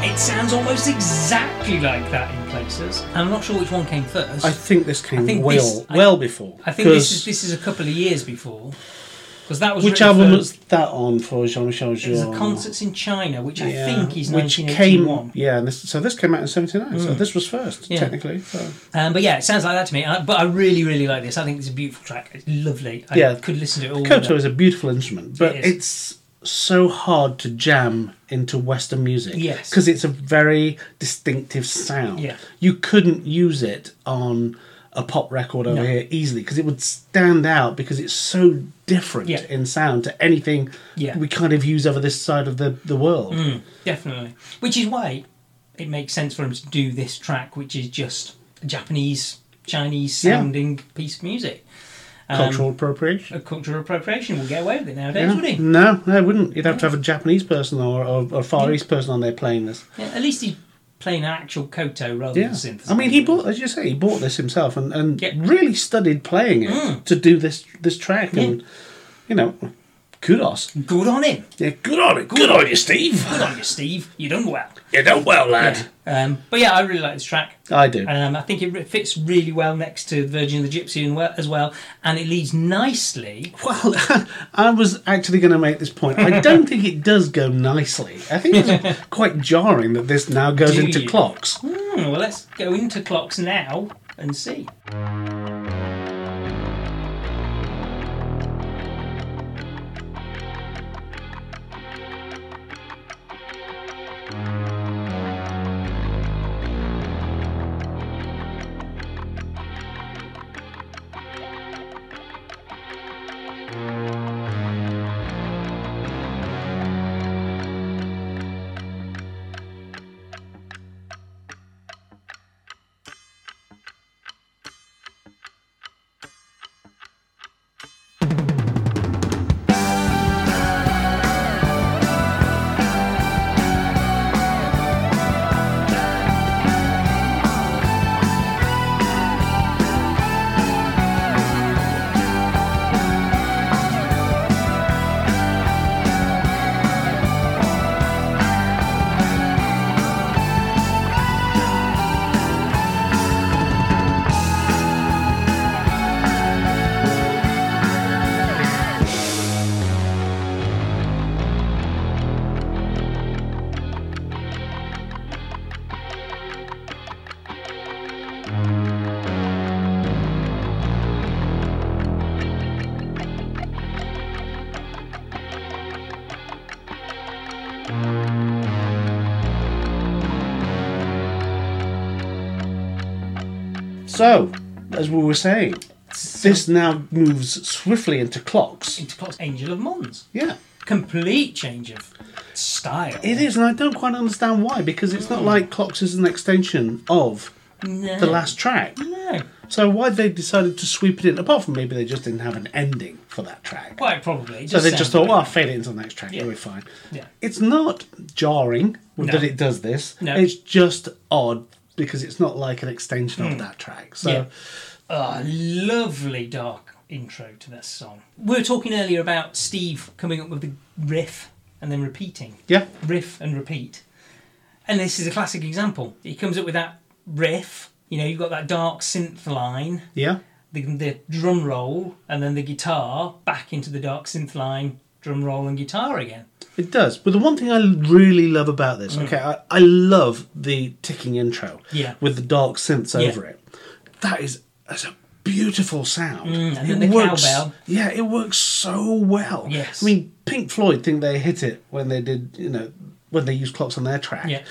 [SPEAKER 4] It sounds almost exactly like that in places. I'm not sure which one came first.
[SPEAKER 1] I think this came
[SPEAKER 4] I think
[SPEAKER 1] well,
[SPEAKER 4] this- I-
[SPEAKER 1] well before.
[SPEAKER 4] I think this
[SPEAKER 1] 'cause
[SPEAKER 4] is this is a couple of years before, because that was
[SPEAKER 1] which
[SPEAKER 4] written
[SPEAKER 1] album
[SPEAKER 4] for-
[SPEAKER 1] was that on for Jean-Michel
[SPEAKER 4] It was
[SPEAKER 1] Jarre?
[SPEAKER 4] the concerts in China, which I
[SPEAKER 1] Yeah,
[SPEAKER 4] think is
[SPEAKER 1] which
[SPEAKER 4] 1981.
[SPEAKER 1] came
[SPEAKER 4] Mm.
[SPEAKER 1] yeah and this, so this came out in 79 so this was first
[SPEAKER 4] Yeah.
[SPEAKER 1] technically so
[SPEAKER 4] Um, but yeah, it sounds like that to me. I, but I really, really like this. I think it's a beautiful track. It's lovely. I
[SPEAKER 1] Yeah.
[SPEAKER 4] could listen to it all.
[SPEAKER 1] koto
[SPEAKER 4] day.
[SPEAKER 1] is a beautiful instrument but
[SPEAKER 4] It is.
[SPEAKER 1] it's so hard to jam into western music
[SPEAKER 4] Yes.
[SPEAKER 1] because it's a very distinctive sound
[SPEAKER 4] Yeah.
[SPEAKER 1] you couldn't use it on a pop record over
[SPEAKER 4] No.
[SPEAKER 1] here easily because it would stand out because it's so different
[SPEAKER 4] Yeah.
[SPEAKER 1] in sound to anything
[SPEAKER 4] Yeah. Mm.
[SPEAKER 1] we kind of use over this side of the, the world
[SPEAKER 4] Definitely. Which is why it makes sense for him to do this track, which is just a Japanese, Chinese
[SPEAKER 1] Yeah.
[SPEAKER 4] sounding piece of music. Um,
[SPEAKER 1] cultural appropriation
[SPEAKER 4] A cultural appropriation would get away with it nowadays,
[SPEAKER 1] Yeah.
[SPEAKER 4] would he?
[SPEAKER 1] No, no, it wouldn't. You'd have to have a Japanese person or or, or Far East person on there playing this.
[SPEAKER 4] Yeah, at least he's playing an actual koto rather
[SPEAKER 1] Yeah.
[SPEAKER 4] than synthesizer.
[SPEAKER 1] I mean, he bought, as you say, he bought this himself and, and
[SPEAKER 4] Yeah.
[SPEAKER 1] really studied playing it to do this this track. And, you know, kudos.
[SPEAKER 4] Good on him.
[SPEAKER 1] Yeah, good on it. Good on you, Steve.
[SPEAKER 4] Good on you, Steve. You done well.
[SPEAKER 1] You done well,
[SPEAKER 4] Yeah. Um, but yeah, I really like this track.
[SPEAKER 1] I do.
[SPEAKER 4] Um, I think it re- fits really well next to Virgin and the Gypsy and well- as well, and it leads nicely.
[SPEAKER 1] <laughs> Well, I was actually going to make this point. I don't think it does go nicely. I think <laughs> it's quite jarring that this now goes
[SPEAKER 4] Do
[SPEAKER 1] into
[SPEAKER 4] you?
[SPEAKER 1] clocks.
[SPEAKER 4] Hmm, well, let's go into clocks now and see.
[SPEAKER 1] So, as we were saying, this now moves swiftly into clocks.
[SPEAKER 4] Into clocks, Angel of Mons.
[SPEAKER 1] Yeah.
[SPEAKER 4] Complete change of style.
[SPEAKER 1] It is, and I don't quite understand why, because it's
[SPEAKER 4] Hmm.
[SPEAKER 1] not like Clocks is an extension of
[SPEAKER 4] no.
[SPEAKER 1] the last track.
[SPEAKER 4] No.
[SPEAKER 1] So why they decided to sweep it in, apart from maybe they just didn't have an ending for that track.
[SPEAKER 4] Quite probably. It
[SPEAKER 1] so they just
[SPEAKER 4] sounded
[SPEAKER 1] thought, well, I'll fade it into the next track,
[SPEAKER 4] Yeah.
[SPEAKER 1] it'll be fine.
[SPEAKER 4] Yeah.
[SPEAKER 1] It's not jarring
[SPEAKER 4] No.
[SPEAKER 1] that it does this.
[SPEAKER 4] No.
[SPEAKER 1] It's just odd because it's not like an extension of that track. So
[SPEAKER 4] Hmm. Yeah. A lovely dark intro to this song. We were talking earlier about Steve coming up with the riff and then repeating.
[SPEAKER 1] yeah.
[SPEAKER 4] Riff and repeat. And this is a classic example. He comes up with that riff, you know, you've got that dark synth line,
[SPEAKER 1] Yeah.
[SPEAKER 4] the, the drum roll, and then the guitar back into the dark synth line, drum roll and guitar again.
[SPEAKER 1] It does. But the one thing I really love about this, okay, I, I love the ticking intro
[SPEAKER 4] Mm. Yeah.
[SPEAKER 1] with the dark synths
[SPEAKER 4] Yeah.
[SPEAKER 1] over it. That is that's a beautiful sound.
[SPEAKER 4] Mm, and then the cowbell.
[SPEAKER 1] Yeah, it works so well.
[SPEAKER 4] Yes.
[SPEAKER 1] I mean, Pink Floyd think they hit it when they did, you know, when they used clocks on their track.
[SPEAKER 4] Yeah.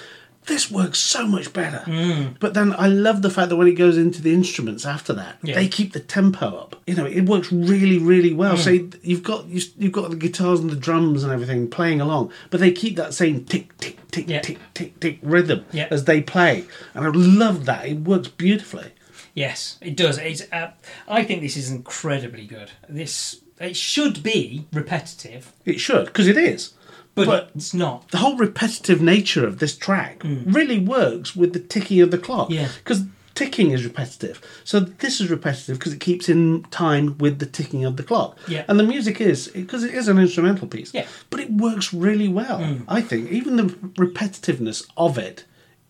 [SPEAKER 1] This works so much better.
[SPEAKER 4] Mm.
[SPEAKER 1] But then I love the fact that when it goes into the instruments after that,
[SPEAKER 4] Yeah.
[SPEAKER 1] they keep the tempo up. You know, it works really, really well.
[SPEAKER 4] Mm.
[SPEAKER 1] So you've got you- you've got the guitars and the drums and everything playing along, but they keep that same tick, tick, tick,
[SPEAKER 4] Yeah.
[SPEAKER 1] tick, tick, tick rhythm
[SPEAKER 4] Yeah.
[SPEAKER 1] as they play, and I love that. It works beautifully.
[SPEAKER 4] Yes, it does. It's, uh, I think this is incredibly good. This it should be repetitive,
[SPEAKER 1] It should because it is.
[SPEAKER 4] but,
[SPEAKER 1] But-
[SPEAKER 4] it's not.
[SPEAKER 1] the whole repetitive nature of this track really works with the ticking of the clock.
[SPEAKER 4] Mm. Yeah.
[SPEAKER 1] Because ticking is repetitive. So this is repetitive because it keeps in time with the ticking of the clock.
[SPEAKER 4] Yeah.
[SPEAKER 1] And the music is, because it is an instrumental piece.
[SPEAKER 4] Yeah. Mm.
[SPEAKER 1] But it works really well, I think. Even the repetitiveness of it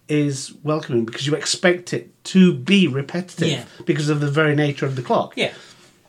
[SPEAKER 1] is welcoming because you expect it to be repetitive
[SPEAKER 4] Yeah.
[SPEAKER 1] because of the very nature of the clock.
[SPEAKER 4] Yeah.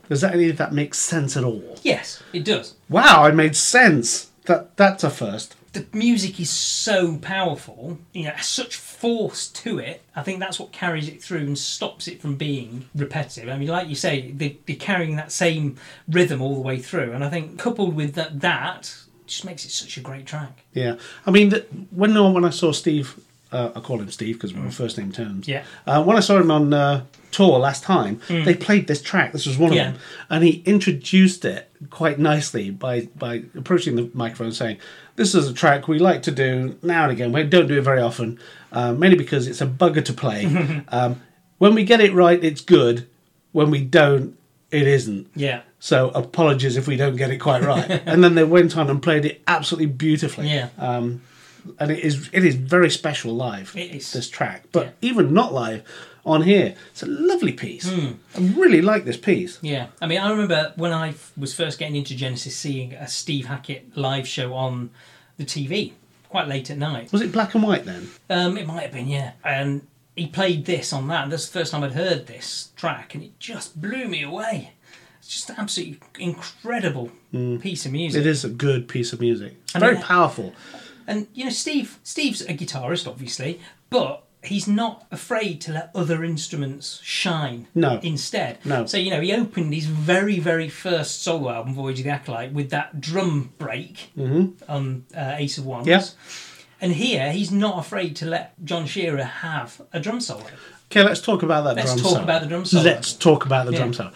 [SPEAKER 1] Does that any of that make sense at all?
[SPEAKER 4] Yes, it does.
[SPEAKER 1] Wow, I made sense. That that's a first.
[SPEAKER 4] The music is so powerful, you know, has such force to it. I think that's what carries it through and stops it from being repetitive. I mean, like you say, they, they're carrying that same rhythm all the way through, and I think coupled with that, that just makes it such a great track.
[SPEAKER 1] Yeah, I mean, the, when I- when I saw Steve, uh, I call him Steve because we're on first name terms.
[SPEAKER 4] Mm. Yeah. Mm.
[SPEAKER 1] Uh, when I saw him on uh, tour last time, they played this track. This was one
[SPEAKER 4] Yeah.
[SPEAKER 1] of them, and he introduced it quite nicely by by approaching the microphone and saying, "This is a track we like to do now and again. We don't do it very often, uh, mainly because it's a bugger to
[SPEAKER 4] <laughs>
[SPEAKER 1] play. um, when we get it right, it's good. When we don't, it isn't."
[SPEAKER 4] Yeah.
[SPEAKER 1] So apologies if we don't get it quite right.
[SPEAKER 4] <laughs>
[SPEAKER 1] and then they went on and played it absolutely beautifully.
[SPEAKER 4] Yeah.
[SPEAKER 1] Um, and it is it is very special live.
[SPEAKER 4] It is.
[SPEAKER 1] this track, but even not live on here, it's a lovely piece.
[SPEAKER 4] Hmm.
[SPEAKER 1] I really like this piece.
[SPEAKER 4] Yeah, I mean, I remember when I f- was first getting into Genesis, seeing a Steve Hackett live show on the TV quite late at night.
[SPEAKER 1] Was it black and white then?
[SPEAKER 4] Um, it might have been, yeah. And he played this on that. That's the first time I'd heard this track, and it just blew me away. It's just an absolutely incredible piece of music.
[SPEAKER 1] Mm. It is a good piece of music. It's
[SPEAKER 4] I
[SPEAKER 1] very
[SPEAKER 4] mean,
[SPEAKER 1] powerful.
[SPEAKER 4] And you know, Steve Steve's a guitarist, obviously, but he's not afraid to let other instruments shine
[SPEAKER 1] No.
[SPEAKER 4] instead.
[SPEAKER 1] No.
[SPEAKER 4] So, you know, he opened his very, very first solo album, Voyage of the Acolyte, with that drum break on uh, Ace of Wands.
[SPEAKER 1] Mm-hmm. Yeah.
[SPEAKER 4] And here, he's not afraid to let John Shearer have a drum solo.
[SPEAKER 1] Okay, let's talk about that
[SPEAKER 4] Let's
[SPEAKER 1] drum
[SPEAKER 4] talk
[SPEAKER 1] solo.
[SPEAKER 4] about the drum solo.
[SPEAKER 1] Let's talk about the drum
[SPEAKER 4] Yeah.
[SPEAKER 1] solo.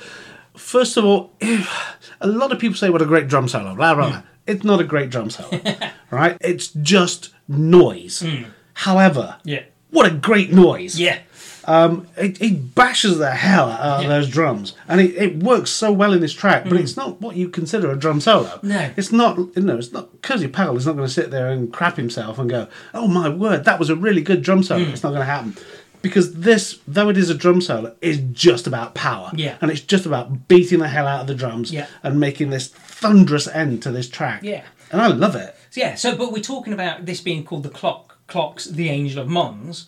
[SPEAKER 1] First of all, a lot of people say what a great drum solo, blah, blah, blah.
[SPEAKER 4] Mm.
[SPEAKER 1] It's not a great drum solo,
[SPEAKER 4] <laughs>
[SPEAKER 1] right? It's just noise. However,
[SPEAKER 4] Mm. Yeah.
[SPEAKER 1] what a great noise.
[SPEAKER 4] Yeah.
[SPEAKER 1] Um, it, it bashes the hell out of
[SPEAKER 4] Yeah. Mm.
[SPEAKER 1] those drums, and it, it works so well in this track. But it's not what you consider a drum solo.
[SPEAKER 4] No.
[SPEAKER 1] it's not. You know, it's not. Cozy Powell is not going to sit there and crap himself and go, "Oh my word, that was a really good drum solo."
[SPEAKER 4] Mm.
[SPEAKER 1] It's not going to happen because this, though it is a drum solo, is just about power.
[SPEAKER 4] Yeah.
[SPEAKER 1] and it's just about beating the hell out of the drums.
[SPEAKER 4] Yeah.
[SPEAKER 1] and making this thunderous end to this track.
[SPEAKER 4] Yeah.
[SPEAKER 1] and I love it.
[SPEAKER 4] So, yeah, so but we're talking about this being called the clock, clocks, the angel of Mons.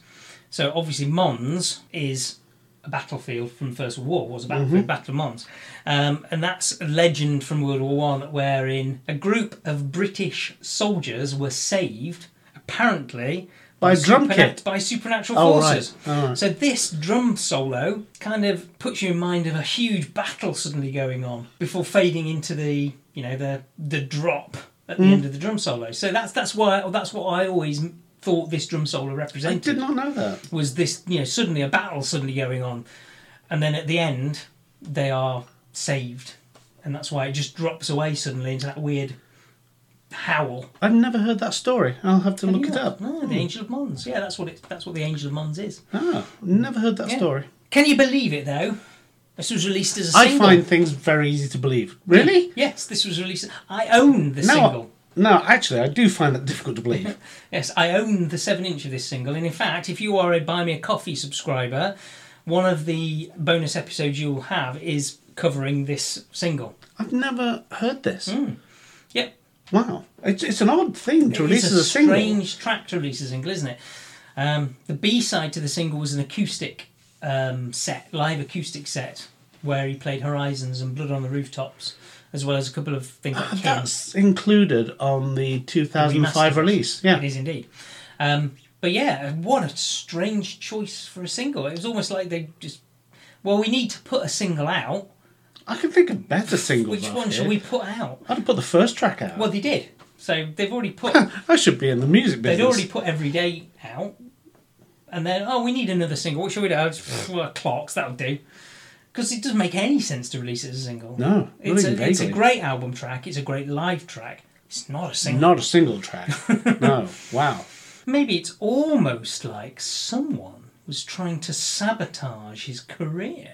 [SPEAKER 4] So obviously Mons is a battlefield from the First World War, was a
[SPEAKER 1] Mm-hmm.
[SPEAKER 4] battlefield, Battle of Mons, um, and that's a legend from World War One, wherein a group of British soldiers were saved, apparently.
[SPEAKER 1] By a drum kit.
[SPEAKER 4] By supernatural
[SPEAKER 1] Oh, right.
[SPEAKER 4] forces.
[SPEAKER 1] All right.
[SPEAKER 4] So this drum solo kind of puts you in mind of a huge battle suddenly going on before fading into the you know the the drop at
[SPEAKER 1] Mm.
[SPEAKER 4] the end of the drum solo. So that's that's why that's what I always thought this drum solo
[SPEAKER 1] I
[SPEAKER 4] represented
[SPEAKER 1] did not know that.
[SPEAKER 4] was this you know suddenly a battle suddenly going on and then at the end they are saved and that's why it just drops away suddenly into that weird howl
[SPEAKER 1] I've never heard that story. I'll have to look Hmm.
[SPEAKER 4] Yeah.
[SPEAKER 1] it up.
[SPEAKER 4] No, the angel of mons yeah that's what it that's what the angel of mons is
[SPEAKER 1] Ah, never heard that
[SPEAKER 4] Yeah.
[SPEAKER 1] story.
[SPEAKER 4] can you believe it though this was released as a
[SPEAKER 1] I
[SPEAKER 4] single
[SPEAKER 1] find things very easy to believe. Really?
[SPEAKER 4] yes this was released i own the
[SPEAKER 1] No,
[SPEAKER 4] single
[SPEAKER 1] no, actually, I do find that difficult to
[SPEAKER 4] <laughs>
[SPEAKER 1] believe.
[SPEAKER 4] Yes, I own the seven inch of this single, and in fact, if you are a Buy Me a Coffee subscriber, one of the bonus episodes you'll have is covering this single.
[SPEAKER 1] I've never heard this.
[SPEAKER 4] Hmm. Yep,
[SPEAKER 1] Wow, it's, it's an odd thing to release
[SPEAKER 4] it's
[SPEAKER 1] as a single.
[SPEAKER 4] strange track to release as a single, isn't it? Um, the B side to the single was an acoustic um, set, live acoustic set, where he played Horizons and Blood on the Rooftops, as well as a couple of things. like Kings.
[SPEAKER 1] Ah, That's included on the 2005
[SPEAKER 4] Remastered.
[SPEAKER 1] release. Yeah,
[SPEAKER 4] It is indeed. Um, but yeah, what a strange choice for a single. It was almost like they just, well, we need to put a single out.
[SPEAKER 1] I can think of better singles.
[SPEAKER 4] Which
[SPEAKER 1] out
[SPEAKER 4] one
[SPEAKER 1] here.
[SPEAKER 4] should we put out?
[SPEAKER 1] I'd have put the first track out.
[SPEAKER 4] Well, they did. So they've
[SPEAKER 1] <laughs>
[SPEAKER 4] already put,
[SPEAKER 1] I should be in the music
[SPEAKER 4] they'd
[SPEAKER 1] business.
[SPEAKER 4] already put every day out, and then oh, we need another single. What should we do? Oh, just, well, clocks that'll do. Because it doesn't make any sense to release it as a single.
[SPEAKER 1] No,
[SPEAKER 4] it's
[SPEAKER 1] not
[SPEAKER 4] a,
[SPEAKER 1] even
[SPEAKER 4] it's a
[SPEAKER 1] vaguely.
[SPEAKER 4] great album track. It's a great live track. It's not a single.
[SPEAKER 1] Not a single track.
[SPEAKER 4] <laughs>
[SPEAKER 1] no. Wow.
[SPEAKER 4] Maybe it's almost like someone was trying to sabotage his career.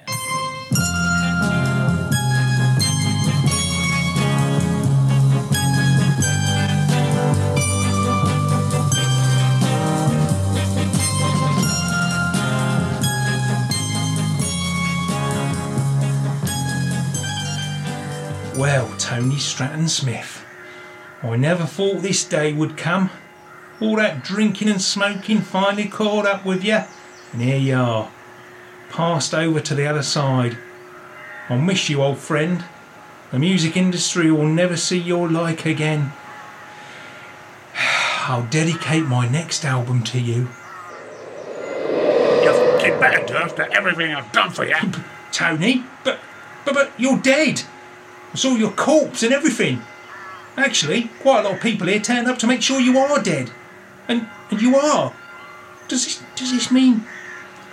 [SPEAKER 3] Well, Tony Stratton Smith, I never thought this day would come. All that drinking and smoking finally caught up with you, and here you are, passed over to the other side. I miss you, old friend. The music industry will never see your like again. I'll dedicate my next album to you.
[SPEAKER 6] You fucking better do after everything I've done for you.
[SPEAKER 3] Tony, but but but you're dead. I saw your corpse and everything. Actually, quite a lot of people here turned up to make sure you are dead, and and you are. Does this does this mean?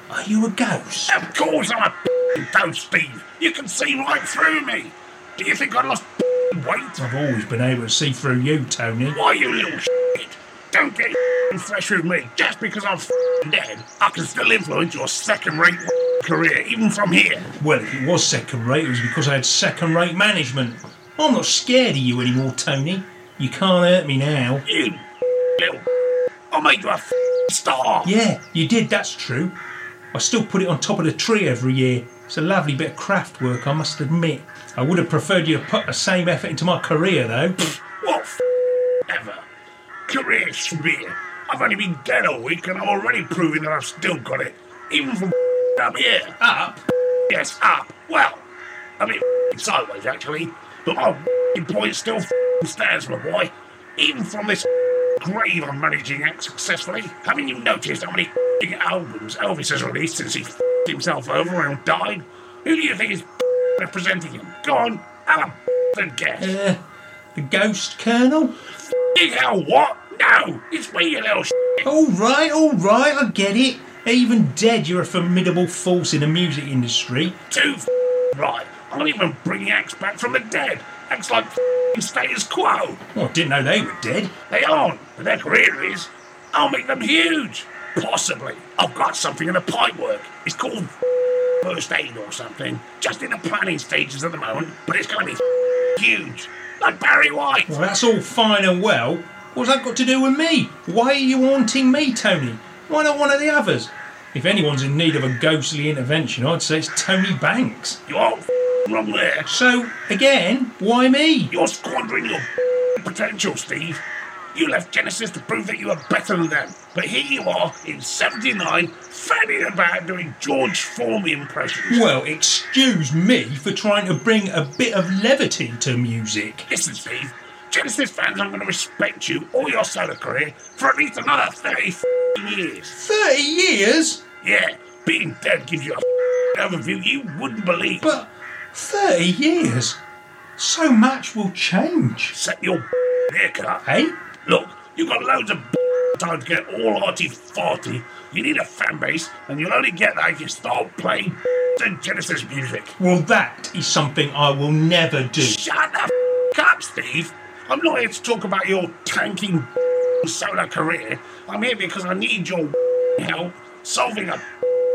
[SPEAKER 3] Are you a ghost?
[SPEAKER 6] Of course I'm a f***ing ghost, Steve. You can see right through me. Do you think I lost f***ing weight?
[SPEAKER 3] I've always been able to see through you, Tony.
[SPEAKER 6] Why, you little shit? Don't get f***ing fresh with me. Just because I'm f***ing dead, I can still influence your second-rate career, even from here.
[SPEAKER 3] Well, if it was second rate, it was because I had second rate management. I'm not scared of you anymore, Tony. You can't hurt me now.
[SPEAKER 6] You little. I'll make you a f***ing star.
[SPEAKER 3] Yeah, you did, that's true. I still put it on top of the tree every year. It's a lovely bit of craft work, I must admit. I would have preferred you to put the same effort into my career, though.
[SPEAKER 6] What f- ever? Career smear. I've only been dead a week and I'm already proving that I've still got it. Even from up here.
[SPEAKER 3] Up?
[SPEAKER 6] Yes, up. Well, I mean sideways actually. But my f***ing point still f- stands, my boy. Even from this grave I'm managing act successfully. Haven't you noticed how many f***ing albums Elvis has released since he f***ed himself over and died? Who do you think is f***ing representing him? Go on, have a f***ing guess.
[SPEAKER 3] Uh, the ghost colonel?
[SPEAKER 6] Dig hell, what? No! It's me, you little shit!
[SPEAKER 3] All right, all right, I get it. Even dead, you're a formidable force in the music industry.
[SPEAKER 6] Too f- right. I'm even bringing acts back from the dead. Acts like f***ing status quo.
[SPEAKER 3] Well, I didn't know they were dead.
[SPEAKER 6] They aren't, but their career is. I'll make them huge. Possibly. I've got something in the pipework. It's called f***ing first aid or something. Just in the planning stages at the moment, but it's gonna be f***ing huge. Like Barry White.
[SPEAKER 3] Well, that's all fine and well. What's that got to do with me? Why are you haunting me, Tony? Why not one of the others? If anyone's in need of a ghostly intervention, I'd say it's Tony Banks.
[SPEAKER 6] You are f***ing wrong there.
[SPEAKER 3] So, again, why me?
[SPEAKER 6] You're squandering your <laughs> potential, Steve. You left Genesis to prove that you are better than them. But here you are in 79, fanning about doing George Formby impressions.
[SPEAKER 3] Well, excuse me for trying to bring a bit of levity to music.
[SPEAKER 6] Listen, Steve, Genesis fans aren't going to respect you or your solo career for at least another 30 f***ing <laughs> years.
[SPEAKER 3] 30 years?
[SPEAKER 6] Yeah, being dead gives you a <laughs> f***ing overview you wouldn't believe.
[SPEAKER 3] But 30 years? So much will change.
[SPEAKER 6] Set your haircut.
[SPEAKER 3] Hey?
[SPEAKER 6] Look, you've got loads of time to get all arty farty. You need a fan base, and you'll only get that if you start playing the Genesis music.
[SPEAKER 3] Well, that is something I will never do.
[SPEAKER 6] Shut the f- up, Steve. I'm not here to talk about your tanking solo career. I'm here because I need your help solving a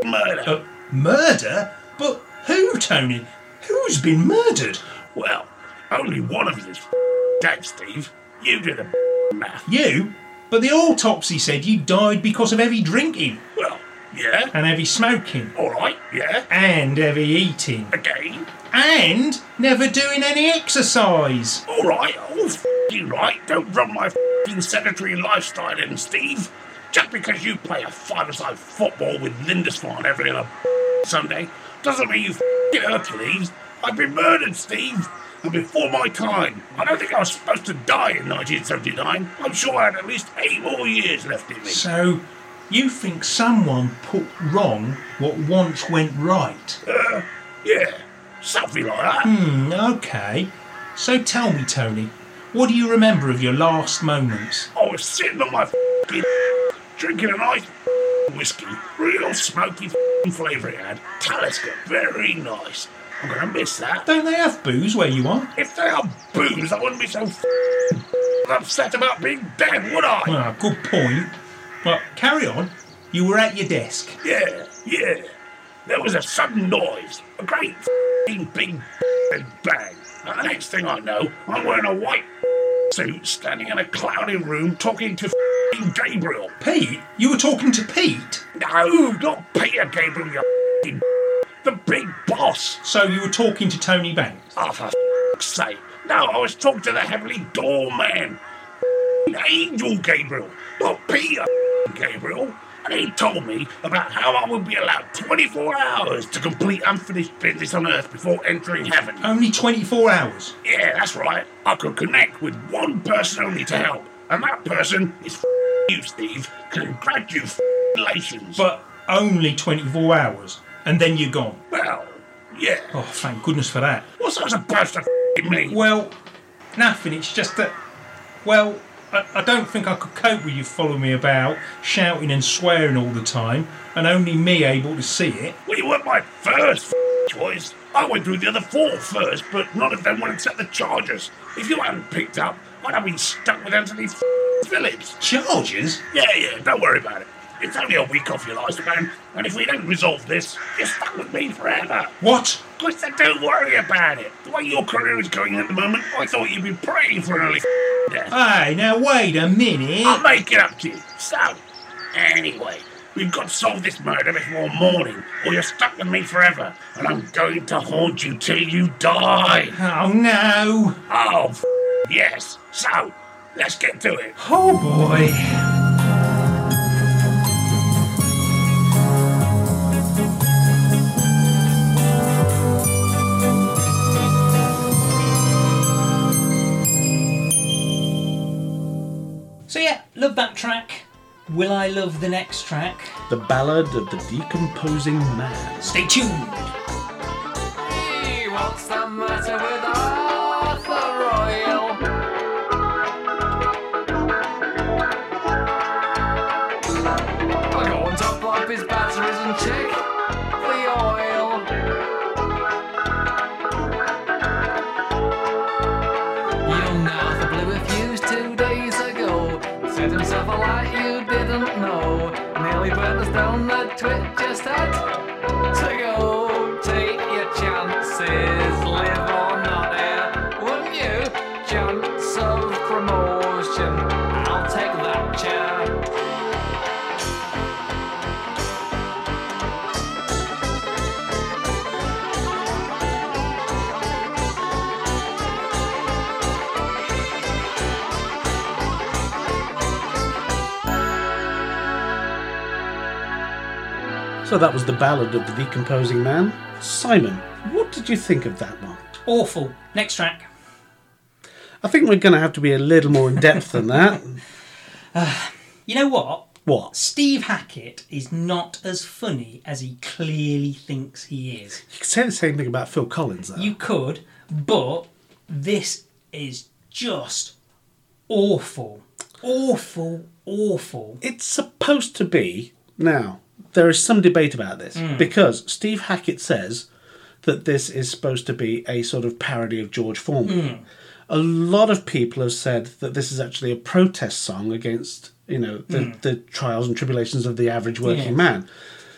[SPEAKER 6] murder.
[SPEAKER 3] Uh, murder? But who, Tony? Who's been murdered?
[SPEAKER 6] Well, only one of you is dead, Steve. You do the math.
[SPEAKER 3] You? But the autopsy said you died because of heavy drinking,
[SPEAKER 6] Well, yeah.
[SPEAKER 3] and heavy smoking,
[SPEAKER 6] All right, yeah.
[SPEAKER 3] and heavy eating,
[SPEAKER 6] Again.
[SPEAKER 3] and never doing any exercise.
[SPEAKER 6] All right. All f***ing right. Don't run my f***ing sedentary lifestyle in, Steve. Just because you play a five-a-side football with Lindisfarne every other Sunday doesn't mean you f***ing Hercules. I've been murdered, Steve. And before my time. I don't think I was supposed to die in 1979. I'm sure I had at least eight more years left in me.
[SPEAKER 3] So, you think someone put wrong what once went right?
[SPEAKER 6] Yeah, something like that.
[SPEAKER 3] Okay. So tell me, Tony, what do you remember of your last moments?
[SPEAKER 6] I was sitting on my f***ing drinking a nice whiskey, real smoky flavour it had. Talisker, very nice. I'm gonna miss that.
[SPEAKER 3] Don't they have booze where you are?
[SPEAKER 6] If they are booze, I wouldn't be so f***ing upset about being dead, would I?
[SPEAKER 3] Ah, good point. Well, carry on. You were at your desk.
[SPEAKER 6] Yeah, yeah. There was a sudden noise, a great f***ing big f***ing bang. And the next thing I know, I'm wearing a white suit, standing in a clouded room, talking to f***ing Gabriel.
[SPEAKER 3] Pete? You were talking to Pete?
[SPEAKER 6] No, not Peter Gabriel, you f***ing the big boss.
[SPEAKER 3] So you were talking to Tony Banks?
[SPEAKER 6] Oh, for f***'s sake. No, I was talking to the heavenly doorman. F***ing Angel Gabriel, not Peter f***ing Gabriel. And he told me about how I would be allowed 24 hours to complete unfinished business on Earth before entering heaven.
[SPEAKER 3] Only 24 hours.
[SPEAKER 6] Yeah, that's right. I could connect with one person only to help. And that person is f***ing you, Steve. Congratulations.
[SPEAKER 3] But only 24 hours. And then you're gone.
[SPEAKER 6] well, yeah.
[SPEAKER 3] Oh, thank goodness for that.
[SPEAKER 6] What's that supposed to f***ing mean?
[SPEAKER 3] Well, nothing. It's just that. Well, I, I don't think I could cope with you following me about, shouting and swearing all the time, and only me able to see it.
[SPEAKER 6] Well, you weren't my first f- choice. I went through the other four first, but none of them would accept the charges. If you hadn't picked up, I'd have been stuck with Anthony f- Phillips.
[SPEAKER 3] Charges?
[SPEAKER 6] Yeah, yeah, don't worry about it. It's only a week off your lifespan, and if we don't resolve this, you're stuck with me forever.
[SPEAKER 3] What?
[SPEAKER 6] Chris, then don't worry about it. The way your career is going at the moment, I thought you'd be praying for an early f- death.
[SPEAKER 3] Hey, now wait a
[SPEAKER 6] I'll
[SPEAKER 3] minute.
[SPEAKER 6] make it up to you. So, anyway, we've got to solve this murder before morning, or you're stuck with me forever, and I'm going to haunt you till you die.
[SPEAKER 3] Oh no.
[SPEAKER 6] Oh, f- yes. So, let's get to it.
[SPEAKER 3] Oh boy.
[SPEAKER 4] So yeah, love that track. Will I love the next track?
[SPEAKER 1] The Ballad of the Decomposing Man.
[SPEAKER 4] Stay tuned.
[SPEAKER 2] Hey, what's the matter with Arthur Royal? I go and top up his batteries and check the oil. Young Arthur blew a fuse two days ago. Set himself a light you didn't know. Nearly burnt us down the twit just had to go. Take your chances, live or not eh? Wouldn't you? Chance of promotion, I'll take that chair.
[SPEAKER 1] So that was The Ballad of the Decomposing Man. Simon, what did you think of that one?
[SPEAKER 4] Awful. Next track.
[SPEAKER 1] I think we're going to have to be a little more in depth than that.
[SPEAKER 4] You know what?
[SPEAKER 1] What?
[SPEAKER 4] Steve Hackett is not as funny as he clearly thinks he is.
[SPEAKER 1] You could say the same thing about Phil Collins, though.
[SPEAKER 4] You could, but this is just awful, awful, awful.
[SPEAKER 1] It's supposed to be. Now, there is some debate about this
[SPEAKER 4] Hmm.
[SPEAKER 1] because Steve Hackett says that this is supposed to be a sort of parody of George Foreman.
[SPEAKER 4] Hmm.
[SPEAKER 1] A lot of people have said that this is actually a protest song against, you know, the, the trials and tribulations of the average working
[SPEAKER 4] Hmm. Yes.
[SPEAKER 1] man.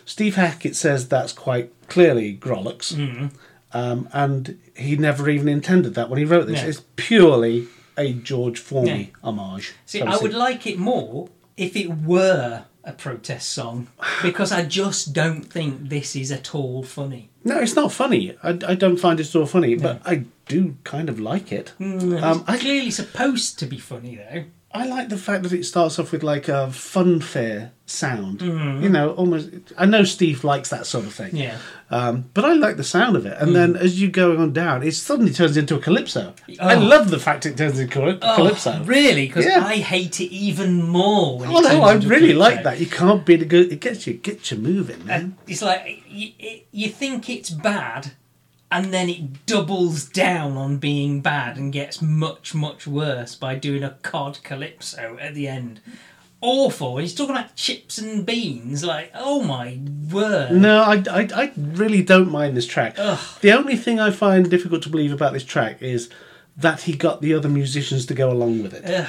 [SPEAKER 1] Steve Hackett says that's quite clearly Grolux.
[SPEAKER 4] Hmm.
[SPEAKER 1] Um, and he never even intended that when he wrote this.
[SPEAKER 4] No.
[SPEAKER 1] It's purely a George Formey
[SPEAKER 4] Yeah.
[SPEAKER 1] homage.
[SPEAKER 4] See,
[SPEAKER 1] so to
[SPEAKER 4] I
[SPEAKER 1] speak.
[SPEAKER 4] would like it more if it were a protest song because I just don't think this is at all funny.
[SPEAKER 1] No, it's not funny. I, I don't find it at all funny, but I do kind of like it. Um,
[SPEAKER 4] Mm, It's
[SPEAKER 1] I,
[SPEAKER 4] clearly supposed to be funny though.
[SPEAKER 1] I like the fact that it starts off with like a funfair sound. You know, almost. I know Steve likes that sort of thing.
[SPEAKER 4] Mm-hmm. Yeah. Mm.
[SPEAKER 1] Um, but I like the sound of it. And then as you go on down, it suddenly turns into a calypso. I
[SPEAKER 4] Oh.
[SPEAKER 1] love the fact it turns into a calypso.
[SPEAKER 4] Oh, really? Because
[SPEAKER 1] Yeah.
[SPEAKER 4] I hate it even more. When it
[SPEAKER 1] Oh no,
[SPEAKER 4] turns
[SPEAKER 1] I
[SPEAKER 4] into a
[SPEAKER 1] really
[SPEAKER 4] calypso.
[SPEAKER 1] like that. You can't be the good. It gets you, gets you moving, man.
[SPEAKER 4] And it's like you, it, you think it's bad, and then it doubles down on being bad and gets much, much worse by doing a cod calypso at the end. Awful. He's talking about chips and beans. Like, oh my word.
[SPEAKER 1] No, I, I, I really don't mind this track. The only thing I find difficult to believe about this track is that he got the other musicians to go along with it.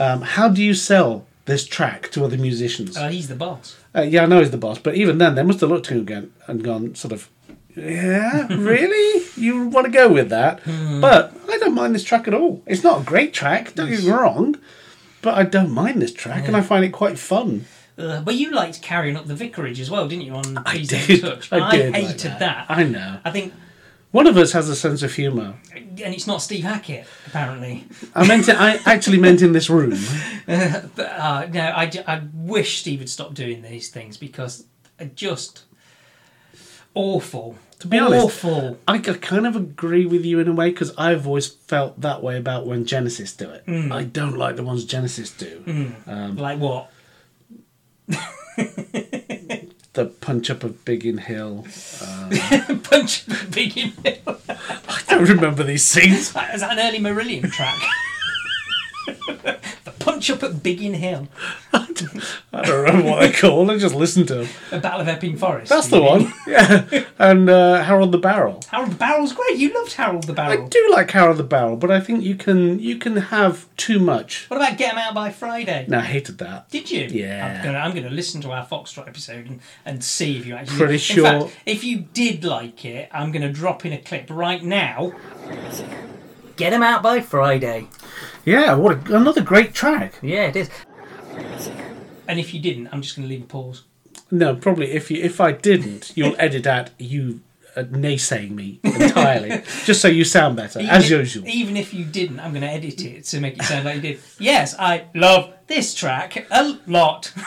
[SPEAKER 1] Um, how do you sell this track to other musicians?
[SPEAKER 4] Oh, he's the boss.
[SPEAKER 1] Uh, yeah, I know he's the boss, but even then, they must have looked at him again and gone, sort of, yeah, really? You want to go with that? But I don't mind this track at all. It's not a great track, don't get me wrong, but I don't mind this track and I find it quite fun.
[SPEAKER 4] Ugh. Uh, but you liked carrying up the vicarage as well, didn't you? On
[SPEAKER 1] I
[SPEAKER 4] Please Don't
[SPEAKER 1] did.
[SPEAKER 4] Touch.
[SPEAKER 1] I did. like
[SPEAKER 4] hated that.
[SPEAKER 1] I know.
[SPEAKER 4] I think,
[SPEAKER 1] One of us has a sense of humour.
[SPEAKER 4] and it's not Steve Hackett apparently.
[SPEAKER 1] I meant it, I actually meant in this room.
[SPEAKER 4] But uh, no, I, ju- I wish Steve would stop doing these things because they're just awful. To
[SPEAKER 1] be honest-
[SPEAKER 4] awful.
[SPEAKER 1] I c- kind of agree with you in a way because I've always felt that way about when Genesis do it. I don't like the ones Genesis do. um,
[SPEAKER 4] Like what? <laughs>
[SPEAKER 1] The punch up of Big in Hill.
[SPEAKER 4] Punch the big in
[SPEAKER 1] <laughs> I don't remember these things.
[SPEAKER 4] Is that an early Marillion
[SPEAKER 1] <laughs>
[SPEAKER 4] track? the punch up at Biggin Hill,
[SPEAKER 1] I don't remember uh, what they're called. I just listened to them.
[SPEAKER 4] the Battle of Epping Forest.
[SPEAKER 1] That's the
[SPEAKER 4] you mean?
[SPEAKER 1] one. Yeah. And uh, Harold the Barrel.
[SPEAKER 4] Harold the Barrel's great. You loved Harold the
[SPEAKER 1] I
[SPEAKER 4] Barrel.
[SPEAKER 1] do like Harold the Barrel, but I think you can you can have too much.
[SPEAKER 4] What about Get 'Em Out by Friday?
[SPEAKER 1] No, I hated that.
[SPEAKER 4] Did you?
[SPEAKER 1] Yeah.
[SPEAKER 4] I'm gonna I'm gonna listen to our Foxtrot episode and, and see if you actually.
[SPEAKER 1] Pretty
[SPEAKER 4] In
[SPEAKER 1] sure-
[SPEAKER 4] fact, if you did like it, I'm gonna drop in a clip right now. Get him out by Friday.
[SPEAKER 1] Yeah, what a, another great track.
[SPEAKER 4] Yeah, it is. And if you didn't, I'm just gonna leave a pause.
[SPEAKER 1] No, probably if you if I didn't, you'll edit out you uh, naysaying me entirely, just so you sound better as
[SPEAKER 4] Even-
[SPEAKER 1] usual.
[SPEAKER 4] Even if you didn't, I'm gonna edit it to make it sound like you did. Yes, I love this track a lot. <laughs>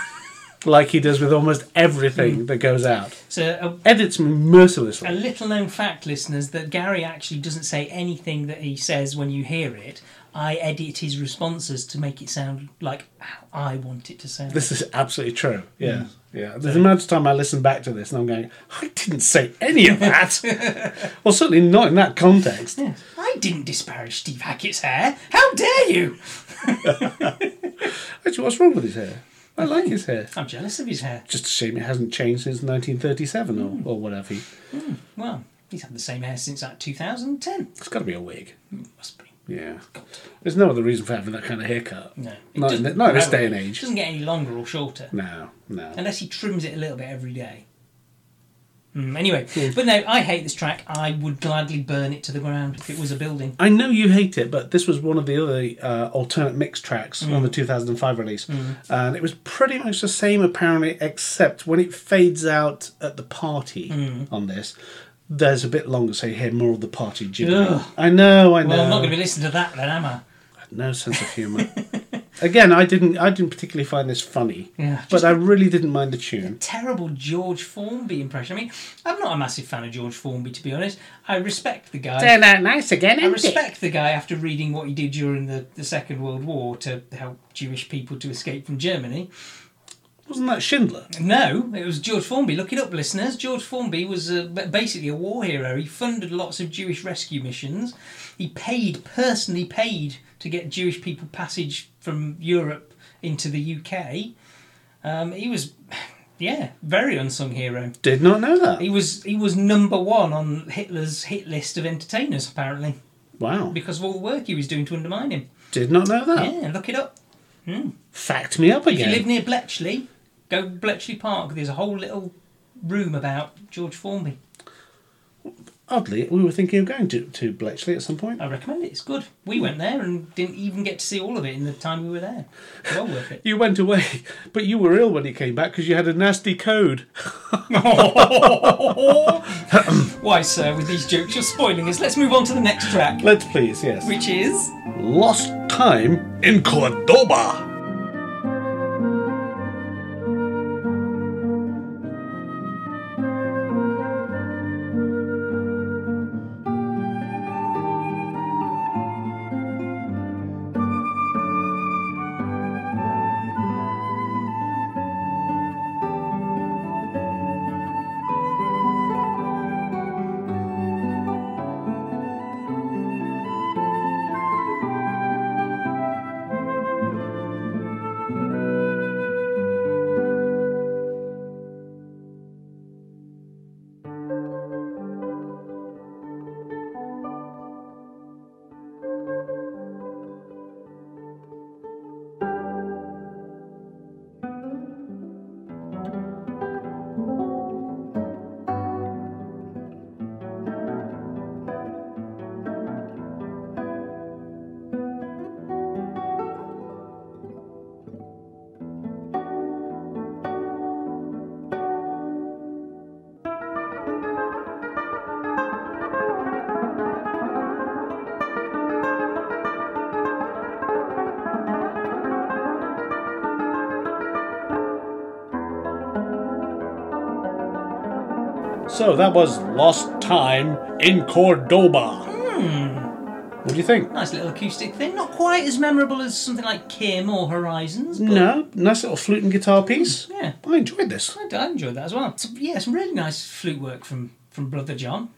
[SPEAKER 1] Like he does with almost everything that goes out,
[SPEAKER 4] So. uh,
[SPEAKER 1] edits me mercilessly.
[SPEAKER 4] a little known fact, listeners, that Gary actually doesn't say anything that he says when you hear it. I edit his responses to make it sound like how I want it to sound.
[SPEAKER 1] this is absolutely true. Yeah, yeah. There's an amount of time I listen back to this and I'm going, I didn't say any of that. well, certainly not in that context.
[SPEAKER 4] I didn't disparage Steve Hackett's hair. How dare you?
[SPEAKER 1] Actually, what's wrong with his hair? I like his hair.
[SPEAKER 4] I'm jealous of his hair.
[SPEAKER 1] Just a shame it hasn't changed since 1937 or, or whatever.
[SPEAKER 4] Well, he's had the same hair since like 2010.
[SPEAKER 1] It's got to be a wig.
[SPEAKER 4] Must be.
[SPEAKER 1] Yeah. There's no other reason for having that kind of haircut.
[SPEAKER 4] No. it
[SPEAKER 1] Not in,
[SPEAKER 4] doesn't-
[SPEAKER 1] th- not in this
[SPEAKER 4] no,
[SPEAKER 1] day and
[SPEAKER 4] It
[SPEAKER 1] age.
[SPEAKER 4] doesn't get any longer or shorter.
[SPEAKER 1] No, no.
[SPEAKER 4] Unless he trims it a little bit every day. Mm, anyway, but no, I hate this track. I would gladly burn it to the ground if it was a building.
[SPEAKER 1] I know you hate it, but this was one of the other uh, alternate mix tracks on
[SPEAKER 4] Mm.
[SPEAKER 1] the 2005 release. And it was pretty much the same, apparently, except when it fades out at the party
[SPEAKER 4] Mm.
[SPEAKER 1] on this, there's a bit longer, so you hear more of the party jingle.
[SPEAKER 4] Ugh.
[SPEAKER 1] I know, I know.
[SPEAKER 4] Well, I'm not going to be listening to that then, am I?
[SPEAKER 1] No sense of
[SPEAKER 4] <laughs>
[SPEAKER 1] humour. Again, I didn't. I didn't particularly find this funny,
[SPEAKER 4] Yeah,
[SPEAKER 1] but
[SPEAKER 4] just-
[SPEAKER 1] I really didn't mind the tune.
[SPEAKER 4] Terrible George Formby impression. I mean, I'm not a massive fan of George Formby, to be honest. I respect the guy.
[SPEAKER 1] that nice again,
[SPEAKER 4] I respect the guy after reading what he did during the, the Second World War to help Jewish people to escape from Germany.
[SPEAKER 1] Wasn't that Schindler?
[SPEAKER 4] No, it was George Formby. Look it up, listeners. George Formby was uh, ba- basically a war hero. He funded lots of Jewish rescue missions. He paid, personally paid, to get Jewish people passage from Europe into the UK. Um, he was, yeah, very unsung hero.
[SPEAKER 1] Did not know that.
[SPEAKER 4] He was he was number one on Hitler's hit list of entertainers apparently
[SPEAKER 1] Wow.
[SPEAKER 4] because of all the work he was doing to undermine him.
[SPEAKER 1] Did not know that.
[SPEAKER 4] Yeah, look it up.
[SPEAKER 1] Fact me up
[SPEAKER 4] If you live
[SPEAKER 1] again.
[SPEAKER 4] near Bletchley, go Bletchley Park. There's a whole little room about George Formby.
[SPEAKER 1] Oddly, we were thinking of going to, to Bletchley at some point.
[SPEAKER 4] I recommend it. It's good. We went there and didn't even get to see all of it in the time we were there. Well worth <laughs> it.
[SPEAKER 1] You went away, <laughs> but you were ill when you came back because you had a nasty code.
[SPEAKER 4] Why, sir, with these jokes, you're spoiling us. Let's move on to the next track,
[SPEAKER 1] Let's please, yes.
[SPEAKER 4] which is.
[SPEAKER 1] Lost time in Cordoba. So that was Lost Time in Cordoba. Hmm. What do you think?
[SPEAKER 4] Nice little acoustic thing. Not quite as memorable as something like Kim or Horizons. But
[SPEAKER 1] No, nice little flute and guitar piece.
[SPEAKER 4] Yeah.
[SPEAKER 1] I enjoyed this.
[SPEAKER 4] I, I enjoyed that as well. So, yeah, some really nice flute work from, from Brother John,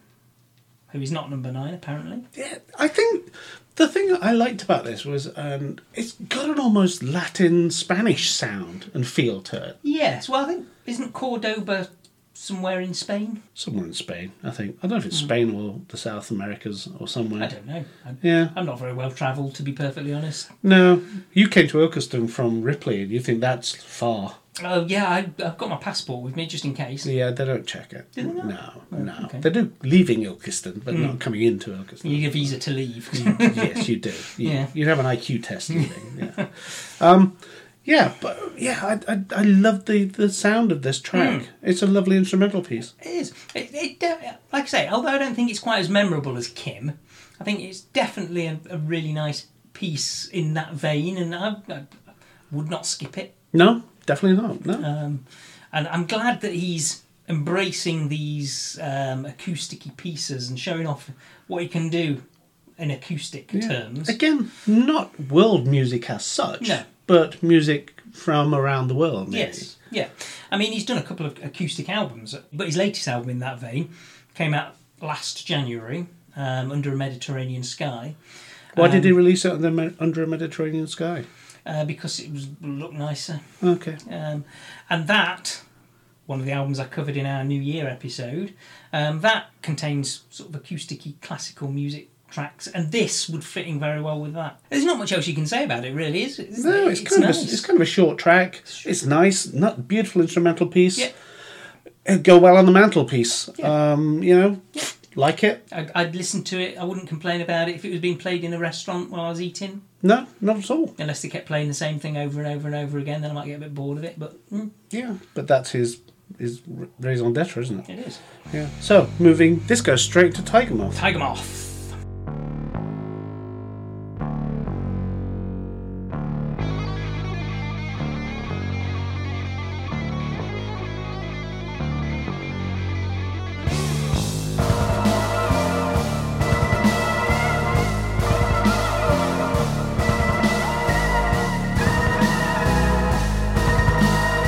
[SPEAKER 4] who is not number nine, apparently.
[SPEAKER 1] Yeah, I think the thing I liked about this was um, it's got an almost Latin Spanish sound and feel to it.
[SPEAKER 4] Yes, well, I think. Isn't Cordoba somewhere in Spain?
[SPEAKER 1] Somewhere in Spain, I think. I don't know if it's Spain or the South Americas or somewhere.
[SPEAKER 4] I don't know. I'm,
[SPEAKER 1] Yeah.
[SPEAKER 4] I'm not very well travelled, to be perfectly honest.
[SPEAKER 1] No, you came to Ilkeston from Ripley, and you think that's far.
[SPEAKER 4] Oh, yeah, I, I've got my passport with me just in case.
[SPEAKER 1] Yeah, they don't check it. Oh,
[SPEAKER 4] Do they not?
[SPEAKER 1] No, no,
[SPEAKER 4] okay.
[SPEAKER 1] they do leaving Ilkeston, but not coming into Ilkeston.
[SPEAKER 4] You need a visa to leave.
[SPEAKER 1] <laughs> yes, you do. You,
[SPEAKER 4] Yeah.
[SPEAKER 1] you'd have an IQ test. and thing, Mm. Yeah. um, yeah, but yeah, I I, I love the, the sound of this track. It's a lovely instrumental piece.
[SPEAKER 4] It is. It, it, de- like I say, although I don't think it's quite as memorable as Kim, I think it's definitely a, a really nice piece in that vein, and I, I would not skip it.
[SPEAKER 1] No, definitely not. No,
[SPEAKER 4] Um, and I'm glad that he's embracing these um, acousticy pieces and showing off what he can do in acoustic terms.
[SPEAKER 1] again, not world music as such,
[SPEAKER 4] No.
[SPEAKER 1] but music from around the world. maybe.
[SPEAKER 4] Yes, yeah. I mean, he's done a couple of acoustic albums, but his latest album in that vein came out last January um, under a Mediterranean sky.
[SPEAKER 1] Why did he release it under, Med- under a Mediterranean sky?
[SPEAKER 4] uh, because it was looked nicer.
[SPEAKER 1] Okay.
[SPEAKER 4] Um, and that, one of the albums I covered in our New Year episode, um, that contains sort of acousticy classical music tracks, and this would fit in very well with that. There's not much else you can say about it, really, is it? Is
[SPEAKER 1] No,
[SPEAKER 4] there?
[SPEAKER 1] it's, kind of a, it's kind of a short track.
[SPEAKER 4] It's
[SPEAKER 1] It's nice, not beautiful instrumental piece.
[SPEAKER 4] Yeah.
[SPEAKER 1] It'd go well on the mantelpiece.
[SPEAKER 4] Yeah.
[SPEAKER 1] Um, you know, like it.
[SPEAKER 4] I'd, I'd listen to it. I wouldn't complain about it if it was being played in a restaurant while I was eating,
[SPEAKER 1] No, not at all.
[SPEAKER 4] unless they kept playing the same thing over and over and over again. Then I might get a bit bored of it. But mm,
[SPEAKER 1] Yeah, but that's his his r- raison d'être, isn't it?
[SPEAKER 4] it is.
[SPEAKER 1] Yeah. So moving, this goes straight to Tiger Moth.
[SPEAKER 4] Tiger Moth.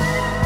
[SPEAKER 5] Every,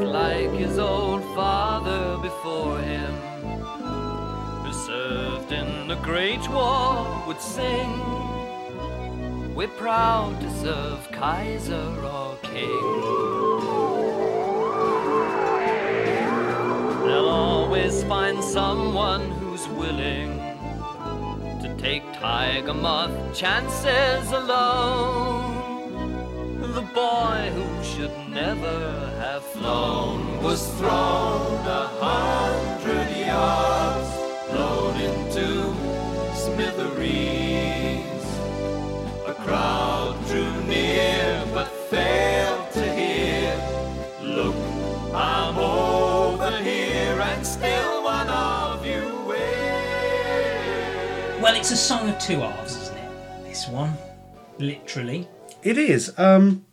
[SPEAKER 2] like his own father before him, who served in the Great War, would sing. We're proud to serve Kaiser or King. They'll always find someone who's willing to take Tiger Moth chances alone. The boy who should never have flown was thrown a hundred yards, blown into smithereens. A crowd drew near but failed to hear. Look, I'm over here and still one of you is.
[SPEAKER 4] Well, it's a song of two halves, isn't it? This one, literally.
[SPEAKER 1] It is. Um,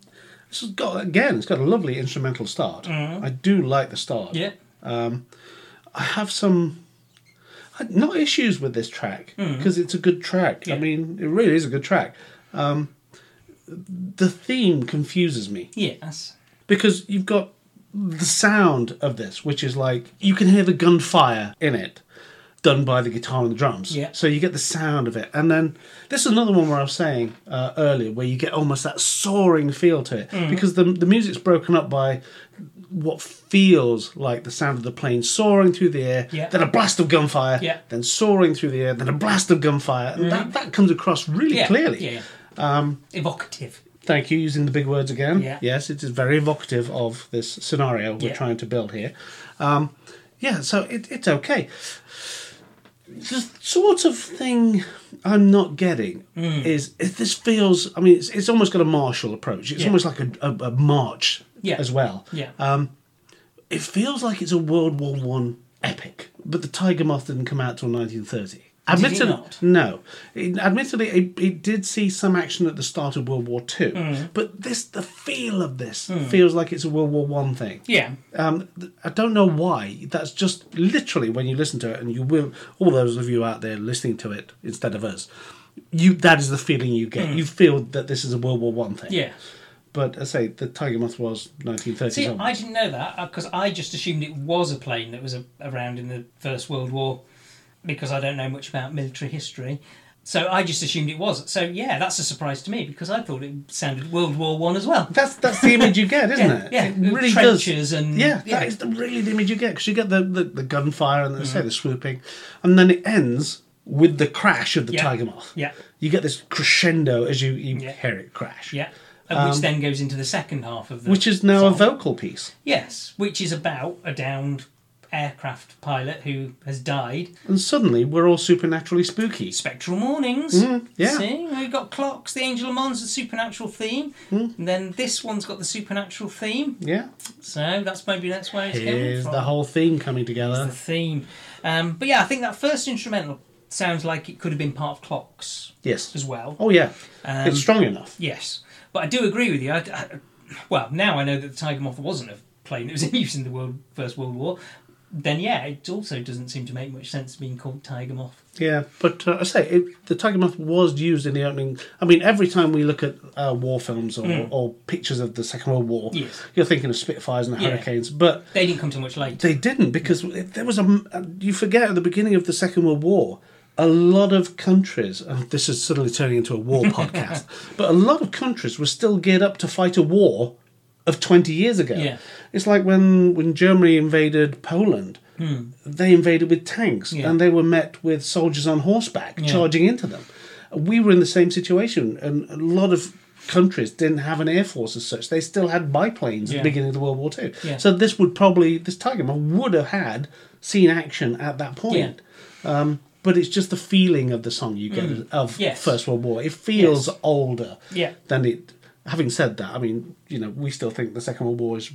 [SPEAKER 1] this has got again. It's got a lovely instrumental start. I do like the start.
[SPEAKER 4] Mm-hmm. Yeah.
[SPEAKER 1] I have some uh, not issues with this track because it's a good track. I
[SPEAKER 4] Yeah.
[SPEAKER 1] mean, it really is a good track. Um, the theme confuses me
[SPEAKER 4] Yes.
[SPEAKER 1] because you've got the sound of this, which is like you can hear the gunfire in it done by the guitar and the drums.
[SPEAKER 4] Yeah.
[SPEAKER 1] So you get the sound of it. And then this is another one where I was saying uh, earlier where you get almost that soaring feel to it
[SPEAKER 4] Mm.
[SPEAKER 1] because the, the music's broken up by what feels like the sound of the plane soaring through the air,
[SPEAKER 4] Yeah.
[SPEAKER 1] then a blast of gunfire,
[SPEAKER 4] Yeah. Mm-hmm.
[SPEAKER 1] then soaring through the air, then a blast of gunfire. And that, that comes across really
[SPEAKER 4] Yeah.
[SPEAKER 1] clearly.
[SPEAKER 4] Yeah. Um, Evocative.
[SPEAKER 1] Thank you, using the big words again.
[SPEAKER 4] Yeah.
[SPEAKER 1] Yes, it is very evocative of this scenario we're
[SPEAKER 4] Yeah.
[SPEAKER 1] trying to build here. Um, yeah, so it, it's okay. The sort of thing I'm not getting
[SPEAKER 4] Hmm.
[SPEAKER 1] is if this feels, I mean, it's, it's almost got a martial approach. It's
[SPEAKER 4] Yeah.
[SPEAKER 1] almost like a, a, a march
[SPEAKER 4] Yeah.
[SPEAKER 1] as well.
[SPEAKER 4] Yeah.
[SPEAKER 1] It feels like it's a World War One epic, but the Tiger Moth didn't come out till 1930.
[SPEAKER 4] Did it
[SPEAKER 1] Admittedly,
[SPEAKER 4] not?
[SPEAKER 1] no. It- admittedly, it, it did see some action at the start of World War Two,
[SPEAKER 4] Mm.
[SPEAKER 1] but this, the feel of this, feels like it's a World War One thing.
[SPEAKER 4] yeah.
[SPEAKER 1] Um, th- I don't know why. That's just literally when you listen to it, and you will. All those of you out there listening to it instead of us, you that is the feeling you get. You feel that this is a World War One thing.
[SPEAKER 4] Mm. Yeah.
[SPEAKER 1] But I say the Tiger Moth was 1930s.
[SPEAKER 4] See,
[SPEAKER 1] onwards.
[SPEAKER 4] I didn't know that because I just assumed it was a plane that was a, around in the First World War because I don't know much about military history. So I just assumed it was. So yeah, that's a surprise to me because I thought it sounded World War One as well.
[SPEAKER 1] That's that's the image you
[SPEAKER 4] <laughs>
[SPEAKER 1] get, isn't
[SPEAKER 4] Yeah,
[SPEAKER 1] it?
[SPEAKER 4] yeah.
[SPEAKER 1] it really
[SPEAKER 4] Trenches
[SPEAKER 1] does.
[SPEAKER 4] and-
[SPEAKER 1] yeah,
[SPEAKER 4] yeah. Mm.
[SPEAKER 1] that is the, really the image you get because you get the, the, the gunfire and the, say the swooping, and then it ends with the crash of the
[SPEAKER 4] Yeah.
[SPEAKER 1] tiger moth.
[SPEAKER 4] Yeah.
[SPEAKER 1] you get this crescendo as you, you
[SPEAKER 4] Yeah.
[SPEAKER 1] hear it crash.
[SPEAKER 4] Yeah, and which then goes into the second half of the
[SPEAKER 1] Um, which is now a
[SPEAKER 4] song.
[SPEAKER 1] vocal piece.
[SPEAKER 4] Yes, which is about a downed aircraft pilot who has died.
[SPEAKER 1] And suddenly we're all supernaturally spooky.
[SPEAKER 4] Spectral Mornings.
[SPEAKER 1] Mm-hmm. yeah.
[SPEAKER 4] See, we've got Clocks, The Angel of Mons, the supernatural theme.
[SPEAKER 1] Mm-hmm.
[SPEAKER 4] And then this one's got the supernatural theme.
[SPEAKER 1] Yeah,
[SPEAKER 4] So that's maybe that's where it's coming
[SPEAKER 1] here's
[SPEAKER 4] from.
[SPEAKER 1] the whole theme coming
[SPEAKER 4] the
[SPEAKER 1] together.
[SPEAKER 4] theme. Um, but yeah, I think that first instrumental sounds like it could have been part of Clocks
[SPEAKER 1] yes.
[SPEAKER 4] as well.
[SPEAKER 1] Oh yeah,
[SPEAKER 4] Um,
[SPEAKER 1] it's strong enough.
[SPEAKER 4] Yes, but I do agree with you. I, I- well, now I know that the Tiger Moth wasn't a plane that was <laughs> in use in the world, First World War. Then yeah, it also doesn't seem to make much sense being called Tiger Moth.
[SPEAKER 1] Yeah, but uh, I say it, the tiger moth was used in the opening. I mean, every time we look at uh, war films or, or pictures of the Second World War,
[SPEAKER 4] Mm. Yes.
[SPEAKER 1] you're thinking of Spitfires and
[SPEAKER 4] Yeah.
[SPEAKER 1] Hurricanes, but
[SPEAKER 4] They didn't come till much later.
[SPEAKER 1] they didn't because there was a. uh, You forget at the beginning of the Second World War, a lot of countries. And this is suddenly turning into a war
[SPEAKER 4] <laughs>
[SPEAKER 1] podcast, but a lot of countries were still geared up to fight a war of twenty years ago.
[SPEAKER 4] Yeah.
[SPEAKER 1] It's like when when Germany invaded Poland. They invaded with tanks,
[SPEAKER 4] Hmm. Yeah.
[SPEAKER 1] and they were met with soldiers on horseback charging into them. We were in the same situation, and a lot of countries didn't have an air force as such. They still had biplanes at
[SPEAKER 4] Yeah.
[SPEAKER 1] the beginning of the World War Two.
[SPEAKER 4] Yeah.
[SPEAKER 1] So this would probably this Tiger Moth would have had seen action at that point.
[SPEAKER 4] Yeah.
[SPEAKER 1] Um,
[SPEAKER 4] Mm.
[SPEAKER 1] but it's just the feeling of the song you get of
[SPEAKER 4] Yes.
[SPEAKER 1] First World War. It feels older
[SPEAKER 4] Yeah.
[SPEAKER 1] than it. Having said that, I mean, you know, we still think the Second World War is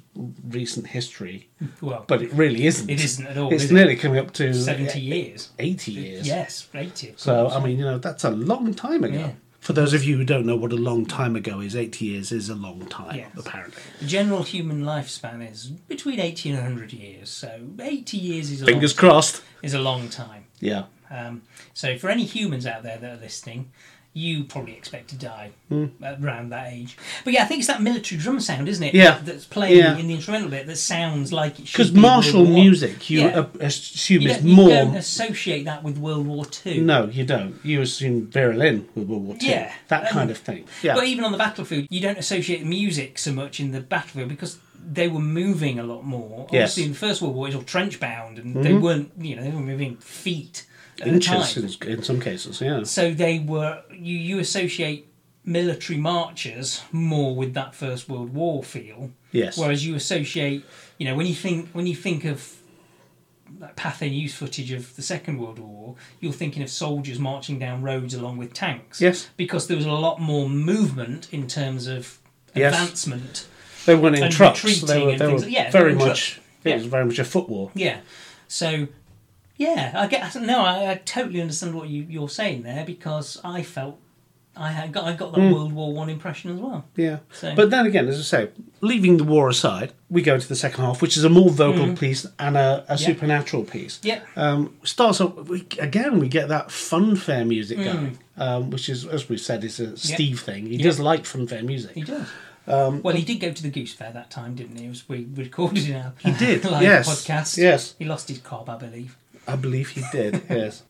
[SPEAKER 1] recent history,
[SPEAKER 4] Well,
[SPEAKER 1] but it really isn't.
[SPEAKER 4] It isn't at all,
[SPEAKER 1] It's
[SPEAKER 4] is it?
[SPEAKER 1] nearly coming up to
[SPEAKER 4] seventy years.
[SPEAKER 1] eighty years.
[SPEAKER 4] Yes, eighty.
[SPEAKER 1] So I mean, you know, that's a long time ago.
[SPEAKER 4] Yeah.
[SPEAKER 1] For those of you who don't know what a long time ago is, eighty years is a long time,
[SPEAKER 4] Yes.
[SPEAKER 1] apparently.
[SPEAKER 4] The general human lifespan is between eighty and hundred years. So eighty years is a
[SPEAKER 1] Fingers
[SPEAKER 4] long,
[SPEAKER 1] crossed.
[SPEAKER 4] is a long time.
[SPEAKER 1] Yeah.
[SPEAKER 4] Um, so for any humans out there that are listening, you probably expect to die
[SPEAKER 1] Hmm.
[SPEAKER 4] around that age. But yeah, I think it's that military drum sound, isn't it?
[SPEAKER 1] Yeah.
[SPEAKER 4] That's playing
[SPEAKER 1] Yeah.
[SPEAKER 4] in the instrumental bit that sounds like it should
[SPEAKER 1] Because
[SPEAKER 4] be in World
[SPEAKER 1] martial
[SPEAKER 4] War One.
[SPEAKER 1] music, you
[SPEAKER 4] Yeah.
[SPEAKER 1] uh, assume
[SPEAKER 4] You
[SPEAKER 1] is
[SPEAKER 4] don't, you
[SPEAKER 1] more.
[SPEAKER 4] don't associate that with World War Two.
[SPEAKER 1] No, you don't. You assume Vera Lynn with World War Two.
[SPEAKER 4] Yeah.
[SPEAKER 1] That
[SPEAKER 4] Um,
[SPEAKER 1] kind of thing. Yeah.
[SPEAKER 4] But even on the battlefield, you don't associate music so much in the battlefield because they were moving a lot more.
[SPEAKER 1] Yes. Mm-hmm.
[SPEAKER 4] Obviously, in the First World War, it was all trench bound, and they weren't, you know, they were moving feet at the
[SPEAKER 1] Inches
[SPEAKER 4] time.
[SPEAKER 1] in, in some cases, yeah.
[SPEAKER 4] So they were you you associate military marches more with that First World War feel.
[SPEAKER 1] Yes.
[SPEAKER 4] Whereas you associate, you know, when you think when you think of like Pathe news footage of the Second World War, you're thinking of soldiers marching down roads along with tanks.
[SPEAKER 1] Yes.
[SPEAKER 4] Because there was a lot more movement in terms of
[SPEAKER 1] Yes.
[SPEAKER 4] advancement.
[SPEAKER 1] They weren't in
[SPEAKER 4] and
[SPEAKER 1] trucks.
[SPEAKER 4] retreating
[SPEAKER 1] They were,
[SPEAKER 4] and
[SPEAKER 1] they were
[SPEAKER 4] things- yeah, they were
[SPEAKER 1] very
[SPEAKER 4] in
[SPEAKER 1] much.
[SPEAKER 4] trucks.
[SPEAKER 1] It was very much a foot war.
[SPEAKER 4] Yeah. So, yeah, I get no, I, I totally understand what you, you're saying there because I felt I had got I got
[SPEAKER 1] Hmm.
[SPEAKER 4] that World War One impression as well.
[SPEAKER 1] Yeah.
[SPEAKER 4] So-
[SPEAKER 1] But then again, as I say, leaving the war aside, we go into the second half, which is a more vocal piece and a, a supernatural piece.
[SPEAKER 4] Mm. Yeah.
[SPEAKER 1] Um, starts up we, again. We get that funfair music
[SPEAKER 4] Mm.
[SPEAKER 1] going, um, which is, as we said, is a Steve thing. He does like funfair music.
[SPEAKER 4] He does.
[SPEAKER 1] um,
[SPEAKER 4] well, he did go to the Goose Fair that time, didn't he? It was, we recorded in our he <laughs>
[SPEAKER 1] did, yes,
[SPEAKER 4] podcast.
[SPEAKER 1] yes.
[SPEAKER 4] He lost his cob, I believe.
[SPEAKER 1] I believe he did. <laughs> yes.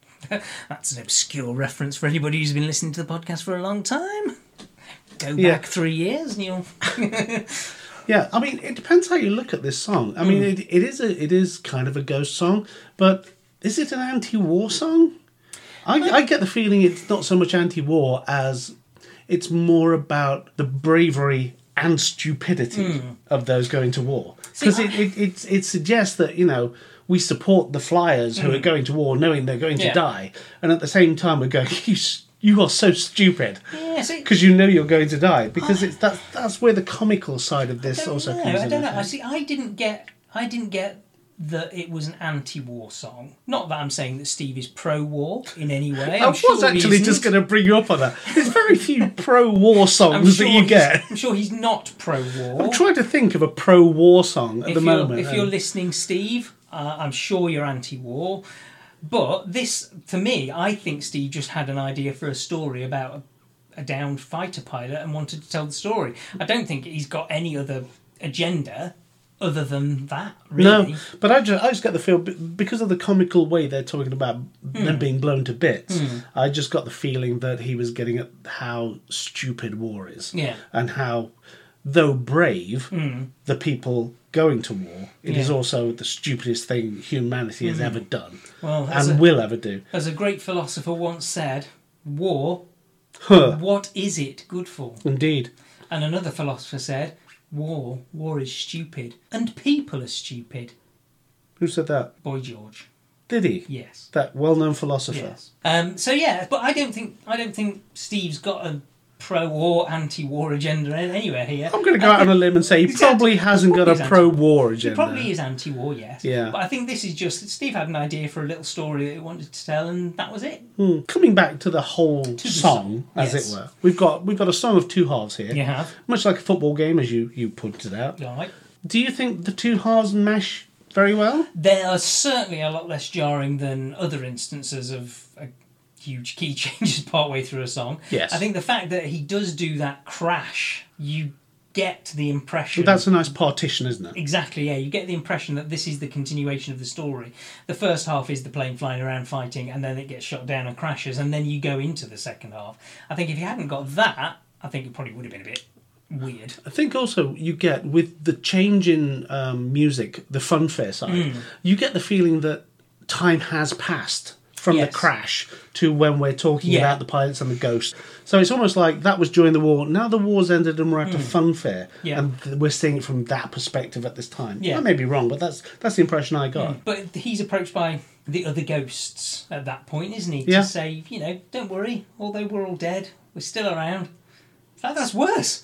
[SPEAKER 4] That's an obscure reference for anybody who's been listening to the podcast for a long time. Go
[SPEAKER 1] Yeah.
[SPEAKER 4] back three years and you'll.
[SPEAKER 1] Yeah, I mean, it depends how you look at this song. I
[SPEAKER 4] Hmm.
[SPEAKER 1] mean, it, it is a it is kind of a ghost song, but is it an anti-war song? I, I get the feeling it's not so much anti-war as it's more about the bravery and stupidity
[SPEAKER 4] Hmm.
[SPEAKER 1] of those going to war. Because it, it, it, it suggests that, you know, we support the flyers who are going to war knowing they're going
[SPEAKER 4] Hmm. Yeah.
[SPEAKER 1] to die, and at the same time we're going, <laughs> you, s- you are so stupid
[SPEAKER 4] Yeah, see,
[SPEAKER 1] because you know you're going to die because it's that's that's where the comical side of this
[SPEAKER 4] don't
[SPEAKER 1] also
[SPEAKER 4] know,
[SPEAKER 1] comes
[SPEAKER 4] Oh. I
[SPEAKER 1] in.
[SPEAKER 4] don't know.
[SPEAKER 1] think.
[SPEAKER 4] I see. I didn't get. I didn't get that it was an anti-war song. Not that I'm saying that Steve is pro-war in
[SPEAKER 1] <laughs>
[SPEAKER 4] any way.
[SPEAKER 1] I
[SPEAKER 4] I'm
[SPEAKER 1] was
[SPEAKER 4] sure he
[SPEAKER 1] actually
[SPEAKER 4] isn't.
[SPEAKER 1] just going to bring you up on that. There's very few pro-war
[SPEAKER 4] <laughs> I'm
[SPEAKER 1] songs
[SPEAKER 4] sure
[SPEAKER 1] that you
[SPEAKER 4] he's-
[SPEAKER 1] get.
[SPEAKER 4] I'm sure he's not pro-war.
[SPEAKER 1] I'm trying to think of a pro-war song at
[SPEAKER 4] if
[SPEAKER 1] the
[SPEAKER 4] you're,
[SPEAKER 1] moment. um,
[SPEAKER 4] If you're
[SPEAKER 1] and-
[SPEAKER 4] listening, Steve, uh, I'm sure you're anti-war. But this, for me, I think Steve just had an idea for a story about a, a downed fighter pilot and wanted to tell the story. I don't think he's got any other agenda other than that. Really.
[SPEAKER 1] no, but I just I just get the feel be- because of the comical way they're talking about
[SPEAKER 4] Hmm.
[SPEAKER 1] them being blown to bits. I just got the feeling that he was getting at how stupid war is,
[SPEAKER 4] Yeah. Hmm.
[SPEAKER 1] and how though brave, the people going to war, it is
[SPEAKER 4] Yeah. Hmm.
[SPEAKER 1] also the stupidest thing humanity has ever done
[SPEAKER 4] Well, that's
[SPEAKER 1] and
[SPEAKER 4] a-
[SPEAKER 1] will ever do.
[SPEAKER 4] As a great philosopher once said, war,
[SPEAKER 1] Huh.
[SPEAKER 4] what is it good for?
[SPEAKER 1] Indeed.
[SPEAKER 4] And another philosopher said, war, war is stupid, and people are stupid.
[SPEAKER 1] Who said that?
[SPEAKER 4] Boy George,
[SPEAKER 1] Did he?
[SPEAKER 4] yes.
[SPEAKER 1] That well-known philosopher.
[SPEAKER 4] Yes. Um, so yeah, but I don't think I don't think Steve's got a pro-war, anti-war agenda a- anywhere here.
[SPEAKER 1] I'm going to go out on a limb and say he probably hasn't got
[SPEAKER 4] He's
[SPEAKER 1] a
[SPEAKER 4] anti-
[SPEAKER 1] pro-war
[SPEAKER 4] He
[SPEAKER 1] agenda.
[SPEAKER 4] probably is anti-war, yes.
[SPEAKER 1] Yeah.
[SPEAKER 4] But I think this is just Steve had an idea for a little story that he wanted to tell, and that was it.
[SPEAKER 1] Mm. Coming back to the whole
[SPEAKER 4] the
[SPEAKER 1] song,
[SPEAKER 4] song,
[SPEAKER 1] as
[SPEAKER 4] yes.
[SPEAKER 1] it were, we've got we've got a song of two halves here.
[SPEAKER 4] You have,
[SPEAKER 1] Much like a football game, as you you pointed out.
[SPEAKER 4] all right.
[SPEAKER 1] Do you think the two halves mesh very well?
[SPEAKER 4] they are certainly a lot less jarring than other instances of a huge key <laughs> changes partway through a song.
[SPEAKER 1] Yes.
[SPEAKER 4] I think the fact that he does do that crash, you get the impression
[SPEAKER 1] That's a nice partition, isn't it?
[SPEAKER 4] exactly yeah. You get the impression that this is the continuation of the story. The first half is the plane flying around fighting, and then it gets shot down and crashes, and then you go into the second half. I think if you hadn't got that, I think it probably would have been a bit weird.
[SPEAKER 1] I think also you get with the change in um, music, the funfair side,
[SPEAKER 4] Hmm.
[SPEAKER 1] you get the feeling that time has passed from
[SPEAKER 4] Yes.
[SPEAKER 1] the crash to when we're talking
[SPEAKER 4] Yeah.
[SPEAKER 1] about the pilots and the ghosts. So it's almost like that was during the war. Now the war's ended and we're at a funfair,
[SPEAKER 4] Hmm. Yeah.
[SPEAKER 1] and th- we're seeing it from that perspective at this time.
[SPEAKER 4] Yeah. Hmm.
[SPEAKER 1] I may be wrong, but that's that's the impression I got.
[SPEAKER 4] But he's approached by the other ghosts at that point, isn't he?
[SPEAKER 1] Yeah.
[SPEAKER 4] To say, you know, don't worry, although we're all dead, we're still around. In fact, that's worse.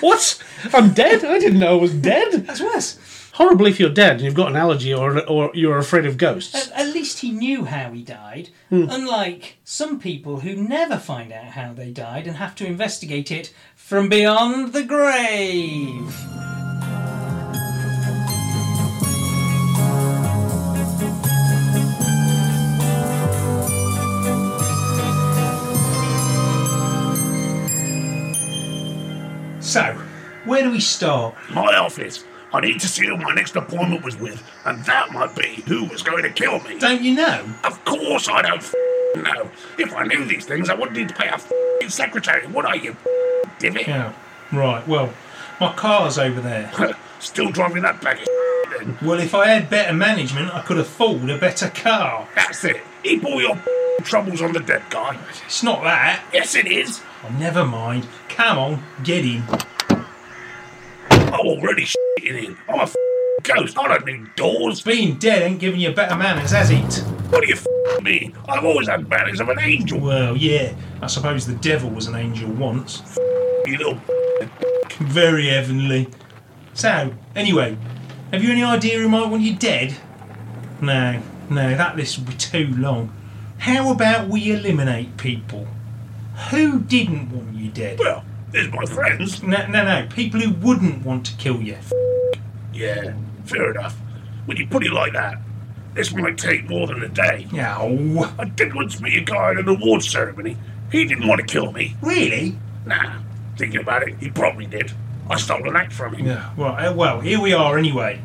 [SPEAKER 1] What? I'm dead? I didn't know I was
[SPEAKER 4] <laughs>
[SPEAKER 1] dead.
[SPEAKER 4] That's worse.
[SPEAKER 1] Horrible if you're dead and you've got an allergy or or you're afraid of ghosts.
[SPEAKER 4] At, at least he knew how he died,
[SPEAKER 3] Hmm.
[SPEAKER 4] unlike some people who never find out how they died and have to investigate it from beyond the grave.
[SPEAKER 3] Where do we start?
[SPEAKER 6] My office. I need to see who my next appointment was with, and that might be who was going to kill me.
[SPEAKER 3] Don't you know?
[SPEAKER 6] Of course I don't f- know. If I knew these things, I wouldn't need to pay a f- secretary, would I, you f- divot?
[SPEAKER 3] Yeah. Right. Well, my car's over there.
[SPEAKER 6] <laughs> Still driving that bag of s- then.
[SPEAKER 3] Well, if I had better management, I could afford a better car.
[SPEAKER 6] That's it. Keep all your f- troubles on the dead guy.
[SPEAKER 3] It's not that.
[SPEAKER 6] Yes, it is.
[SPEAKER 3] Oh, never mind. Come on, get in.
[SPEAKER 6] I'm already shitting in. I'm a f- ghost. I don't need doors.
[SPEAKER 3] Being dead ain't giving you better manners, has it?
[SPEAKER 6] What do you f- mean? I've always had manners of an angel.
[SPEAKER 3] Well, yeah. I suppose the devil was an angel once.
[SPEAKER 6] You little.
[SPEAKER 3] Very heavenly. So, anyway, have you any idea who might want you dead? No, no, that list would be too long. How about we eliminate people? Who didn't want you dead?
[SPEAKER 6] Well, there's my friends.
[SPEAKER 3] No, no, no, people who wouldn't want to kill you.
[SPEAKER 6] Yeah, fair enough. When you put it like that, this might take more than a day.
[SPEAKER 3] No.
[SPEAKER 6] I did once meet a guy at an awards ceremony. He didn't want to kill me.
[SPEAKER 3] Really?
[SPEAKER 6] Nah, thinking about it, he probably did. I stole an act from him.
[SPEAKER 3] Yeah, right, uh, well, here we are anyway.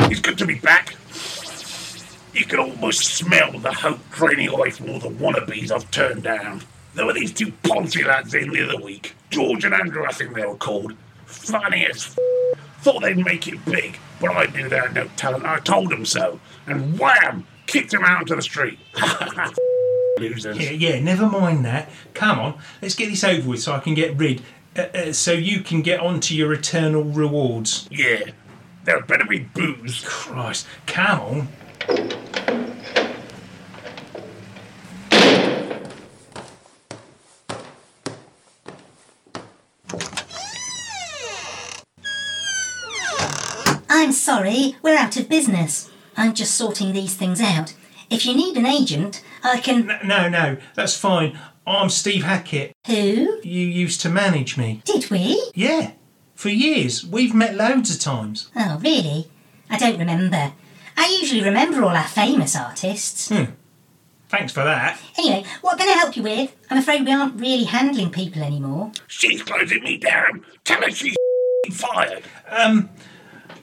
[SPEAKER 6] It's good to be back. You can almost smell the hope draining away from all the wannabes I've turned down. There were these two Ponzi lads in the other week, George and Andrew, I think they were called. Funny as f- thought they'd make it big, but I knew they had no talent. I told them so, and wham, kicked them out into the street. <laughs> Losers.
[SPEAKER 3] Yeah, yeah, never mind that. Come on, let's get this over with so I can get rid. Uh, uh, so you can get on to your eternal rewards.
[SPEAKER 6] Yeah, there better be booze.
[SPEAKER 3] Christ, come on.
[SPEAKER 7] I'm sorry, we're out of business. I'm just sorting these things out. If you need an agent, I can.
[SPEAKER 3] N- No, no, that's fine. I'm Steve Hackett.
[SPEAKER 7] Who?
[SPEAKER 3] You used to manage me.
[SPEAKER 7] Did we?
[SPEAKER 3] Yeah, for years. We've met loads of times.
[SPEAKER 7] Oh, really? I don't remember. I usually remember all our famous artists.
[SPEAKER 3] Thanks for that.
[SPEAKER 7] Anyway, what can I help you with? I'm afraid we aren't really handling people anymore.
[SPEAKER 6] She's closing me down. Tell her she's fired.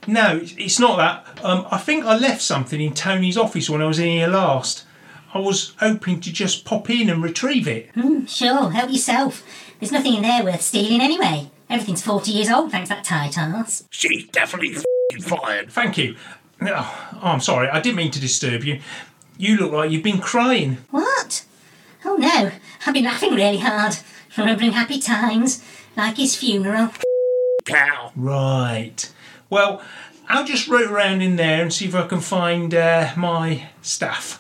[SPEAKER 3] No, it's- it's not that. Um, I think I left something in Tony's office when I was in here last. I was hoping to just pop in and retrieve it.
[SPEAKER 7] Sure, help yourself. There's nothing in there worth stealing anyway. Everything's 40 years old, thanks to that tight ass.
[SPEAKER 6] She's definitely fired.
[SPEAKER 3] Thank you. Oh, I'm sorry, I didn't mean to disturb you. You look like you've been crying.
[SPEAKER 7] What? Oh no, I've been laughing really hard, <laughs> remembering happy times, like his funeral.
[SPEAKER 6] Cow.
[SPEAKER 3] Right. Well, I'll just root around in there and see if I can find uh, my stuff.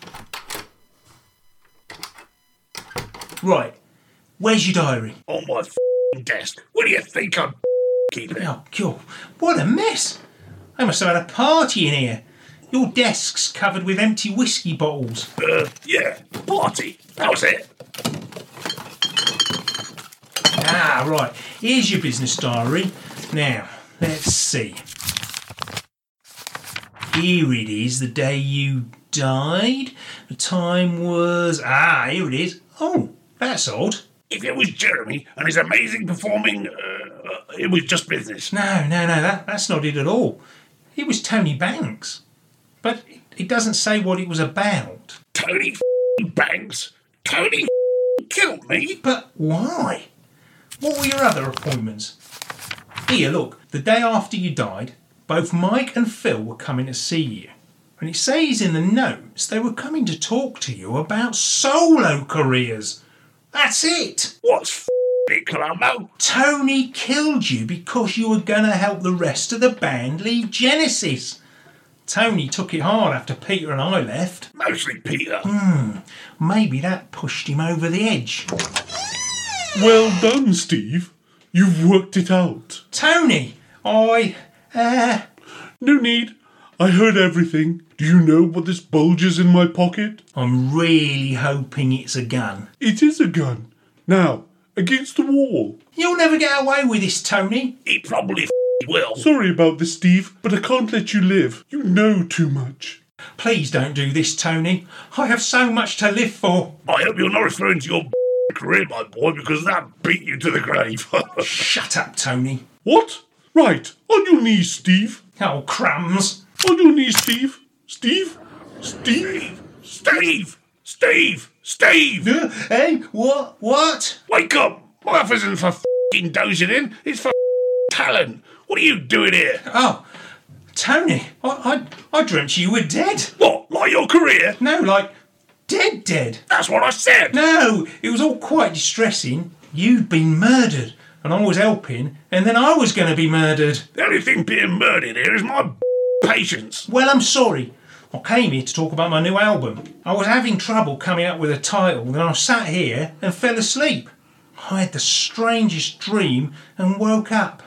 [SPEAKER 3] Right. Where's your diary?
[SPEAKER 6] on my f***ing desk. What do you think I'm keeping?
[SPEAKER 3] Oh, God. What a mess. I must have had a party in here. Your desk's covered with empty whiskey bottles.
[SPEAKER 6] Uh, yeah, party. That was it.
[SPEAKER 3] Ah, right. Here's your business diary. Now, let's see. Here it is, the day you died. The time was. Ah, here it is. Oh, that's odd.
[SPEAKER 6] If it was Jeremy and his amazing performing, uh, uh, it was just business.
[SPEAKER 3] No, no, no, that, that's not it at all. It was Tony Banks. But it doesn't say what it was about.
[SPEAKER 6] Tony f***ing Banks. Tony f***ing killed me.
[SPEAKER 3] But why? What were your other appointments? Here, look, the day after you died, both Mike and Phil were coming to see you. And it says in the notes they were coming to talk to you about solo careers. That's it!
[SPEAKER 6] What's f***ing Colombo?
[SPEAKER 3] Tony killed you because you were going to help the rest of the band leave Genesis. Tony took it hard after Peter and I left.
[SPEAKER 6] Mostly Peter.
[SPEAKER 8] Hmm.
[SPEAKER 3] Maybe that pushed him over the edge.
[SPEAKER 8] Well done, Steve. You've worked it out.
[SPEAKER 3] Tony, I. Uh,
[SPEAKER 8] No need. I heard everything. Do you know what this bulges in my pocket?
[SPEAKER 3] I'm really hoping it's a gun.
[SPEAKER 8] It is a gun. Now, against the wall.
[SPEAKER 3] You'll never get away with this, Tony.
[SPEAKER 6] He probably f***ing will.
[SPEAKER 8] Sorry about this, Steve, but I can't let you live. You know too much.
[SPEAKER 3] Please don't do this, Tony. I have so much to live for.
[SPEAKER 6] I hope you're not referring to your career, my boy, because that beat you to the grave. <laughs>
[SPEAKER 3] Shut up, Tony.
[SPEAKER 8] What? Right. On your knees, Steve.
[SPEAKER 3] Oh, crumbs. <laughs>
[SPEAKER 8] On your knees, Steve. Steve? Steve?
[SPEAKER 6] Steve! Steve! Steve!
[SPEAKER 3] Hey, what? What?
[SPEAKER 6] Wake up! My office isn't for fing dozing in, it's for f***ing talent. What are you doing here?
[SPEAKER 3] Oh, Tony, I, I, I dreamt you were dead.
[SPEAKER 6] What? Like your career?
[SPEAKER 3] No, like, dead, dead.
[SPEAKER 6] That's what I said!
[SPEAKER 3] No, it was all quite distressing. You'd been murdered, and I was helping, and then I was going to be murdered.
[SPEAKER 6] The only thing being murdered here is my patience.
[SPEAKER 3] Well, I'm sorry. I came here to talk about my new album. I was having trouble coming up with a title, and I sat here and fell asleep. I had the strangest dream and woke up.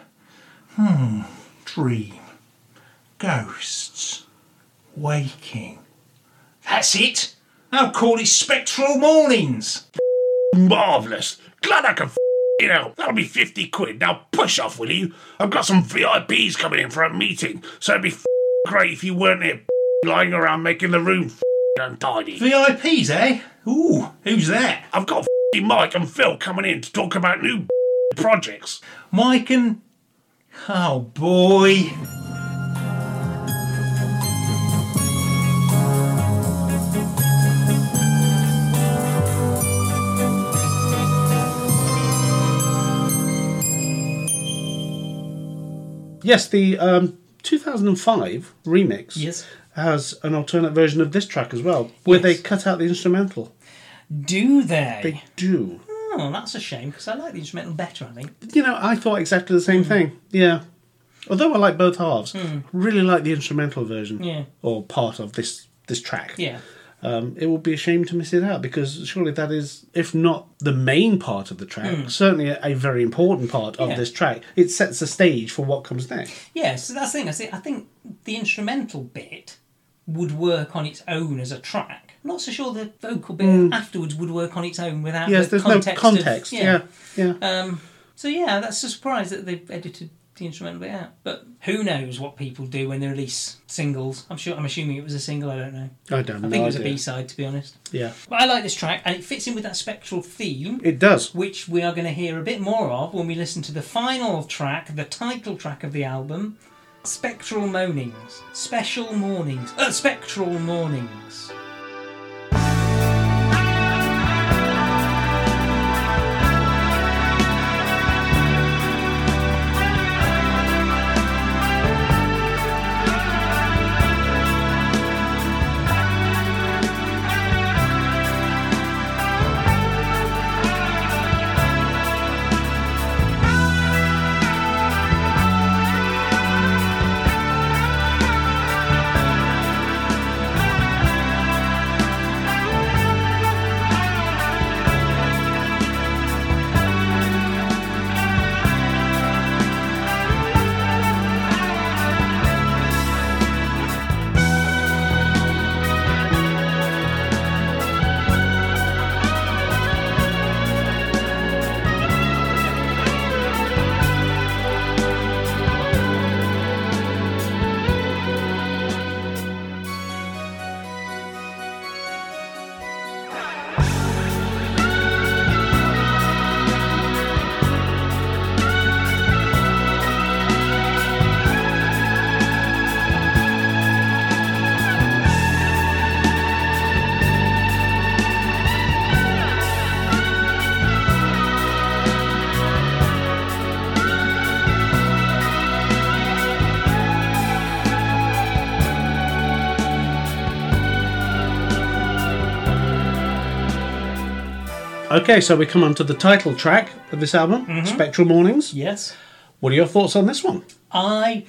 [SPEAKER 3] Hmm, dream. Ghosts. Waking. That's it. I'll call it Spectral Mornings.
[SPEAKER 6] Marvellous. Glad I can f***ing help. That'll be 50 quid. Now push off, will you? I've got some VIPs coming in for a meeting, so it'd be f***ing great if you weren't here f***ing lying around making the room f***ing untidy.
[SPEAKER 3] VIPs, eh? Ooh, who's that?
[SPEAKER 6] I've got f***ing Mike and Phil coming in to talk about new f***ing projects.
[SPEAKER 3] Mike and. Oh boy.
[SPEAKER 1] Yes, the um, 2005 remix
[SPEAKER 4] Yes.
[SPEAKER 1] has an alternate version of this track as well, where they
[SPEAKER 4] Yes.
[SPEAKER 1] cut out the instrumental.
[SPEAKER 4] Do they?
[SPEAKER 1] They do.
[SPEAKER 4] Oh, that's a shame because I like the instrumental better. I think.
[SPEAKER 1] You know, I thought exactly the
[SPEAKER 4] Hmm.
[SPEAKER 1] same thing. Yeah. Although I like both halves, really like the instrumental version
[SPEAKER 4] Yeah.
[SPEAKER 1] or part of this this track.
[SPEAKER 4] Yeah.
[SPEAKER 1] Um, it would be a shame to miss it out because surely that is, if not the main part of the track, certainly a, a very important part of
[SPEAKER 4] Hmm. Yeah.
[SPEAKER 1] this track. It sets the stage for what comes next.
[SPEAKER 4] Yeah. So that's the thing. I see. I think the instrumental bit would work on its own as a track. Not so sure the vocal bit afterwards would work on its own without.
[SPEAKER 1] Hmm. Yes,
[SPEAKER 4] the
[SPEAKER 1] there's
[SPEAKER 4] context
[SPEAKER 1] no
[SPEAKER 4] of-
[SPEAKER 1] context. yeah, yeah.
[SPEAKER 4] Um, so yeah, that's a surprise that they've edited the instrumental bit out. But who knows what people do when they release singles? I'm sure. I'm assuming it was a single. I don't know.
[SPEAKER 1] I don't know.
[SPEAKER 4] I think it was a B side, to be honest.
[SPEAKER 1] Yeah,
[SPEAKER 4] But I like this track, and it fits in with that spectral theme.
[SPEAKER 1] it does.
[SPEAKER 4] which we are going to hear a bit more of when we listen to the final track, the title track of the album, Spectral Moanings. Special Mornings. Uh, Spectral Mornings.
[SPEAKER 1] Okay, so we come on to the title track of this album, Spectral Mornings.
[SPEAKER 4] Yes.
[SPEAKER 1] What are your thoughts on this one?
[SPEAKER 4] I